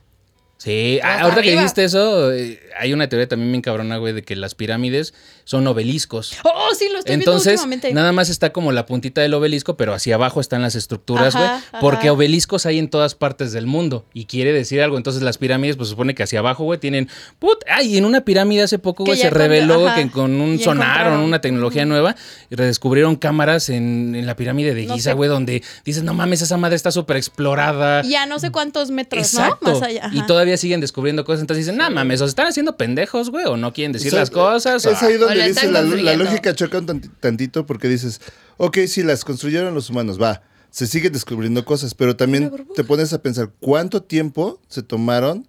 [SPEAKER 2] Sí, ah,
[SPEAKER 1] Hasta
[SPEAKER 2] ahorita que
[SPEAKER 1] arriba.
[SPEAKER 2] dijiste eso, eh, hay una teoría también bien cabrona, güey, de que las pirámides son obeliscos.
[SPEAKER 4] Oh, sí, lo estoy
[SPEAKER 2] Entonces,
[SPEAKER 4] viendo últimamente.
[SPEAKER 2] nada más está como la puntita del obelisco, pero hacia abajo están las estructuras, güey.
[SPEAKER 4] Ajá, ajá.
[SPEAKER 2] Porque obeliscos hay en todas partes del mundo y quiere decir algo. Entonces, las pirámides, pues supone que hacia abajo, güey, tienen. Put, ay, en una pirámide hace poco,
[SPEAKER 4] Que
[SPEAKER 2] güey,
[SPEAKER 4] ya
[SPEAKER 2] se
[SPEAKER 4] encontró-
[SPEAKER 2] reveló güey,
[SPEAKER 4] ajá,
[SPEAKER 2] que con
[SPEAKER 4] y
[SPEAKER 2] un sonar o
[SPEAKER 4] encontraron.
[SPEAKER 2] una tecnología nueva, redescubrieron cámaras en, en la pirámide de
[SPEAKER 4] No
[SPEAKER 2] Giza,
[SPEAKER 4] sé.
[SPEAKER 2] güey, donde dices, no mames, esa madre está súper explorada.
[SPEAKER 4] Y a no sé cuántos metros,
[SPEAKER 2] Exacto.
[SPEAKER 4] ¿no? Más allá.
[SPEAKER 2] Y
[SPEAKER 4] ajá.
[SPEAKER 2] todavía siguen descubriendo cosas. Entonces dicen, no mames, o se están haciendo pendejos, güey, o no quieren decir
[SPEAKER 3] O sea,
[SPEAKER 2] las cosas. ah.
[SPEAKER 3] Es
[SPEAKER 2] o-
[SPEAKER 3] ahí
[SPEAKER 1] O
[SPEAKER 3] donde
[SPEAKER 1] lo
[SPEAKER 3] dice
[SPEAKER 1] están
[SPEAKER 3] la, la
[SPEAKER 1] construyendo.
[SPEAKER 3] lógica choca un tanti- tantito porque dices, ok, si las construyeron los humanos, va, se siguen descubriendo cosas, pero también te pones a pensar cuánto tiempo se tomaron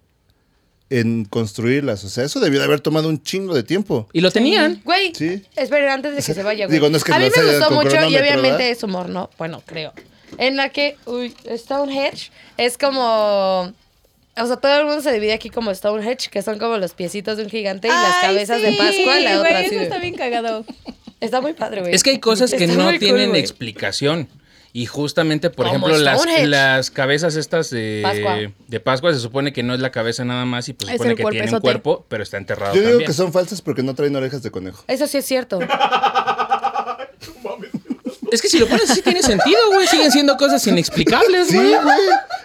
[SPEAKER 3] en construirlas. O sea, eso debió de haber tomado un chingo de tiempo.
[SPEAKER 2] Y lo tenían.
[SPEAKER 1] Güey,
[SPEAKER 3] Sí.
[SPEAKER 1] esperen antes de que se vaya, güey.
[SPEAKER 3] Digo, no es que
[SPEAKER 1] a mí
[SPEAKER 3] lo
[SPEAKER 1] me
[SPEAKER 3] hayan
[SPEAKER 1] gustó
[SPEAKER 3] con
[SPEAKER 1] mucho y
[SPEAKER 3] cronómetro,
[SPEAKER 1] obviamente
[SPEAKER 3] ¿verdad?
[SPEAKER 1] es humor, ¿no? Bueno, creo. En la que, uy, Stonehenge es como... O sea, todo el mundo se divide aquí como Stonehenge, que son como los piecitos de un gigante y las
[SPEAKER 4] Ay,
[SPEAKER 1] cabezas de
[SPEAKER 4] sí,
[SPEAKER 1] Pascua, la otra
[SPEAKER 4] güey,
[SPEAKER 1] así
[SPEAKER 4] eso
[SPEAKER 1] de-
[SPEAKER 4] está bien cagado.
[SPEAKER 1] Está muy padre, güey.
[SPEAKER 2] Es que hay cosas que
[SPEAKER 1] Está
[SPEAKER 2] no
[SPEAKER 1] muy cool,
[SPEAKER 2] tienen
[SPEAKER 1] güey.
[SPEAKER 2] explicación. Y justamente, por
[SPEAKER 1] Como
[SPEAKER 2] ejemplo, las,
[SPEAKER 1] Stonehenge.
[SPEAKER 2] las cabezas estas de
[SPEAKER 1] Pascua.
[SPEAKER 2] de Pascua se supone que no es la cabeza nada más y pues
[SPEAKER 4] Es
[SPEAKER 2] supone
[SPEAKER 4] el
[SPEAKER 2] que tiene un
[SPEAKER 4] cuerpezote.
[SPEAKER 2] cuerpo, pero está enterrado
[SPEAKER 3] Yo digo
[SPEAKER 2] también.
[SPEAKER 3] que son falsas porque no traen orejas de conejo.
[SPEAKER 1] Eso sí es cierto.
[SPEAKER 2] Es que si lo pones así tiene sentido, güey. Siguen siendo cosas inexplicables,
[SPEAKER 3] Sí,
[SPEAKER 2] güey.
[SPEAKER 3] güey.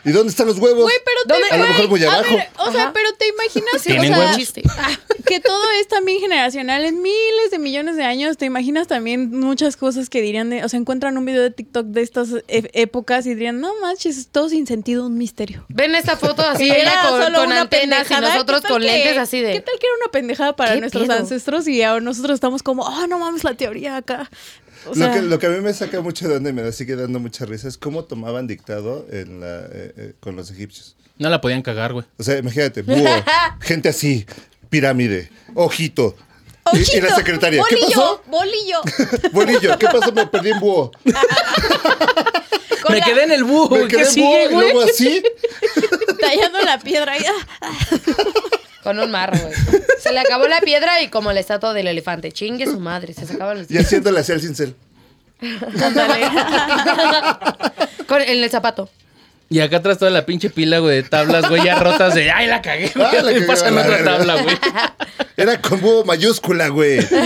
[SPEAKER 3] ¿Y dónde están los huevos?
[SPEAKER 4] Güey, pero
[SPEAKER 1] ¿Dónde-
[SPEAKER 4] te
[SPEAKER 1] A lo
[SPEAKER 4] güey,
[SPEAKER 3] mejor muy
[SPEAKER 4] a
[SPEAKER 3] abajo.
[SPEAKER 4] ver, o sea,
[SPEAKER 1] Ajá.
[SPEAKER 4] pero te imaginas o
[SPEAKER 2] ¿Tienen
[SPEAKER 4] sea,
[SPEAKER 2] huevos?
[SPEAKER 1] Chiste. Ah.
[SPEAKER 4] que todo es también generacional en miles de millones de años. Te imaginas también muchas cosas que dirían, de, o sea, encuentran un video de TikTok de estas e- épocas y dirían, no manches, es todo sin sentido, un misterio.
[SPEAKER 1] Ven esta foto así,
[SPEAKER 4] Era
[SPEAKER 1] ella con,
[SPEAKER 4] solo
[SPEAKER 1] con
[SPEAKER 4] una
[SPEAKER 1] antenas y
[SPEAKER 4] pendejada.
[SPEAKER 1] nosotros
[SPEAKER 4] ¿Qué tal
[SPEAKER 1] con
[SPEAKER 4] que-
[SPEAKER 1] lentes así
[SPEAKER 4] ¿Qué
[SPEAKER 1] de...
[SPEAKER 4] tal que era una pendejada para
[SPEAKER 1] ¿Qué
[SPEAKER 4] nuestros
[SPEAKER 1] pedo?
[SPEAKER 4] ancestros y ahora nosotros estamos como, oh, no mames, la teoría acá? O sea,
[SPEAKER 3] lo, que, lo que a mí me saca mucho de onda y me da- sigue dando mucha risa es cómo tomaban dictado en la, eh, eh, con los egipcios.
[SPEAKER 2] No la podían cagar, güey.
[SPEAKER 3] O sea, imagínate, búho, gente así, pirámide, ojito. Y- Y,
[SPEAKER 4] ¡Ojito!
[SPEAKER 3] la secretaria, ¿qué
[SPEAKER 4] bolillo,
[SPEAKER 3] pasó?
[SPEAKER 4] Bolillo.
[SPEAKER 3] Bolillo, ¿qué pasó? Me perdí en búho.
[SPEAKER 4] Con
[SPEAKER 2] Me
[SPEAKER 4] la-
[SPEAKER 2] quedé en el búho,
[SPEAKER 3] Me
[SPEAKER 2] güey.
[SPEAKER 3] quedé
[SPEAKER 2] ¿Qué
[SPEAKER 3] en búho
[SPEAKER 2] sigue,
[SPEAKER 3] y
[SPEAKER 2] güey?
[SPEAKER 3] luego así.
[SPEAKER 4] tallando la piedra. y-
[SPEAKER 1] Con un marro, güey. Se le acabó la piedra y como la estatua del elefante. Chingue su madre, se sacaban los...
[SPEAKER 3] Y haciéndole así al cincel.
[SPEAKER 1] Con- en el zapato.
[SPEAKER 2] Y acá atrás toda la pinche pila, güey, de tablas, güey, ya rotas de, ay, la cagué, güey.
[SPEAKER 3] Ah, la cagué,
[SPEAKER 2] Pásame
[SPEAKER 3] la
[SPEAKER 2] otra
[SPEAKER 3] verga.
[SPEAKER 2] tabla, güey.
[SPEAKER 3] Era con búho mayúscula, güey.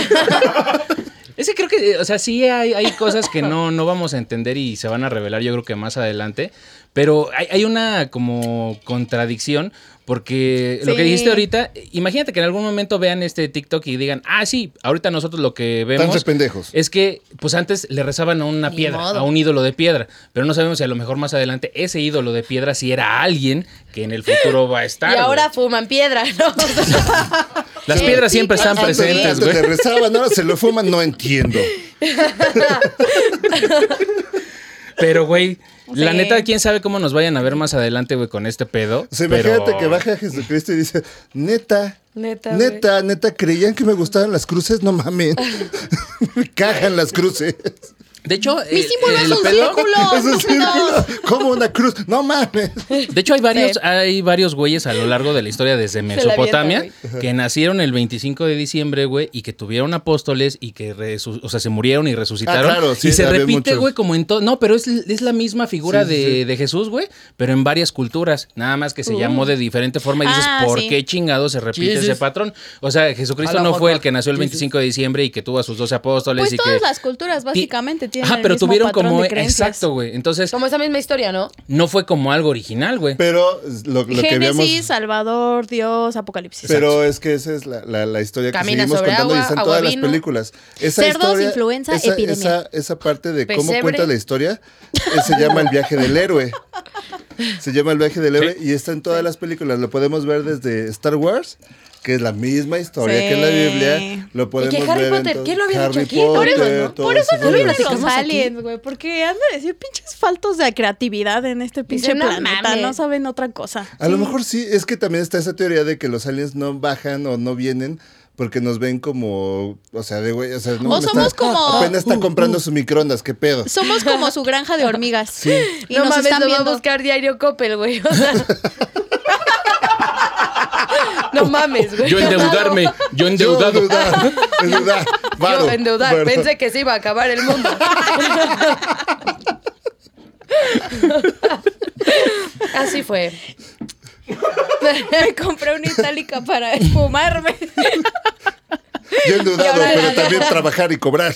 [SPEAKER 2] Es que creo que, eh, o sea, sí hay, hay cosas que no, no vamos a entender y se van a revelar yo creo que más adelante, pero hay, hay una como contradicción porque lo que
[SPEAKER 4] Sí.
[SPEAKER 2] dijiste ahorita, eh, imagínate que en algún momento vean este TikTok y digan, ah, sí, ahorita nosotros lo que vemos...
[SPEAKER 3] Tantos pendejos.
[SPEAKER 2] Es que, pues antes le rezaban a una
[SPEAKER 1] Ni
[SPEAKER 2] piedra,
[SPEAKER 1] modo.
[SPEAKER 2] a un ídolo de piedra, pero no sabemos si a lo mejor más adelante ese ídolo de piedra si era alguien que en el futuro va a estar.
[SPEAKER 1] y ahora
[SPEAKER 2] güey.
[SPEAKER 1] fuman piedra, ¿no? O sea,
[SPEAKER 2] Las piedras siempre están
[SPEAKER 3] Antes-
[SPEAKER 2] presentes,
[SPEAKER 3] antes
[SPEAKER 2] güey.
[SPEAKER 3] te rezaban, ahora se lo fuman, no entiendo.
[SPEAKER 2] Pero, güey, la
[SPEAKER 4] Sí.
[SPEAKER 2] neta, quién sabe cómo nos vayan a ver más adelante, güey, con este pedo.
[SPEAKER 3] O sea,
[SPEAKER 2] pero-
[SPEAKER 3] imagínate que baja Jesucristo y dice, neta,
[SPEAKER 1] Neta,
[SPEAKER 3] neta, neta, creían que me gustaban las cruces, no mamen. me cagan las cruces.
[SPEAKER 2] De hecho,
[SPEAKER 4] Mi
[SPEAKER 2] el-
[SPEAKER 4] símbolo es
[SPEAKER 2] el
[SPEAKER 4] un
[SPEAKER 2] pedo-
[SPEAKER 4] círculo.
[SPEAKER 3] Es un
[SPEAKER 4] estúpido.
[SPEAKER 3] círculo, como una cruz, no mames.
[SPEAKER 2] De hecho, hay varios, hay varios güeyes a lo largo de la historia desde Mesopotamia
[SPEAKER 1] avienta,
[SPEAKER 2] que nacieron el 25 de diciembre, güey, y que tuvieron apóstoles y que, resu- o sea, se murieron y resucitaron.
[SPEAKER 3] Ah, claro, sí,
[SPEAKER 2] y se
[SPEAKER 3] había
[SPEAKER 2] repite,
[SPEAKER 3] muchos.
[SPEAKER 2] güey, como en todo. No, pero es, es la misma figura
[SPEAKER 3] Sí, sí,
[SPEAKER 2] de,
[SPEAKER 3] sí.
[SPEAKER 2] de Jesús, güey, pero en varias culturas. Nada más que se llamó de diferente forma y dices,
[SPEAKER 4] Uh. Ah,
[SPEAKER 2] ¿por
[SPEAKER 4] sí.
[SPEAKER 2] qué chingado se repite ese patrón? O sea, Jesucristo
[SPEAKER 1] A la
[SPEAKER 2] no fue
[SPEAKER 1] boca.
[SPEAKER 2] el que nació el 25 de diciembre y que tuvo a sus 12 apóstoles
[SPEAKER 4] Pues
[SPEAKER 2] y
[SPEAKER 4] todas
[SPEAKER 2] que.
[SPEAKER 4] las culturas básicamente tienen
[SPEAKER 2] Ah,
[SPEAKER 4] el
[SPEAKER 2] pero
[SPEAKER 4] mismo
[SPEAKER 2] tuvieron
[SPEAKER 4] patrón
[SPEAKER 2] como.
[SPEAKER 4] de creencias.
[SPEAKER 2] Exacto, güey. Entonces,
[SPEAKER 1] como esa misma historia, ¿no?
[SPEAKER 2] no fue como algo original, güey.
[SPEAKER 3] Pero lo, lo que
[SPEAKER 4] Génesis,
[SPEAKER 3] habíamos...
[SPEAKER 4] Salvador, Dios, Apocalipsis.
[SPEAKER 3] Pero es que esa es la, la- la historia que
[SPEAKER 1] Camina
[SPEAKER 3] seguimos
[SPEAKER 1] sobre
[SPEAKER 3] contando y
[SPEAKER 1] agua,
[SPEAKER 3] está en
[SPEAKER 1] agua
[SPEAKER 3] todas
[SPEAKER 1] vino.
[SPEAKER 3] las películas. Esa
[SPEAKER 4] Cerdos, influenza,
[SPEAKER 3] esa,
[SPEAKER 4] epidemia.
[SPEAKER 3] Esa, esa parte de cómo
[SPEAKER 1] Pesebre.
[SPEAKER 3] cuenta la historia eh, se llama El viaje del héroe. Se llama El viaje del héroe y está en todas las películas. Lo podemos ver desde Star Wars, que es la misma historia
[SPEAKER 4] Sí.
[SPEAKER 3] que en la Biblia. Lo podemos
[SPEAKER 1] que Harry
[SPEAKER 3] ver en
[SPEAKER 1] Potter,
[SPEAKER 3] todo-
[SPEAKER 1] ¿quién lo había dicho
[SPEAKER 3] Harry
[SPEAKER 1] aquí? Por eso,
[SPEAKER 3] Potter,
[SPEAKER 1] ¿no?
[SPEAKER 3] todo
[SPEAKER 4] Por eso
[SPEAKER 3] ese
[SPEAKER 4] se
[SPEAKER 3] rollo.
[SPEAKER 4] vienen los
[SPEAKER 1] platicamos aquí.
[SPEAKER 4] aliens, güey, porque han de decir pinches faltos de creatividad en este pinche
[SPEAKER 1] Dicen, "No
[SPEAKER 4] planeta,
[SPEAKER 1] mames".
[SPEAKER 4] no saben otra cosa.
[SPEAKER 3] A lo mejor sí, es que también está esa teoría de que los aliens no bajan o no vienen porque nos ven como, o sea, de güey, o sea, no,
[SPEAKER 4] O
[SPEAKER 3] me
[SPEAKER 4] somos
[SPEAKER 3] está-
[SPEAKER 4] como-
[SPEAKER 3] apenas
[SPEAKER 1] Uh,
[SPEAKER 3] está comprando su microondas, qué pedo.
[SPEAKER 4] Somos como su granja de hormigas. Y
[SPEAKER 1] no
[SPEAKER 4] nos
[SPEAKER 1] mames,
[SPEAKER 4] están
[SPEAKER 1] lo va a
[SPEAKER 4] viendo.
[SPEAKER 1] buscar diario Coppel, güey. o sea. no mames, güey.
[SPEAKER 2] Yo endeudarme, yo endeudado.
[SPEAKER 3] Yo endeudar, endeudar, varo,
[SPEAKER 1] Yo endeudar.
[SPEAKER 3] varo.
[SPEAKER 1] Pensé que se iba a acabar el mundo. Así fue.
[SPEAKER 4] me compré una itálica para esfumarme.
[SPEAKER 3] Yo he dudado,
[SPEAKER 4] ahora-
[SPEAKER 3] pero también trabajar y cobrar.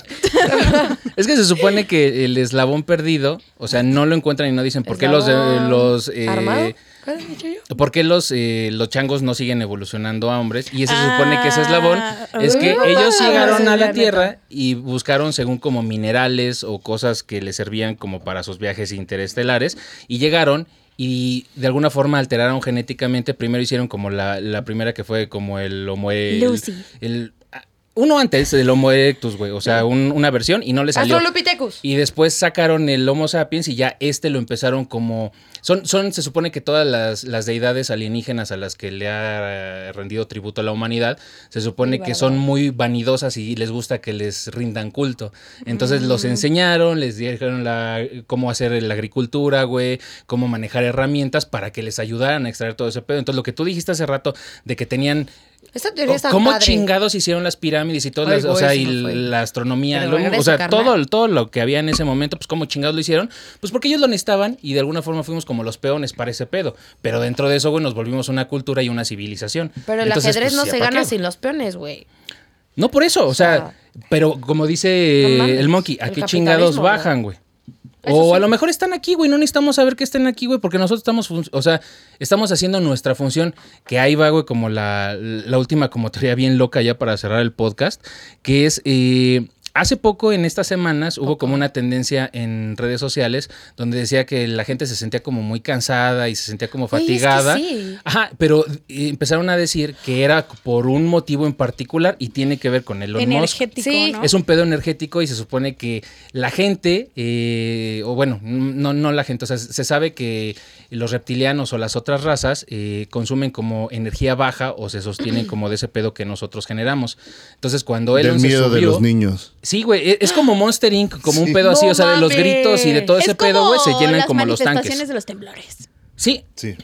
[SPEAKER 2] Es que se supone que el eslabón perdido, o sea, no lo encuentran y no dicen por qué los, eh,
[SPEAKER 1] Eslabón
[SPEAKER 2] los eh,
[SPEAKER 1] ¿Armado? ¿Cuál he dicho yo?
[SPEAKER 2] ¿Por qué los, eh, los changos no siguen evolucionando a hombres? Y eso se
[SPEAKER 4] Ah.
[SPEAKER 2] supone que ese eslabón es que
[SPEAKER 1] Uh,
[SPEAKER 2] ellos
[SPEAKER 1] ah,
[SPEAKER 2] llegaron
[SPEAKER 1] sí,
[SPEAKER 2] a
[SPEAKER 1] la
[SPEAKER 2] la Tierra y buscaron según como minerales o cosas que les servían como para sus viajes interestelares y llegaron y de alguna forma alteraron genéticamente. Primero hicieron como la, la primera que fue como el homo... el-
[SPEAKER 4] Lucy.
[SPEAKER 2] el- ah, uno antes del homo erectus, güey. O sea, un- una versión y no
[SPEAKER 1] Ah,
[SPEAKER 2] le salió.
[SPEAKER 1] Australopithecus.
[SPEAKER 2] Y después sacaron el Homo sapiens y ya este lo empezaron como. Son, son se supone que todas las, las deidades alienígenas a las que le ha eh, rendido tributo a la humanidad, se supone que son muy vanidosas y les gusta que les rindan culto. Entonces los enseñaron, les dijeron la, cómo hacer la agricultura, güey, cómo manejar herramientas para que les ayudaran a extraer todo ese pedo. Entonces lo que tú dijiste hace rato de que tenían
[SPEAKER 1] Esta teoría está
[SPEAKER 2] ¿Cómo
[SPEAKER 1] padre.
[SPEAKER 2] chingados hicieron las pirámides y todas
[SPEAKER 1] Ay,
[SPEAKER 2] las- o
[SPEAKER 1] güey,
[SPEAKER 2] sea,
[SPEAKER 1] eso
[SPEAKER 2] y
[SPEAKER 1] no fue.
[SPEAKER 2] la astronomía?
[SPEAKER 1] Pero
[SPEAKER 2] lo-
[SPEAKER 1] regresa,
[SPEAKER 2] o sea,
[SPEAKER 1] carnal.
[SPEAKER 2] todo, todo lo que había en ese momento, pues cómo chingados lo hicieron. Pues porque ellos lo necesitaban y de alguna forma fuimos como los peones para ese pedo. Pero dentro de eso, güey, nos volvimos una cultura y una civilización.
[SPEAKER 1] Pero el
[SPEAKER 2] Entonces,
[SPEAKER 1] ajedrez
[SPEAKER 2] pues,
[SPEAKER 1] no
[SPEAKER 2] ¿ya
[SPEAKER 1] se
[SPEAKER 2] para
[SPEAKER 1] gana
[SPEAKER 2] qué?
[SPEAKER 1] sin los peones, güey.
[SPEAKER 2] No por eso, o sea, pero como dice
[SPEAKER 1] No mames,
[SPEAKER 2] el monkey,
[SPEAKER 1] el
[SPEAKER 2] ¿a qué chingados
[SPEAKER 1] capitalismo,
[SPEAKER 2] bajan, güey?
[SPEAKER 1] Eso
[SPEAKER 2] O a
[SPEAKER 1] sí.
[SPEAKER 2] lo mejor están aquí, güey, no necesitamos saber que estén aquí, güey, porque nosotros estamos, fun- o sea, estamos haciendo nuestra función, que ahí va, güey, como la, la última como teoría bien loca ya para cerrar el podcast, que es, eh, hace poco en estas semanas hubo como una tendencia en redes sociales donde decía que la gente se sentía como muy cansada y se sentía como
[SPEAKER 1] Güey, es que
[SPEAKER 2] fatigada.
[SPEAKER 1] sí.
[SPEAKER 2] Ajá, pero eh, empezaron a decir que era por un motivo en particular y tiene que ver con Elon Musk.
[SPEAKER 4] Energético,
[SPEAKER 1] Sí.
[SPEAKER 4] ¿no?
[SPEAKER 2] Es un pedo energético y se supone que la gente, eh, o bueno, no, no la gente, o sea, se sabe que los reptilianos o las otras razas eh, consumen como energía baja o se sostienen como de ese pedo que nosotros generamos. Entonces, cuando él
[SPEAKER 3] Del miedo de los niños.
[SPEAKER 2] Sí, güey, e- es como Monster Inc., como
[SPEAKER 3] Sí.
[SPEAKER 2] un pedo así,
[SPEAKER 1] No
[SPEAKER 2] o sea, de los
[SPEAKER 1] mames.
[SPEAKER 2] gritos y de todo
[SPEAKER 4] Es
[SPEAKER 2] ese pedo, güey, se llenan
[SPEAKER 4] las
[SPEAKER 2] como los
[SPEAKER 4] manifestaciones
[SPEAKER 2] tanques.
[SPEAKER 4] de los temblores.
[SPEAKER 2] Sí,
[SPEAKER 3] Sí.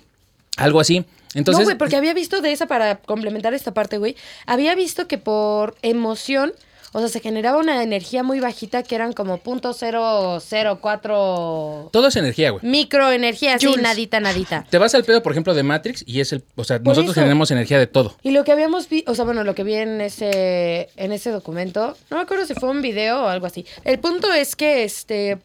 [SPEAKER 2] algo así. Entonces, pues,
[SPEAKER 1] no, güey, porque había visto de esa, para complementar esta parte, güey, había visto que por emoción, o sea, se generaba una energía muy bajita que eran como .004
[SPEAKER 2] todo es energía, güey.
[SPEAKER 1] microenergía, así,
[SPEAKER 4] Joules.
[SPEAKER 1] nadita, nadita.
[SPEAKER 2] Te vas al pedo, por ejemplo, de Matrix y es el. O sea, nosotros
[SPEAKER 1] eso.
[SPEAKER 2] generamos energía de todo.
[SPEAKER 1] Y lo que habíamos visto, o sea, bueno, lo que vi en ese, en ese documento, no me acuerdo si fue un video o algo así. El punto es que este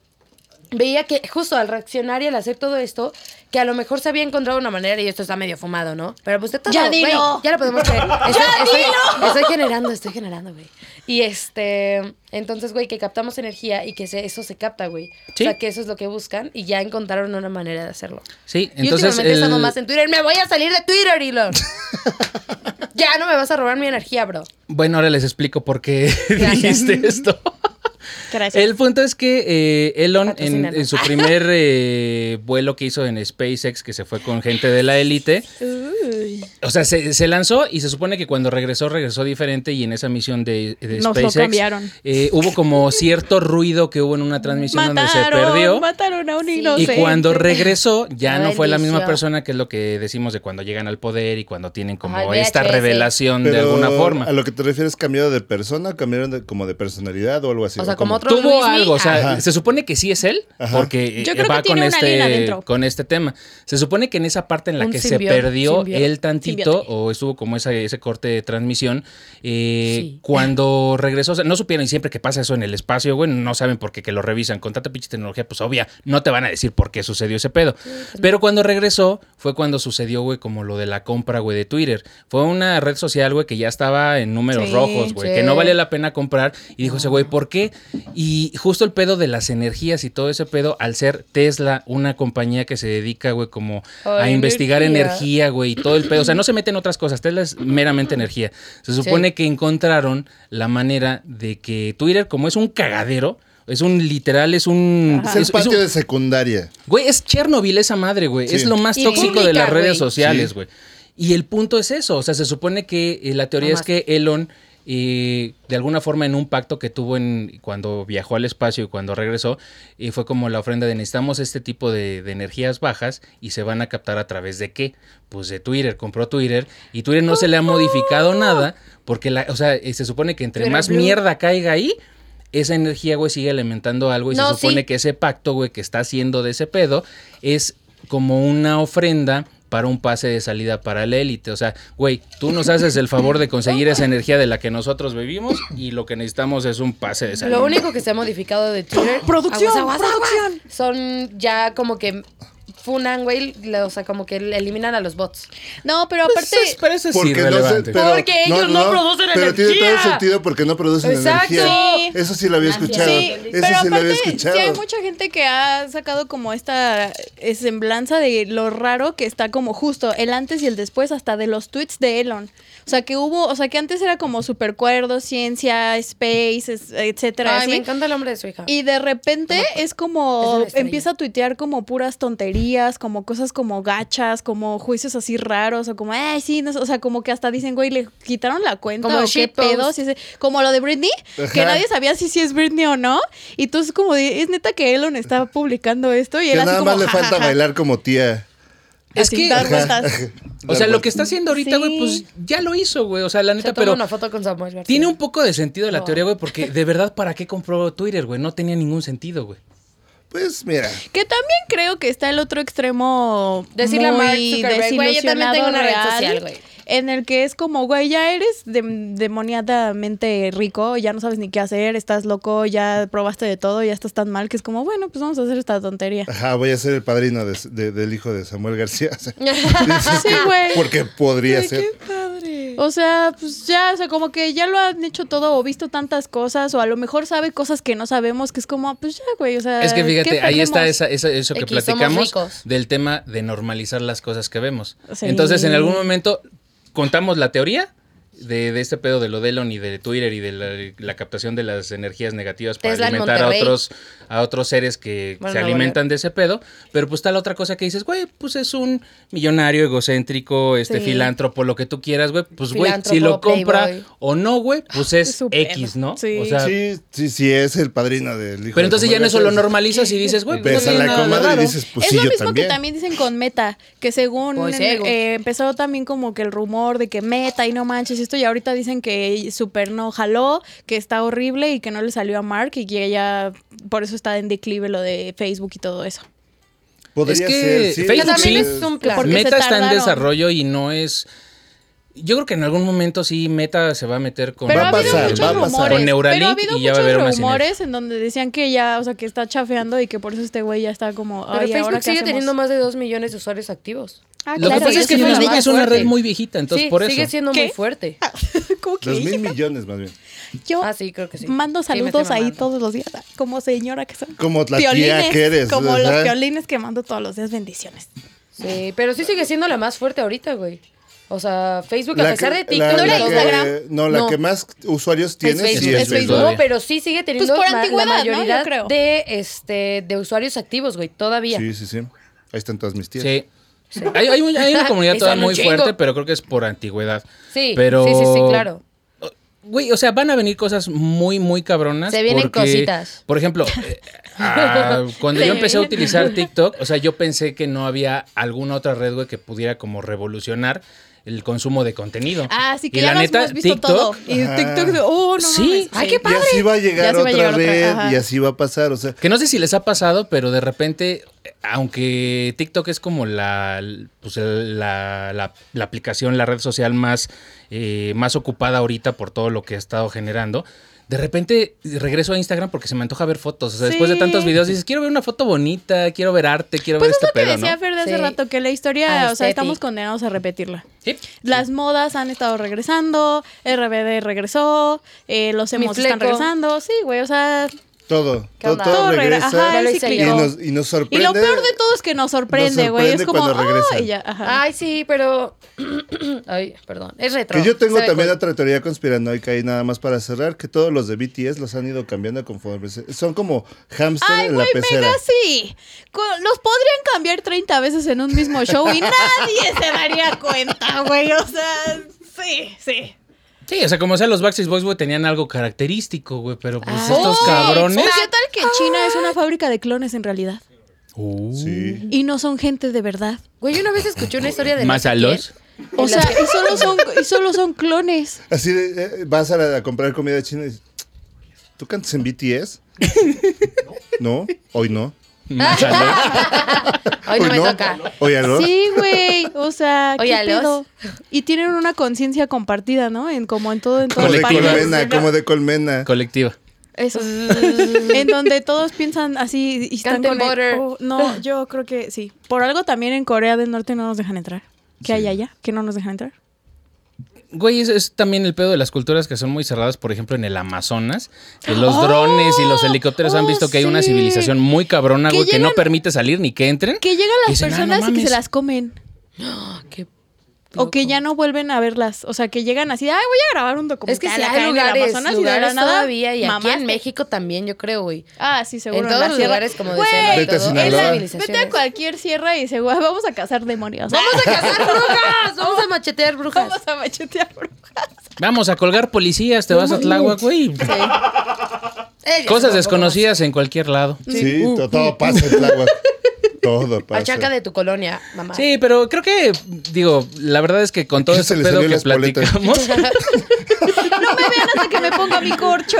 [SPEAKER 1] veía que justo al reaccionar y al hacer todo esto, que a lo mejor se había encontrado una manera y esto está medio fumado, ¿no? Pero pues de todo,
[SPEAKER 4] ¡Ya
[SPEAKER 1] güey,
[SPEAKER 4] dilo!
[SPEAKER 1] ya lo podemos creer. Estoy, estoy- estoy generando, estoy generando, güey. Y este, entonces, güey, que captamos energía y que se- eso se capta, güey.
[SPEAKER 2] Sí.
[SPEAKER 1] O sea, que eso es lo que buscan y ya encontraron una manera de hacerlo.
[SPEAKER 2] Sí,
[SPEAKER 1] Yo
[SPEAKER 2] entonces.
[SPEAKER 1] últimamente he estado
[SPEAKER 2] el-
[SPEAKER 1] más en Twitter. Me voy a salir de Twitter, Elon. ya no me vas a robar mi energía, bro.
[SPEAKER 2] Bueno, ahora les explico por qué
[SPEAKER 1] Gracias.
[SPEAKER 2] dijiste esto.
[SPEAKER 4] Gracias.
[SPEAKER 2] El punto es que eh, Elon, en,
[SPEAKER 1] Patrocínanos.
[SPEAKER 2] en su primer eh, vuelo que hizo en SpaceX, que se fue con gente de la élite,
[SPEAKER 4] Uy.
[SPEAKER 2] o sea, se, se lanzó y se supone que cuando regresó, regresó diferente y en esa misión de, de
[SPEAKER 4] Nos lo
[SPEAKER 2] SpaceX
[SPEAKER 4] cambiaron.
[SPEAKER 2] eh, hubo como cierto ruido que hubo en una transmisión donde se perdió.
[SPEAKER 4] Mataron, mataron a un
[SPEAKER 1] Sí.
[SPEAKER 2] Y
[SPEAKER 4] inocente.
[SPEAKER 2] cuando regresó, ya
[SPEAKER 1] La
[SPEAKER 2] no fue la misma
[SPEAKER 1] bendición.
[SPEAKER 2] persona que es lo que decimos de cuando llegan al poder y cuando tienen como
[SPEAKER 1] Ajá, el
[SPEAKER 2] esta
[SPEAKER 1] VHS.
[SPEAKER 2] revelación de
[SPEAKER 3] Pero,
[SPEAKER 2] alguna
[SPEAKER 3] ¿A
[SPEAKER 2] forma.
[SPEAKER 3] lo que te refieres cambiado de persona? ¿Cambiaron de- como de personalidad o algo así?
[SPEAKER 1] O sea, como
[SPEAKER 3] cómo?
[SPEAKER 1] otro-
[SPEAKER 2] Tuvo
[SPEAKER 1] Luismi,
[SPEAKER 2] algo, o sea,
[SPEAKER 3] ajá.
[SPEAKER 2] se supone que sí es él,
[SPEAKER 3] Ajá.
[SPEAKER 2] porque eh,
[SPEAKER 4] Yo creo
[SPEAKER 2] va
[SPEAKER 4] que tiene
[SPEAKER 2] con,
[SPEAKER 4] una alien
[SPEAKER 2] este,
[SPEAKER 4] adentro.
[SPEAKER 2] con este tema. Se supone que en esa parte en la
[SPEAKER 1] Un
[SPEAKER 2] que
[SPEAKER 1] simbionte,
[SPEAKER 2] se perdió
[SPEAKER 1] simbionte.
[SPEAKER 2] él tantito,
[SPEAKER 4] Simbionte.
[SPEAKER 2] o estuvo como esa- ese corte de transmisión, eh,
[SPEAKER 1] Sí.
[SPEAKER 2] cuando regresó, o sea, no supieron y siempre que pasa eso en el espacio, güey, no saben por qué que lo revisan. Con tanta pinche tecnología, pues obvia, no te van a decir por qué sucedió ese pedo. Pero cuando regresó, fue cuando sucedió, güey, como lo de la compra, güey, de Twitter. Fue una red social, güey, que ya estaba en números
[SPEAKER 4] Sí,
[SPEAKER 2] rojos, güey,
[SPEAKER 1] sí.
[SPEAKER 2] que no valía la pena comprar. Y dijo ese güey, ¿por qué? Y justo el pedo de las energías y todo ese pedo, al ser Tesla, una compañía que se dedica, güey, como a
[SPEAKER 1] Ay,
[SPEAKER 2] investigar
[SPEAKER 1] Oh, energía.
[SPEAKER 2] energía energía, güey, y todo el pedo. O sea, no se meten otras cosas. Tesla es meramente energía. Se supone
[SPEAKER 1] Sí.
[SPEAKER 2] que encontraron la manera de que Twitter, como es un cagadero, es un literal, es un.
[SPEAKER 3] Es el
[SPEAKER 2] es- es
[SPEAKER 3] patio
[SPEAKER 2] un-
[SPEAKER 3] de secundaria.
[SPEAKER 2] Güey, es Chernobyl esa madre, güey.
[SPEAKER 3] Sí.
[SPEAKER 2] Es lo más
[SPEAKER 1] Y
[SPEAKER 2] tóxico
[SPEAKER 1] pública,
[SPEAKER 2] de las redes
[SPEAKER 1] güey.
[SPEAKER 2] sociales,
[SPEAKER 3] Sí.
[SPEAKER 2] güey. Y el punto es eso. O sea, se supone que eh, la teoría
[SPEAKER 1] Nomás.
[SPEAKER 2] es que Elon, eh, de alguna forma, en un pacto que tuvo en cuando viajó al espacio y cuando regresó, eh, fue como la ofrenda de necesitamos este tipo de, de energías bajas y se van a captar a través de qué? Pues de Twitter. Compró Twitter y Twitter no se le ha modificado nada porque, la, o sea, eh, se supone que entre
[SPEAKER 1] Twitter
[SPEAKER 2] más
[SPEAKER 1] Blue.
[SPEAKER 2] mierda caiga ahí. Esa energía, güey, sigue alimentando algo y
[SPEAKER 1] No,
[SPEAKER 2] se supone
[SPEAKER 1] sí.
[SPEAKER 2] que ese pacto, güey, que está haciendo de ese pedo es como una ofrenda para un pase de salida para la élite. O sea, güey, tú nos haces el favor de conseguir esa energía de la que nosotros bebimos y lo que necesitamos es un pase de salida.
[SPEAKER 1] Lo único que se ha modificado de Twitter.
[SPEAKER 4] Producción, producción.
[SPEAKER 1] Son ya como que funan, güey, la- o sea, como que eliminan a los bots.
[SPEAKER 4] No, pero
[SPEAKER 2] Pues
[SPEAKER 4] aparte.
[SPEAKER 2] es- pero eso es
[SPEAKER 3] Porque no se-
[SPEAKER 2] irrelevante.
[SPEAKER 3] pero-
[SPEAKER 1] Porque ellos no producen
[SPEAKER 3] Pero tiene todo el
[SPEAKER 1] energía.
[SPEAKER 3] sentido porque no producen
[SPEAKER 1] Exacto.
[SPEAKER 3] energía. Eso sí lo había
[SPEAKER 1] Gracias.
[SPEAKER 3] escuchado.
[SPEAKER 4] Sí,
[SPEAKER 3] Eso
[SPEAKER 4] pero
[SPEAKER 3] sí lo había
[SPEAKER 4] aparte, sí
[SPEAKER 3] escuchado.
[SPEAKER 4] hay mucha gente que ha sacado como esta eh, semblanza de lo raro que está como justo el antes y el después hasta de los tweets de Elon. O sea, que hubo, o sea, que antes era como supercuerdo, ciencia, space, es- etcétera,
[SPEAKER 1] Ay,
[SPEAKER 4] así.
[SPEAKER 1] me encanta el hombre de su hija.
[SPEAKER 4] Y de repente es
[SPEAKER 1] Es
[SPEAKER 4] como
[SPEAKER 1] una estrella.
[SPEAKER 4] empieza a tuitear como puras tonterías, como cosas como gachas, como juicios así raros, o como, ay, sí, no sé", o sea, como que hasta dicen, güey, le quitaron la cuenta,
[SPEAKER 1] Como
[SPEAKER 4] o qué
[SPEAKER 1] shitpost.
[SPEAKER 4] pedo, si es- como lo de Britney, que
[SPEAKER 3] Ajá.
[SPEAKER 4] nadie sabía si sí es Britney o no. Y tú es como, de, es neta que Elon está publicando esto y
[SPEAKER 3] Que
[SPEAKER 4] él así
[SPEAKER 3] nada
[SPEAKER 4] como,
[SPEAKER 3] más le
[SPEAKER 4] "Ja,
[SPEAKER 3] falta
[SPEAKER 4] ja, ja",
[SPEAKER 3] bailar como tía.
[SPEAKER 2] Es
[SPEAKER 4] así,
[SPEAKER 2] que-
[SPEAKER 4] dar
[SPEAKER 2] Ajá.
[SPEAKER 4] vueltas.
[SPEAKER 2] O sea, lo que está haciendo ahorita, güey,
[SPEAKER 4] Sí.
[SPEAKER 2] pues ya lo hizo, güey. O sea, la
[SPEAKER 1] Se
[SPEAKER 2] neta,
[SPEAKER 1] toma
[SPEAKER 2] pero
[SPEAKER 1] una foto con Samuel García.
[SPEAKER 2] tiene un poco de sentido la
[SPEAKER 1] No.
[SPEAKER 2] teoría, güey, porque de verdad, ¿para qué compró Twitter, güey? No tenía ningún sentido, güey.
[SPEAKER 3] Pues mira,
[SPEAKER 4] Que también creo que está el otro extremo.
[SPEAKER 1] Decirle a
[SPEAKER 4] muy
[SPEAKER 1] Mark Zuckerberg, güey, yo también tengo una red
[SPEAKER 4] desilusionado
[SPEAKER 1] social, güey.
[SPEAKER 4] En el que es como, güey, ya eres dem- demoniadamente rico, ya no sabes ni qué hacer, estás loco, ya probaste de todo, ya estás tan mal que es como, bueno, pues vamos a hacer esta tontería.
[SPEAKER 3] ajá, voy a ser el padrino de- de- del hijo de Samuel García.
[SPEAKER 4] Sí, güey.
[SPEAKER 3] Porque podría ser.
[SPEAKER 2] padre.
[SPEAKER 4] O sea, pues ya, o sea, como que ya lo han hecho todo o visto tantas cosas o a lo mejor sabe cosas que no sabemos que es como, pues ya, güey, o sea.
[SPEAKER 2] Es que
[SPEAKER 4] ¿qué
[SPEAKER 2] fíjate, ahí está
[SPEAKER 4] perdemos?
[SPEAKER 2] esa- esa- eso que
[SPEAKER 1] X, somos
[SPEAKER 2] platicamos
[SPEAKER 1] ricos.
[SPEAKER 2] del tema de normalizar las cosas que vemos.
[SPEAKER 4] Sí.
[SPEAKER 2] Entonces, en algún momento contamos la teoría de, de este pedo de lo de Elon y de Twitter y de la, la captación de las energías negativas para
[SPEAKER 1] Tesla en
[SPEAKER 2] alimentar a
[SPEAKER 1] Monterrey.
[SPEAKER 2] otros, a otros seres que
[SPEAKER 1] Bueno,
[SPEAKER 2] se
[SPEAKER 1] no,
[SPEAKER 2] alimentan de ese pedo. Pero pues está la otra cosa que dices, güey, pues es un millonario egocéntrico, este
[SPEAKER 4] Sí.
[SPEAKER 2] filántropo, lo que tú quieras, güey. Pues güey, si lo
[SPEAKER 1] Filántropo,
[SPEAKER 2] compra
[SPEAKER 1] playboy.
[SPEAKER 2] o no, güey, pues es
[SPEAKER 4] su pedo.
[SPEAKER 2] X, ¿no?
[SPEAKER 4] Sí.
[SPEAKER 2] O sea,
[SPEAKER 3] Sí, sí, sí, es el padrino del hijo
[SPEAKER 2] pero
[SPEAKER 3] de
[SPEAKER 2] entonces ya
[SPEAKER 3] Samuel
[SPEAKER 2] en eso lo
[SPEAKER 3] García.
[SPEAKER 2] normalizas y dices, güey, pues no
[SPEAKER 3] Ves a
[SPEAKER 2] tiene
[SPEAKER 3] la
[SPEAKER 2] nada de
[SPEAKER 3] comadre y
[SPEAKER 2] raro.
[SPEAKER 3] dices, pues
[SPEAKER 4] es
[SPEAKER 3] sí,
[SPEAKER 4] lo
[SPEAKER 3] yo
[SPEAKER 4] mismo
[SPEAKER 3] también.
[SPEAKER 4] que también dicen con Meta, que según
[SPEAKER 1] Pues, ego.
[SPEAKER 4] eh, empezó también como que el rumor de que Meta y no manches esto y ahorita dicen que super no jaló, que está horrible y que no le salió a Mark y que ella por eso está en declive lo de Facebook y todo eso.
[SPEAKER 3] Podría
[SPEAKER 2] Es que
[SPEAKER 3] ser, sí.
[SPEAKER 2] Facebook
[SPEAKER 1] Que también
[SPEAKER 2] sí.
[SPEAKER 1] es un plan.
[SPEAKER 4] Porque se
[SPEAKER 2] Meta está en
[SPEAKER 4] tardaron.
[SPEAKER 2] desarrollo y no es. Yo creo que en algún momento sí Meta se va a meter con.
[SPEAKER 4] Pero
[SPEAKER 3] Va
[SPEAKER 4] ha
[SPEAKER 3] a
[SPEAKER 4] habido
[SPEAKER 3] pasar, va
[SPEAKER 4] muchos
[SPEAKER 3] a pasar.
[SPEAKER 4] rumores.
[SPEAKER 2] Con
[SPEAKER 4] pero ha
[SPEAKER 2] Neuralink
[SPEAKER 4] habido
[SPEAKER 2] y ya va a haber una
[SPEAKER 4] muchos
[SPEAKER 2] sinergia.
[SPEAKER 4] rumores en donde decían que ya, o sea, que está chafeando y que por eso este güey ya está como.
[SPEAKER 1] Pero
[SPEAKER 4] "Ay, ¿ahora
[SPEAKER 1] Facebook
[SPEAKER 4] qué
[SPEAKER 1] sigue
[SPEAKER 4] hacemos?".
[SPEAKER 1] teniendo más de 2 millones de usuarios activos.
[SPEAKER 4] Ah,
[SPEAKER 2] Lo
[SPEAKER 4] claro,
[SPEAKER 2] que pasa
[SPEAKER 4] sigue
[SPEAKER 2] es
[SPEAKER 1] sí,
[SPEAKER 2] que
[SPEAKER 4] siendo
[SPEAKER 2] Facebook
[SPEAKER 1] sí,
[SPEAKER 2] es
[SPEAKER 1] sí.
[SPEAKER 2] una
[SPEAKER 1] fuerte.
[SPEAKER 2] red muy viejita, entonces
[SPEAKER 1] sí,
[SPEAKER 2] por eso.
[SPEAKER 1] sigue siendo
[SPEAKER 4] ¿Qué? Ah,
[SPEAKER 1] muy fuerte.
[SPEAKER 4] ¿Cómo que
[SPEAKER 3] Dos mil
[SPEAKER 4] dije?
[SPEAKER 3] millones más bien.
[SPEAKER 4] Yo
[SPEAKER 1] Ah, sí, creo que sí.
[SPEAKER 4] oh. mando
[SPEAKER 1] Sí,
[SPEAKER 4] saludos
[SPEAKER 1] me estoy
[SPEAKER 4] ahí
[SPEAKER 1] mamando.
[SPEAKER 4] todos los días, ah, como señora que soy.
[SPEAKER 3] Como la
[SPEAKER 4] Piolines,
[SPEAKER 3] tía que eres.
[SPEAKER 4] Como los
[SPEAKER 3] ¿verdad?
[SPEAKER 4] violines que mando todos los días, bendiciones.
[SPEAKER 1] Sí, pero sí sigue siendo la más fuerte ahorita, güey. O sea, Facebook,
[SPEAKER 3] La
[SPEAKER 1] a pesar
[SPEAKER 3] que-
[SPEAKER 1] de TikTok,
[SPEAKER 3] la-
[SPEAKER 1] y
[SPEAKER 3] la
[SPEAKER 1] todo,
[SPEAKER 3] que-
[SPEAKER 1] Instagram.
[SPEAKER 3] No, la que más usuarios tiene
[SPEAKER 1] es
[SPEAKER 3] sí
[SPEAKER 1] Facebook,
[SPEAKER 3] es
[SPEAKER 4] es Facebook.
[SPEAKER 3] Facebook.
[SPEAKER 1] No, pero sí sigue teniendo
[SPEAKER 4] Pues por
[SPEAKER 1] ma-
[SPEAKER 4] antigüedad,
[SPEAKER 1] la
[SPEAKER 4] ¿no? Yo
[SPEAKER 1] mayoría
[SPEAKER 4] creo.
[SPEAKER 1] de, este, de usuarios activos, güey, todavía.
[SPEAKER 3] Sí, sí, sí. Ahí están todas mis tías.
[SPEAKER 2] Sí. Hay, hay un- hay una comunidad
[SPEAKER 1] Y
[SPEAKER 2] todavía
[SPEAKER 1] son un
[SPEAKER 2] muy
[SPEAKER 1] chingo.
[SPEAKER 2] fuerte, pero creo que es por antigüedad.
[SPEAKER 1] Sí,
[SPEAKER 2] pero...
[SPEAKER 1] sí, sí, sí, claro.
[SPEAKER 2] Güey, o sea, van a venir cosas muy, muy cabronas.
[SPEAKER 1] Se vienen cositas.
[SPEAKER 2] Por ejemplo, eh, ah, cuando
[SPEAKER 4] Se
[SPEAKER 2] yo empecé a
[SPEAKER 4] vienen.
[SPEAKER 2] utilizar TikTok, o sea, yo pensé que no había alguna otra red, güey, que pudiera como revolucionar el consumo de contenido.
[SPEAKER 4] Ah, sí, que
[SPEAKER 2] Y
[SPEAKER 4] ya
[SPEAKER 2] la
[SPEAKER 4] lo
[SPEAKER 2] neta,
[SPEAKER 4] hemos visto
[SPEAKER 2] TikTok,
[SPEAKER 4] todo. Y
[SPEAKER 3] Ajá.
[SPEAKER 4] TikTok, de, oh, no
[SPEAKER 2] Sí.
[SPEAKER 4] mames.
[SPEAKER 1] Ay, qué
[SPEAKER 3] Y
[SPEAKER 1] padre.
[SPEAKER 3] así va a llegar
[SPEAKER 4] Ya se va a
[SPEAKER 3] otra
[SPEAKER 4] llegar otra,
[SPEAKER 3] red
[SPEAKER 4] ajá.
[SPEAKER 3] y así va a pasar. O sea,
[SPEAKER 2] Que no sé si les ha pasado, pero de repente, eh, aunque TikTok es como la, pues, el- la, la- la aplicación, la red social más, eh, más ocupada ahorita por todo lo que ha estado generando, de repente regreso a Instagram porque se me antoja ver fotos. O sea, después de
[SPEAKER 4] Sí.
[SPEAKER 2] tantos videos dices, quiero ver una foto bonita, quiero ver arte, quiero
[SPEAKER 4] Pues
[SPEAKER 2] ver
[SPEAKER 4] es
[SPEAKER 2] este
[SPEAKER 4] lo que
[SPEAKER 2] pedo,
[SPEAKER 4] decía
[SPEAKER 2] ¿no?
[SPEAKER 4] Fer de hace
[SPEAKER 1] Sí.
[SPEAKER 4] rato, que la historia, o sea,
[SPEAKER 1] Aesthetic.
[SPEAKER 4] estamos condenados a repetirla.
[SPEAKER 2] Sí.
[SPEAKER 4] Las modas han estado regresando, RBD regresó, eh, los
[SPEAKER 1] Mi
[SPEAKER 4] emos están
[SPEAKER 1] fleco.
[SPEAKER 4] regresando, sí, güey, o sea,
[SPEAKER 3] todo.
[SPEAKER 1] ¿Qué
[SPEAKER 3] Todo,
[SPEAKER 1] onda?
[SPEAKER 3] todo
[SPEAKER 4] Todo regra-
[SPEAKER 3] regresa.
[SPEAKER 4] ajá,
[SPEAKER 1] el
[SPEAKER 3] y,
[SPEAKER 1] ciclo.
[SPEAKER 3] nos, y nos
[SPEAKER 4] y
[SPEAKER 3] sorprende.
[SPEAKER 4] lo peor de todo es que nos sorprende,
[SPEAKER 3] Nos
[SPEAKER 4] güey, es
[SPEAKER 3] sorprende
[SPEAKER 4] como,
[SPEAKER 3] cuando
[SPEAKER 4] oh,
[SPEAKER 3] regresan.
[SPEAKER 4] y ya, ajá.
[SPEAKER 1] Ay, sí, pero. Ay, perdón. Es retro.
[SPEAKER 3] Que yo tengo
[SPEAKER 1] Se ve
[SPEAKER 3] también
[SPEAKER 1] cool.
[SPEAKER 3] otra teoría conspiranoica y nada más para cerrar, que todos los de BTS los han ido cambiando conforme. se- Son como hámster
[SPEAKER 4] Ay,
[SPEAKER 3] en la
[SPEAKER 4] güey,
[SPEAKER 3] pecera.
[SPEAKER 4] mega sí. Co- Los podrían cambiar 30 veces en un mismo show y nadie se daría cuenta, güey. O sea, sí, sí.
[SPEAKER 2] Sí, o sea, como sea, los Backstreet Boys, güey, tenían algo característico, güey, pero pues
[SPEAKER 1] Ah.
[SPEAKER 2] estos
[SPEAKER 1] Oh,
[SPEAKER 2] cabrones...
[SPEAKER 4] ¿O qué tal que China es una fábrica de clones en realidad?
[SPEAKER 2] Uh.
[SPEAKER 3] Sí.
[SPEAKER 4] Y no son gente de verdad.
[SPEAKER 1] Güey, yo una vez escuché una historia de. no
[SPEAKER 2] Más
[SPEAKER 1] sé
[SPEAKER 2] a
[SPEAKER 1] quién,
[SPEAKER 2] los.
[SPEAKER 1] en
[SPEAKER 4] O
[SPEAKER 1] la
[SPEAKER 4] sea,
[SPEAKER 1] que-
[SPEAKER 4] y solo son, y solo son clones.
[SPEAKER 3] Así de, eh, vas a, la- a comprar comida china y dices, ¿tú cantas en BTS? no, hoy no.
[SPEAKER 1] Hoy no
[SPEAKER 3] Pues
[SPEAKER 1] me toca.
[SPEAKER 3] Hoy aló.
[SPEAKER 4] Sí, güey. O sea, ¿qué
[SPEAKER 1] Oye, los-
[SPEAKER 4] pedo? Y tienen una conciencia compartida, ¿no? En como en todo, en
[SPEAKER 3] Como
[SPEAKER 4] todas
[SPEAKER 3] de
[SPEAKER 2] Colectiva.
[SPEAKER 4] partes.
[SPEAKER 3] colmena, como de colmena.
[SPEAKER 2] Colectiva.
[SPEAKER 4] Eso. en donde todos piensan así y están
[SPEAKER 1] Canten
[SPEAKER 4] con el-
[SPEAKER 1] butter.
[SPEAKER 4] oh, No, yo creo que sí. Por algo también en Corea del Norte no nos dejan entrar. ¿Qué hay allá? ¿Que no nos dejan entrar?
[SPEAKER 2] Güey, es, es también el pedo de las culturas que son muy cerradas, por ejemplo, en el Amazonas. que los
[SPEAKER 4] ¡Oh!
[SPEAKER 2] drones y los helicópteros han
[SPEAKER 4] ¡Oh,
[SPEAKER 2] visto que hay una
[SPEAKER 4] sí!
[SPEAKER 2] civilización muy cabrona,
[SPEAKER 4] Que
[SPEAKER 2] güey, que no
[SPEAKER 4] llegan-
[SPEAKER 2] permite salir ni que entren.
[SPEAKER 4] Que llegan
[SPEAKER 2] Y
[SPEAKER 4] las
[SPEAKER 2] dicen, "Ah, no
[SPEAKER 4] personas y que se
[SPEAKER 2] mames".
[SPEAKER 4] las comen.
[SPEAKER 1] Qué
[SPEAKER 4] O que ya no vuelven a verlas. O sea, que llegan así, ay, voy a grabar un documental.
[SPEAKER 1] Es que si
[SPEAKER 4] acá
[SPEAKER 1] hay
[SPEAKER 4] en el
[SPEAKER 1] lugares,
[SPEAKER 4] Amazonas", y de la
[SPEAKER 1] lugares
[SPEAKER 4] nada,
[SPEAKER 1] todavía y aquí
[SPEAKER 4] mamaste.
[SPEAKER 1] en México también, yo creo, güey.
[SPEAKER 4] Ah, sí, seguro.
[SPEAKER 1] En todos
[SPEAKER 4] la
[SPEAKER 1] los
[SPEAKER 4] sierra.
[SPEAKER 1] lugares, como
[SPEAKER 4] Güey,
[SPEAKER 1] decían,
[SPEAKER 3] Vete a
[SPEAKER 1] todo-
[SPEAKER 3] Sinaloa.
[SPEAKER 4] en la-
[SPEAKER 1] civilizaciones.
[SPEAKER 4] Vete a cualquier sierra y dice, "Güey, vamos a cazar demonios.
[SPEAKER 1] Vamos a cazar brujas, vamos a machetear brujas.
[SPEAKER 4] Vamos a machetear brujas.
[SPEAKER 2] Vamos a colgar policías, te vas a Tláhuac, güey.
[SPEAKER 1] Eh,
[SPEAKER 2] Cosas
[SPEAKER 1] tampoco.
[SPEAKER 2] desconocidas en cualquier lado.
[SPEAKER 3] Sí, to- todo pasa en Tláhuac. Todo pasa.
[SPEAKER 1] Machaca de tu colonia, mamá.
[SPEAKER 2] Sí, pero creo que, digo, la verdad es que con todo
[SPEAKER 3] Se
[SPEAKER 2] ese
[SPEAKER 3] le
[SPEAKER 2] pedo
[SPEAKER 3] salió
[SPEAKER 2] que
[SPEAKER 3] las boletas.
[SPEAKER 2] platicamos,
[SPEAKER 4] No me vean hasta que me ponga mi corcho.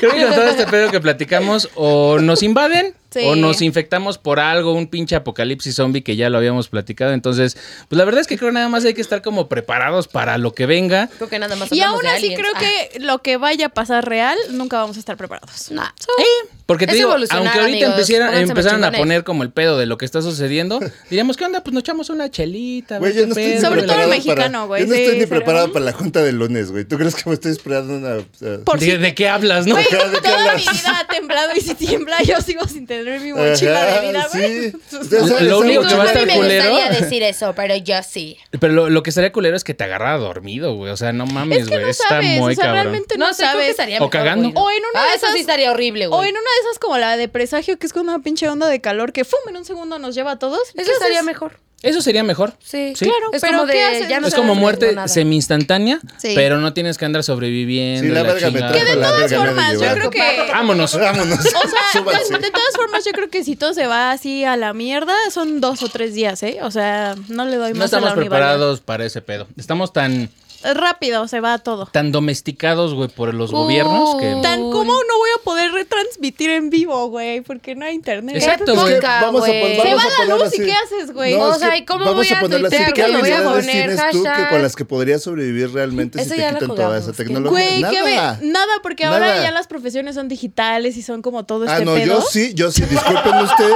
[SPEAKER 2] creo que con todo este pedo que platicamos, o nos invaden,
[SPEAKER 4] Sí.
[SPEAKER 2] o nos infectamos por algo, un pinche apocalipsis zombie que ya lo habíamos platicado. Entonces, pues la verdad es que creo nada más hay que estar como preparados para lo que venga.
[SPEAKER 1] Creo que nada más
[SPEAKER 2] Pues
[SPEAKER 4] Y
[SPEAKER 1] hablamos
[SPEAKER 4] aún
[SPEAKER 1] de
[SPEAKER 4] así
[SPEAKER 1] aliens.
[SPEAKER 4] creo
[SPEAKER 2] Ah.
[SPEAKER 4] que lo que vaya a pasar real, nunca vamos a estar preparados.
[SPEAKER 1] Ah, no.
[SPEAKER 2] Eh, porque te
[SPEAKER 1] Es
[SPEAKER 2] digo,
[SPEAKER 1] evolucionar,
[SPEAKER 2] aunque ahorita
[SPEAKER 1] amigos.
[SPEAKER 2] empezaran,
[SPEAKER 1] Pónganse
[SPEAKER 2] empezaran a
[SPEAKER 1] chingones.
[SPEAKER 2] poner como el pedo de lo que está sucediendo, diríamos, ¿qué onda? Pues nos echamos una chelita.
[SPEAKER 3] Güey,
[SPEAKER 2] ver
[SPEAKER 3] yo
[SPEAKER 2] qué
[SPEAKER 3] no estoy
[SPEAKER 2] pedo,
[SPEAKER 3] ni
[SPEAKER 4] Sobre todo el
[SPEAKER 3] preparado
[SPEAKER 4] mexicano,
[SPEAKER 3] para-
[SPEAKER 4] güey,
[SPEAKER 3] Yo no
[SPEAKER 4] sí,
[SPEAKER 3] estoy ni
[SPEAKER 4] pero-
[SPEAKER 3] preparado para la junta del lunes, güey. ¿Tú crees que me estoy esperando una... o sea,
[SPEAKER 4] Por
[SPEAKER 2] ¿De,
[SPEAKER 4] si
[SPEAKER 2] de qué hablas, no?
[SPEAKER 3] Ajá, ¿de qué
[SPEAKER 4] toda mi
[SPEAKER 3] hablas?
[SPEAKER 4] vida ha temblado y si tiembla yo sigo sin tener mi mochila
[SPEAKER 3] Ajá,
[SPEAKER 4] de vida, güey.
[SPEAKER 3] sí. Ya sabes,
[SPEAKER 2] Lo
[SPEAKER 3] esa
[SPEAKER 2] único que va a
[SPEAKER 3] mochila
[SPEAKER 2] estar
[SPEAKER 1] me
[SPEAKER 3] de-
[SPEAKER 2] culero.
[SPEAKER 1] gustaría decir eso, pero yo sí.
[SPEAKER 2] Pero lo, lo que estaría culero es que te agarrara dormido, güey. O sea, no mames,
[SPEAKER 4] Es que
[SPEAKER 2] güey.
[SPEAKER 4] no
[SPEAKER 2] Está
[SPEAKER 4] sabes,
[SPEAKER 2] muy
[SPEAKER 4] o sea,
[SPEAKER 2] cabrón.
[SPEAKER 4] realmente no,
[SPEAKER 1] sé, creo que
[SPEAKER 4] sabes.
[SPEAKER 1] estaría
[SPEAKER 2] O
[SPEAKER 1] mejor,
[SPEAKER 2] cagando.
[SPEAKER 1] güey.
[SPEAKER 4] O en una
[SPEAKER 1] Ah,
[SPEAKER 4] de
[SPEAKER 1] eso
[SPEAKER 4] esas-
[SPEAKER 1] sí estaría horrible,
[SPEAKER 4] O
[SPEAKER 1] güey.
[SPEAKER 4] en una de esas como la de presagio, que es con una pinche onda de calor que fum en un segundo nos lleva a todos.
[SPEAKER 1] Eso estaría mejor.
[SPEAKER 2] Eso sería mejor.
[SPEAKER 1] Sí,
[SPEAKER 2] Sí.
[SPEAKER 1] claro. Es
[SPEAKER 4] Pero
[SPEAKER 1] como
[SPEAKER 4] ¿qué
[SPEAKER 1] de,
[SPEAKER 4] haces?
[SPEAKER 1] ya no
[SPEAKER 2] es como
[SPEAKER 1] sabes
[SPEAKER 2] muerte
[SPEAKER 1] nada.
[SPEAKER 2] semi-instantánea,
[SPEAKER 4] Sí.
[SPEAKER 2] pero no tienes que andar sobreviviendo.
[SPEAKER 3] Sí, la verga me
[SPEAKER 2] chingada.
[SPEAKER 3] trajo,
[SPEAKER 4] Que de
[SPEAKER 3] la
[SPEAKER 4] todas
[SPEAKER 3] verga me
[SPEAKER 4] formas,
[SPEAKER 3] ha de
[SPEAKER 4] yo
[SPEAKER 3] llevar.
[SPEAKER 4] creo que-
[SPEAKER 1] Ah,
[SPEAKER 2] Vámonos.
[SPEAKER 3] Vámonos.
[SPEAKER 4] O sea,
[SPEAKER 3] Súbanse.
[SPEAKER 4] de, de todas formas, yo creo que si todo se va así a la mierda, son dos o tres días, ¿eh? O sea, no le doy
[SPEAKER 2] No
[SPEAKER 4] más a
[SPEAKER 2] estamos
[SPEAKER 4] la univariedad.
[SPEAKER 2] preparados para ese pedo. Estamos tan,
[SPEAKER 4] Rápido se va todo.
[SPEAKER 2] tan domesticados, güey, por los gobiernos que...
[SPEAKER 4] Uh, Tan como no voy a poder retransmitir en vivo, güey, porque no hay internet.
[SPEAKER 2] Exacto,
[SPEAKER 3] Es que
[SPEAKER 2] güey.
[SPEAKER 1] Nunca,
[SPEAKER 3] vamos a
[SPEAKER 1] güey.
[SPEAKER 3] pon-
[SPEAKER 1] Se
[SPEAKER 3] vamos
[SPEAKER 4] va
[SPEAKER 3] a
[SPEAKER 4] la
[SPEAKER 3] poner
[SPEAKER 4] luz y
[SPEAKER 3] así.
[SPEAKER 4] ¿qué haces, güey?
[SPEAKER 1] O
[SPEAKER 3] es
[SPEAKER 1] sea,
[SPEAKER 3] que
[SPEAKER 1] ¿y cómo
[SPEAKER 3] vamos
[SPEAKER 1] voy a
[SPEAKER 3] ponerlo así.
[SPEAKER 1] tuitear
[SPEAKER 3] ¿Qué
[SPEAKER 1] que le voy a
[SPEAKER 3] habilidades
[SPEAKER 1] poner
[SPEAKER 3] tienes tú que
[SPEAKER 1] hashtag?
[SPEAKER 3] con las que podrías sobrevivir realmente
[SPEAKER 1] Eso
[SPEAKER 3] si te
[SPEAKER 1] ya lo
[SPEAKER 3] quitan toda
[SPEAKER 1] jugamos,
[SPEAKER 3] esa
[SPEAKER 1] que-
[SPEAKER 3] tecnología?
[SPEAKER 4] Güey, qué ve-
[SPEAKER 3] Nada.
[SPEAKER 4] nada, porque ahora
[SPEAKER 3] Nada.
[SPEAKER 4] ya las profesiones son digitales y son como todo este
[SPEAKER 3] Ah, no,
[SPEAKER 4] pedo.
[SPEAKER 3] yo sí, yo sí, disculpen usted,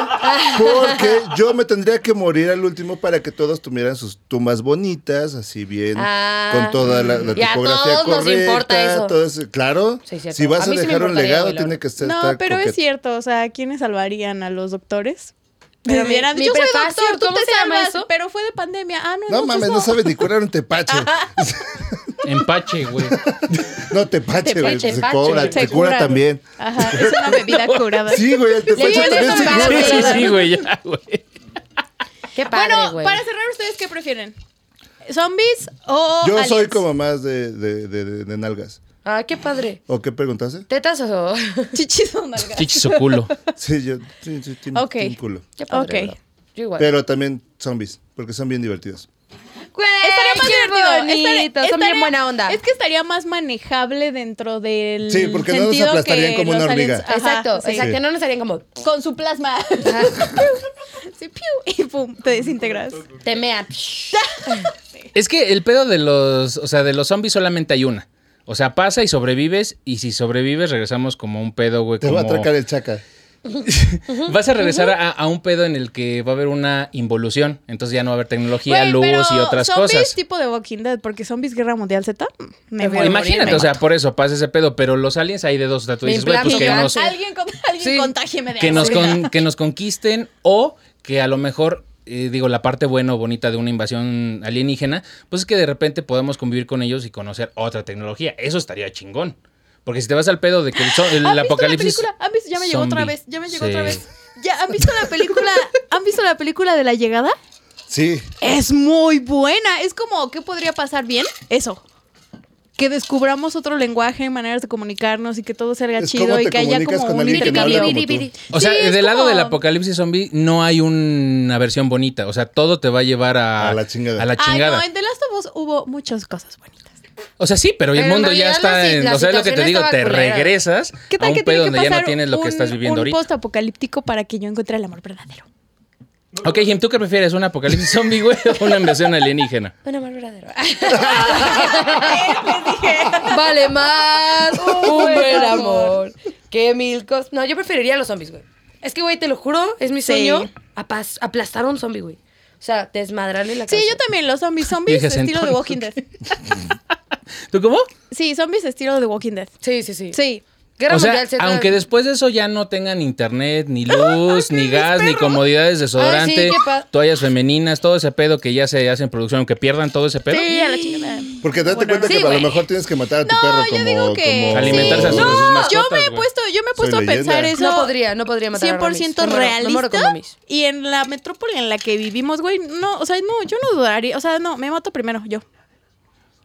[SPEAKER 3] porque yo me tendría que morir al último para que todos tuvieran sus tumbas bonitas, así bien,
[SPEAKER 1] Ah.
[SPEAKER 3] con toda la, la
[SPEAKER 1] Y a
[SPEAKER 3] tipografía
[SPEAKER 1] todos nos importa
[SPEAKER 3] correcta,
[SPEAKER 1] eso.
[SPEAKER 3] todo eso. Claro,
[SPEAKER 1] Sí, cierto.
[SPEAKER 3] si vas
[SPEAKER 1] A
[SPEAKER 3] a,
[SPEAKER 1] mí sí me
[SPEAKER 3] dejar un
[SPEAKER 1] importaría,
[SPEAKER 3] legado,
[SPEAKER 1] güey, la
[SPEAKER 3] tiene que estar
[SPEAKER 4] No,
[SPEAKER 3] estar
[SPEAKER 4] pero es
[SPEAKER 3] coqueto.
[SPEAKER 4] cierto, o sea, ¿quiénes salvarían a los doctores?
[SPEAKER 1] Pero
[SPEAKER 4] Me hubieran
[SPEAKER 1] mi-
[SPEAKER 4] dicho,
[SPEAKER 1] mi
[SPEAKER 4] soy
[SPEAKER 1] prefacio,
[SPEAKER 4] doctor, tú
[SPEAKER 1] ¿cómo
[SPEAKER 4] te
[SPEAKER 1] se llama
[SPEAKER 4] salvas,
[SPEAKER 1] eso?
[SPEAKER 4] pero fue de pandemia. Ah, no,
[SPEAKER 3] No
[SPEAKER 4] entonces
[SPEAKER 3] mames, no.
[SPEAKER 4] no.
[SPEAKER 3] sabes ni curar un tepache.
[SPEAKER 2] Empache, güey.
[SPEAKER 3] no, tepache, güey,
[SPEAKER 1] Tepache,
[SPEAKER 3] se
[SPEAKER 1] empache,
[SPEAKER 3] cobra,
[SPEAKER 1] güey.
[SPEAKER 3] se
[SPEAKER 4] Se
[SPEAKER 3] cura
[SPEAKER 4] curan.
[SPEAKER 3] también.
[SPEAKER 4] Ajá, es una bebida curada.
[SPEAKER 3] Sí, güey, el tepache
[SPEAKER 1] pones
[SPEAKER 3] también
[SPEAKER 1] un
[SPEAKER 3] se cura.
[SPEAKER 2] Sí, sí,
[SPEAKER 1] paraguas.
[SPEAKER 2] sí, güey, ya, güey.
[SPEAKER 1] Qué padre,
[SPEAKER 4] bueno,
[SPEAKER 1] güey.
[SPEAKER 4] para cerrar, ¿ustedes qué prefieren? ¿Zombies o
[SPEAKER 3] Yo
[SPEAKER 4] aliens?
[SPEAKER 3] soy como más de, de, de, de- de nalgas.
[SPEAKER 1] Ah, qué padre.
[SPEAKER 3] ¿O qué preguntaste?
[SPEAKER 1] ¿Tetas o...?
[SPEAKER 4] Chichis o nalgas.
[SPEAKER 2] Chichis su culo.
[SPEAKER 3] Sí, yo, sí, sí, team-
[SPEAKER 4] Ok.
[SPEAKER 3] team culo.
[SPEAKER 1] Qué padre,
[SPEAKER 4] Ok.
[SPEAKER 1] bro. Yo igual.
[SPEAKER 3] Pero también zombies, porque son bien divertidos.
[SPEAKER 1] Güey,
[SPEAKER 4] Estaría más
[SPEAKER 1] qué
[SPEAKER 4] divertido.
[SPEAKER 1] bonito,
[SPEAKER 4] estaría-
[SPEAKER 1] Son
[SPEAKER 4] estaría-
[SPEAKER 1] bien buena onda.
[SPEAKER 4] Es que estaría más manejable dentro del
[SPEAKER 3] Sí, porque no nos
[SPEAKER 4] sentido
[SPEAKER 3] aplastarían
[SPEAKER 4] que
[SPEAKER 3] como una
[SPEAKER 4] los
[SPEAKER 3] hormiga.
[SPEAKER 4] aliens- Ajá,
[SPEAKER 1] Exacto,
[SPEAKER 4] sí.
[SPEAKER 1] exacto.
[SPEAKER 3] Sí.
[SPEAKER 1] No nos harían como...
[SPEAKER 4] Con su plasma. sí, piu, y pum, te desintegras.
[SPEAKER 1] Te mean.
[SPEAKER 2] Es que el pedo de los, o sea, de los zombies solamente hay una. O sea, pasa y sobrevives, y si sobrevives regresamos como un pedo, güey.
[SPEAKER 3] Te va a
[SPEAKER 2] como-
[SPEAKER 3] atracar el chaca.
[SPEAKER 2] Vas a regresar a, a un pedo en el que va a haber una involución. Entonces ya no va a haber tecnología,
[SPEAKER 4] Güey,
[SPEAKER 2] luz y
[SPEAKER 4] pero
[SPEAKER 2] otras
[SPEAKER 4] zombies
[SPEAKER 2] cosas.
[SPEAKER 4] tipo de Walking Dead, porque zombies Guerra Mundial Z, mm,
[SPEAKER 1] voy
[SPEAKER 4] me
[SPEAKER 1] a
[SPEAKER 4] muero.
[SPEAKER 2] Imagínate,
[SPEAKER 1] morirme.
[SPEAKER 2] o sea, por eso pasa ese pedo. Pero los aliens hay de dos. O sea, tú
[SPEAKER 1] Me
[SPEAKER 2] dices, güey,
[SPEAKER 1] implan
[SPEAKER 2] pues
[SPEAKER 1] mi
[SPEAKER 2] que
[SPEAKER 1] gan-
[SPEAKER 2] nos,
[SPEAKER 4] Alguien, con- alguien
[SPEAKER 1] Sí.
[SPEAKER 4] contágieme de
[SPEAKER 2] que, nos
[SPEAKER 4] algo.
[SPEAKER 2] con- que nos conquisten o que a lo mejor. eh, digo, la parte buena o bonita de una invasión alienígena, pues es que de repente podamos convivir con ellos y conocer otra tecnología. Eso estaría chingón. Porque si te vas al pedo de que el, so- el
[SPEAKER 4] ¿Han visto la
[SPEAKER 2] apocalipsis.
[SPEAKER 4] película? ¿Han visto? Ya me llegó otra
[SPEAKER 2] zombie.
[SPEAKER 4] vez, ya me llegó
[SPEAKER 2] Sí.
[SPEAKER 4] otra vez. Ya, ¿Han visto la película? ¿Han visto la película de la llegada?
[SPEAKER 3] Sí.
[SPEAKER 4] Es muy buena. Es como, ¿qué podría pasar bien? Eso. Que descubramos otro lenguaje, maneras de comunicarnos y que todo salga
[SPEAKER 3] Es
[SPEAKER 4] chido
[SPEAKER 3] como
[SPEAKER 4] y
[SPEAKER 3] te
[SPEAKER 4] que haya
[SPEAKER 3] comunicas
[SPEAKER 4] como
[SPEAKER 3] con
[SPEAKER 4] un
[SPEAKER 3] alguien que no habla
[SPEAKER 4] intercambio.
[SPEAKER 3] como
[SPEAKER 1] Piripiri.
[SPEAKER 3] tú.
[SPEAKER 2] O
[SPEAKER 4] Sí,
[SPEAKER 2] sea,
[SPEAKER 4] es
[SPEAKER 2] del lado
[SPEAKER 4] como-
[SPEAKER 2] del apocalipsis zombie no hay una versión bonita. O sea, todo te va a llevar a,
[SPEAKER 3] A la chingada.
[SPEAKER 2] a la
[SPEAKER 4] Ay,
[SPEAKER 2] chingada.
[SPEAKER 4] no, en The Last of Us hubo muchas cosas bonitas.
[SPEAKER 2] O sea, sí, pero, el
[SPEAKER 1] Pero en
[SPEAKER 2] mundo ya
[SPEAKER 1] realidad
[SPEAKER 2] está
[SPEAKER 1] la si-
[SPEAKER 2] en.
[SPEAKER 1] la
[SPEAKER 2] O sea, es lo que te
[SPEAKER 1] situación
[SPEAKER 2] digo,
[SPEAKER 1] estaba
[SPEAKER 2] te
[SPEAKER 1] culera.
[SPEAKER 2] regresas
[SPEAKER 4] ¿Qué
[SPEAKER 2] a
[SPEAKER 4] tal
[SPEAKER 2] un pedo
[SPEAKER 4] que tiene que
[SPEAKER 2] donde ya no
[SPEAKER 4] pasar
[SPEAKER 2] tienes lo que
[SPEAKER 4] un-
[SPEAKER 2] estás viviendo
[SPEAKER 4] un
[SPEAKER 2] ahorita.
[SPEAKER 4] post apocalíptico para que yo encuentre el amor verdadero?
[SPEAKER 2] Ok, Jim, ¿tú qué prefieres? ¿Un apocalipsis zombie, güey? ¿O una invasión alienígena?
[SPEAKER 1] Un amor verdadero.
[SPEAKER 4] Les dije.
[SPEAKER 1] vale más un
[SPEAKER 4] buen
[SPEAKER 1] buen
[SPEAKER 4] amor.
[SPEAKER 1] amor que mil cosas. No, yo preferiría los zombies, güey. Es que, güey, te lo juro, es mi
[SPEAKER 4] Sí.
[SPEAKER 1] sueño apas- aplastar a un zombie, güey. O sea, desmadrarle la
[SPEAKER 4] Sí,
[SPEAKER 1] cabeza.
[SPEAKER 4] yo también, los zombies, zombies
[SPEAKER 2] Viejas
[SPEAKER 4] estilo de
[SPEAKER 2] entonces.
[SPEAKER 4] Walking Dead.
[SPEAKER 2] ¿Tú cómo?
[SPEAKER 4] Sí, zombies estilo de Walking Dead.
[SPEAKER 1] Sí, sí, sí.
[SPEAKER 4] Sí.
[SPEAKER 1] Guerra
[SPEAKER 2] o sea,
[SPEAKER 1] Mundial Z.
[SPEAKER 2] aunque después de eso ya no tengan internet, ni luz, ni gas, ni comodidades de
[SPEAKER 1] Ay, sí,
[SPEAKER 2] desodorante,
[SPEAKER 1] qué pa-
[SPEAKER 2] toallas femeninas, todo ese pedo que ya se hace en producción, aunque pierdan todo ese pedo.
[SPEAKER 4] Sí, a la chingada.
[SPEAKER 3] Porque date
[SPEAKER 4] Bueno,
[SPEAKER 3] cuenta
[SPEAKER 1] sí,
[SPEAKER 3] que a
[SPEAKER 1] güey.
[SPEAKER 3] lo mejor tienes que matar a tu
[SPEAKER 4] No,
[SPEAKER 3] perro como,
[SPEAKER 4] yo digo que
[SPEAKER 3] como-
[SPEAKER 2] Alimentarse a sus-
[SPEAKER 4] no,
[SPEAKER 2] sus mascotas,
[SPEAKER 4] yo me he
[SPEAKER 2] güey.
[SPEAKER 4] puesto, yo me he puesto a
[SPEAKER 3] leyenda.
[SPEAKER 4] pensar eso.
[SPEAKER 1] No podría, no podría matar a Romis.
[SPEAKER 4] 100%
[SPEAKER 1] Me muero- me muero con
[SPEAKER 4] realista.
[SPEAKER 1] Romis.
[SPEAKER 4] y en la metrópoli en la que vivimos, güey, no, o sea, no, yo no dudaría, o sea, no, me mato primero yo.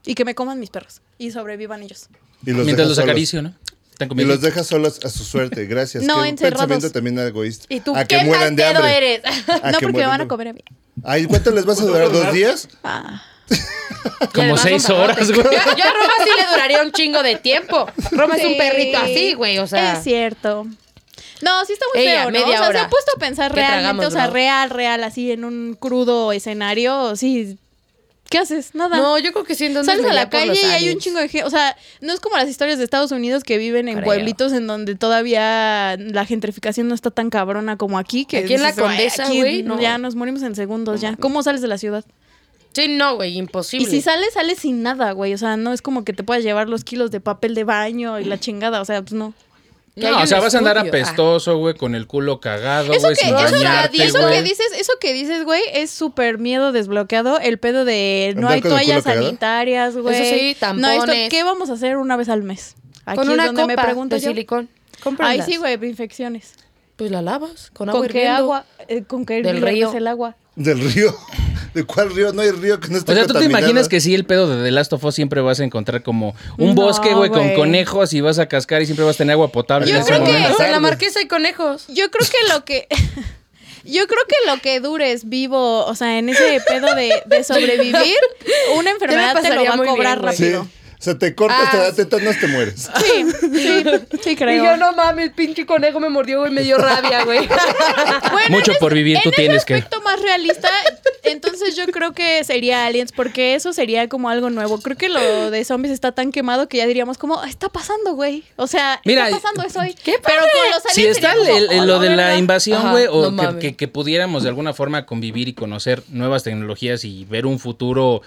[SPEAKER 4] Y que me coman mis perros y sobrevivan ellos.
[SPEAKER 3] Y los
[SPEAKER 2] Mientras
[SPEAKER 3] dejas
[SPEAKER 2] los
[SPEAKER 3] solos.
[SPEAKER 2] acaricio, ¿no? Están
[SPEAKER 3] Y
[SPEAKER 2] comiendo.
[SPEAKER 3] los dejas solos a su suerte, gracias.
[SPEAKER 4] No,
[SPEAKER 3] Qué
[SPEAKER 4] encerrados.
[SPEAKER 3] pensamiento también egoísta.
[SPEAKER 1] ¿Y tú
[SPEAKER 3] a
[SPEAKER 1] qué
[SPEAKER 3] que
[SPEAKER 1] mal
[SPEAKER 3] mueran de
[SPEAKER 1] pedo
[SPEAKER 3] hambre.
[SPEAKER 1] eres?
[SPEAKER 3] A
[SPEAKER 4] no,
[SPEAKER 3] que
[SPEAKER 4] porque me
[SPEAKER 3] mueran
[SPEAKER 4] van
[SPEAKER 3] de-
[SPEAKER 4] a comer a mí.
[SPEAKER 3] Ay, ¿cuánto les vas a durar? ¿Dos días?
[SPEAKER 4] Ah.
[SPEAKER 1] Y
[SPEAKER 2] Como
[SPEAKER 1] además
[SPEAKER 2] seis
[SPEAKER 1] un perrote.
[SPEAKER 2] horas, güey.
[SPEAKER 1] Yo, yo a Roma sí le duraría un chingo de tiempo. Roma es un
[SPEAKER 4] Sí.
[SPEAKER 1] perrito así, güey, o sea.
[SPEAKER 4] Es cierto. No, sí está muy
[SPEAKER 1] Ella,
[SPEAKER 4] feo, ¿no?
[SPEAKER 1] media
[SPEAKER 4] o sea, se
[SPEAKER 1] hora.
[SPEAKER 4] ha puesto a pensar
[SPEAKER 1] Que
[SPEAKER 4] realmente,
[SPEAKER 1] tragamos,
[SPEAKER 4] o sea,
[SPEAKER 1] bro.
[SPEAKER 4] real, real, así en un crudo escenario, sí. ¿Qué haces? Nada.
[SPEAKER 1] No, yo creo que sí. entonces
[SPEAKER 4] Sales
[SPEAKER 1] me
[SPEAKER 4] a
[SPEAKER 1] iría
[SPEAKER 4] la
[SPEAKER 1] por
[SPEAKER 4] calle
[SPEAKER 1] los
[SPEAKER 4] y hay un
[SPEAKER 1] aliens.
[SPEAKER 4] chingo de gente. O sea, no es como las historias de Estados Unidos que viven en
[SPEAKER 1] Creo.
[SPEAKER 4] pueblitos en donde todavía la gentrificación no está tan cabrona como aquí. Que
[SPEAKER 1] Aquí en la
[SPEAKER 4] dices, "Ay,
[SPEAKER 1] Condesa,
[SPEAKER 4] aquí
[SPEAKER 1] güey, no".
[SPEAKER 4] Ya nos morimos en segundos, ya. ¿Cómo sales de la ciudad?
[SPEAKER 1] Sí, no, güey,
[SPEAKER 4] Y
[SPEAKER 1] imposible.
[SPEAKER 4] si sales, sales sin nada, güey. O sea, no es como que te puedas llevar los kilos de papel de baño y la chingada. O sea, pues no.
[SPEAKER 1] Y hay
[SPEAKER 2] No, o
[SPEAKER 1] un
[SPEAKER 2] sea, vas a andar
[SPEAKER 1] estudio. Ah.
[SPEAKER 2] apestoso, güey, con el culo cagado,
[SPEAKER 4] Eso
[SPEAKER 2] güey,
[SPEAKER 4] que,
[SPEAKER 2] sin
[SPEAKER 4] eso, que-
[SPEAKER 2] bañarte,
[SPEAKER 4] eso que
[SPEAKER 2] güey.
[SPEAKER 4] dices, eso que dices, güey, es súper miedo desbloqueado. El pedo de no
[SPEAKER 3] ¿Andar
[SPEAKER 4] hay
[SPEAKER 3] con el culo
[SPEAKER 4] toallas
[SPEAKER 3] pegado?
[SPEAKER 4] sanitarias, güey.
[SPEAKER 1] Eso sí,
[SPEAKER 4] No,
[SPEAKER 1] tampones.
[SPEAKER 4] esto, ¿qué vamos a hacer una vez al mes? Aquí
[SPEAKER 1] con
[SPEAKER 4] es
[SPEAKER 1] una
[SPEAKER 4] donde
[SPEAKER 1] copa
[SPEAKER 4] me pregunto
[SPEAKER 1] de
[SPEAKER 4] yo.
[SPEAKER 1] silicón.
[SPEAKER 4] Ay,
[SPEAKER 1] Cómpralas.
[SPEAKER 4] sí, güey, infecciones.
[SPEAKER 1] Pues la lavas con agua
[SPEAKER 4] ¿Con qué
[SPEAKER 1] hirviendo.
[SPEAKER 4] agua? Eh, ¿Con qué
[SPEAKER 1] Del
[SPEAKER 4] hirviendo
[SPEAKER 1] río.
[SPEAKER 4] es el agua?
[SPEAKER 3] ¿Del río? ¿De cuál río? No hay río que no esté
[SPEAKER 2] O sea, ¿tú te
[SPEAKER 3] contaminado.
[SPEAKER 2] imaginas que sí, el pedo de The Last of Us siempre vas a encontrar como un
[SPEAKER 4] No,
[SPEAKER 2] bosque, güey, con
[SPEAKER 4] güey.
[SPEAKER 2] conejos y vas a cascar y siempre vas a tener agua potable?
[SPEAKER 4] Yo
[SPEAKER 2] en ese
[SPEAKER 4] creo que-
[SPEAKER 2] momento?
[SPEAKER 1] o sea, en la
[SPEAKER 3] Tarde.
[SPEAKER 1] marquesa hay conejos.
[SPEAKER 4] Yo creo que lo que... Yo creo que lo que dures vivo, o sea, en ese pedo de, de sobrevivir, una enfermedad te lo
[SPEAKER 1] pasaría
[SPEAKER 4] va a
[SPEAKER 1] muy
[SPEAKER 4] cobrar
[SPEAKER 1] bien,
[SPEAKER 3] Sí.
[SPEAKER 4] rápido.
[SPEAKER 3] O sea, te cortas,
[SPEAKER 1] Ah.
[SPEAKER 3] te da tetanos, te mueres.
[SPEAKER 2] Ah,
[SPEAKER 4] Sí, sí, sí creo.
[SPEAKER 1] Y yo, no mames, pinche conejo me mordió, güey, me dio rabia, güey.
[SPEAKER 4] Bueno,
[SPEAKER 2] Mucho
[SPEAKER 4] en
[SPEAKER 2] por vivir tú
[SPEAKER 4] en
[SPEAKER 2] tienes
[SPEAKER 4] ese
[SPEAKER 2] que-
[SPEAKER 4] aspecto más realista, entonces yo creo que sería Aliens, porque eso sería como algo nuevo. Creo que lo de zombies está tan quemado que ya diríamos como, "Ah, está pasando, güey. O sea,
[SPEAKER 2] Mira,
[SPEAKER 4] está pasando eso hoy.
[SPEAKER 1] ¿qué
[SPEAKER 4] Pero
[SPEAKER 1] padre?
[SPEAKER 4] con los aliens
[SPEAKER 2] Si está
[SPEAKER 4] sería
[SPEAKER 2] el-
[SPEAKER 4] como,
[SPEAKER 2] el-
[SPEAKER 4] "Oh,
[SPEAKER 2] lo de la
[SPEAKER 4] verga".
[SPEAKER 2] invasión,
[SPEAKER 1] Ajá,
[SPEAKER 2] güey,
[SPEAKER 1] no
[SPEAKER 2] o que-
[SPEAKER 1] mames.
[SPEAKER 2] que, que pudiéramos de alguna forma convivir y conocer nuevas tecnologías y ver un futuro,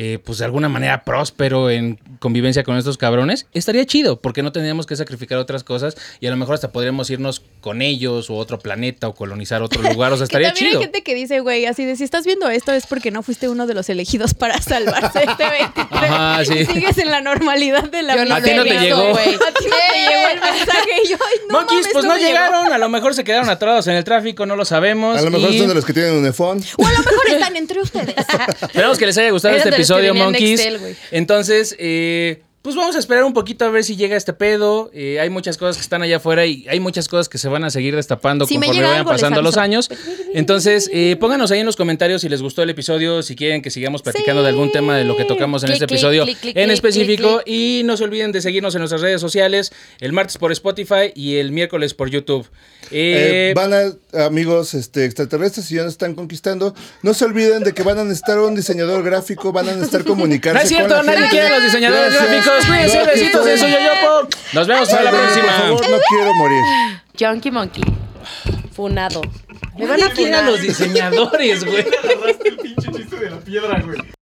[SPEAKER 2] eh, pues de alguna manera próspero en convivencia con estos cabrones, estaría chido, porque no tendríamos que sacrificar otras cosas y a lo mejor hasta podríamos irnos con ellos o otro planeta o colonizar otro lugar, o sea,
[SPEAKER 4] Que
[SPEAKER 2] estaría
[SPEAKER 4] también
[SPEAKER 2] chido.
[SPEAKER 4] hay gente que dice, güey, así de si estás viendo esto es porque no fuiste uno de los elegidos para salvarse este 23.
[SPEAKER 2] Ajá, sí.
[SPEAKER 4] Y Sigues en la normalidad de la
[SPEAKER 1] Yo no
[SPEAKER 2] A ti no te
[SPEAKER 4] miseria.
[SPEAKER 2] llegó.
[SPEAKER 4] A ti no te llegó
[SPEAKER 1] Eh,
[SPEAKER 4] el mensaje. Y yo, "Ay, no
[SPEAKER 2] Monkeys,
[SPEAKER 4] mames,
[SPEAKER 2] pues
[SPEAKER 4] no
[SPEAKER 2] no
[SPEAKER 4] me llegó".
[SPEAKER 2] llegaron, a lo mejor se quedaron atrapados en el tráfico, no lo sabemos.
[SPEAKER 3] A lo mejor
[SPEAKER 2] y
[SPEAKER 3] son de los que tienen un iPhone.
[SPEAKER 4] O a lo mejor están entre ustedes.
[SPEAKER 2] Esperamos que les haya gustado
[SPEAKER 1] Eran
[SPEAKER 2] este
[SPEAKER 1] de los que
[SPEAKER 2] episodio,
[SPEAKER 1] venían en
[SPEAKER 2] Monkeys.
[SPEAKER 1] Excel, güey.
[SPEAKER 2] Entonces, eh, pues vamos a esperar un poquito a ver si llega este pedo. Eh, hay muchas cosas que están allá afuera y hay muchas cosas que se van a seguir destapando
[SPEAKER 4] Si me
[SPEAKER 2] conforme
[SPEAKER 4] llega
[SPEAKER 2] vayan
[SPEAKER 4] algo, les
[SPEAKER 2] pasando los
[SPEAKER 4] aviso.
[SPEAKER 2] años. Entonces, eh, pónganos ahí en los comentarios si les gustó el episodio, si quieren que sigamos platicando de algún tema de lo que tocamos en
[SPEAKER 1] Clic,
[SPEAKER 2] este
[SPEAKER 1] clic,
[SPEAKER 2] episodio
[SPEAKER 1] clic, clic,
[SPEAKER 2] en
[SPEAKER 1] clic,
[SPEAKER 2] específico. Y no se olviden de seguirnos en nuestras redes sociales, el martes por Spotify y el miércoles por YouTube. Eh,
[SPEAKER 3] Eh, van a, amigos este, extraterrestres, si ya nos están conquistando, no se olviden de que van a necesitar un diseñador gráfico, van a necesitar comunicarse.
[SPEAKER 2] No es cierto,
[SPEAKER 3] con la
[SPEAKER 2] nadie
[SPEAKER 3] gente.
[SPEAKER 2] quiere a los diseñadores
[SPEAKER 3] Gracias.
[SPEAKER 2] gráficos. Cuídense,
[SPEAKER 3] No,
[SPEAKER 2] besitos
[SPEAKER 3] estoy-
[SPEAKER 2] en su yoyopo. Nos vemos para la
[SPEAKER 3] Sálvenme,
[SPEAKER 2] próxima.
[SPEAKER 3] Por favor, no quiero morir.
[SPEAKER 1] Junkie Monkey. Funado. Me
[SPEAKER 2] Nadie quiere a
[SPEAKER 1] funar.
[SPEAKER 2] los diseñadores, güey.
[SPEAKER 5] agarraste el pinche chiste de la piedra, güey.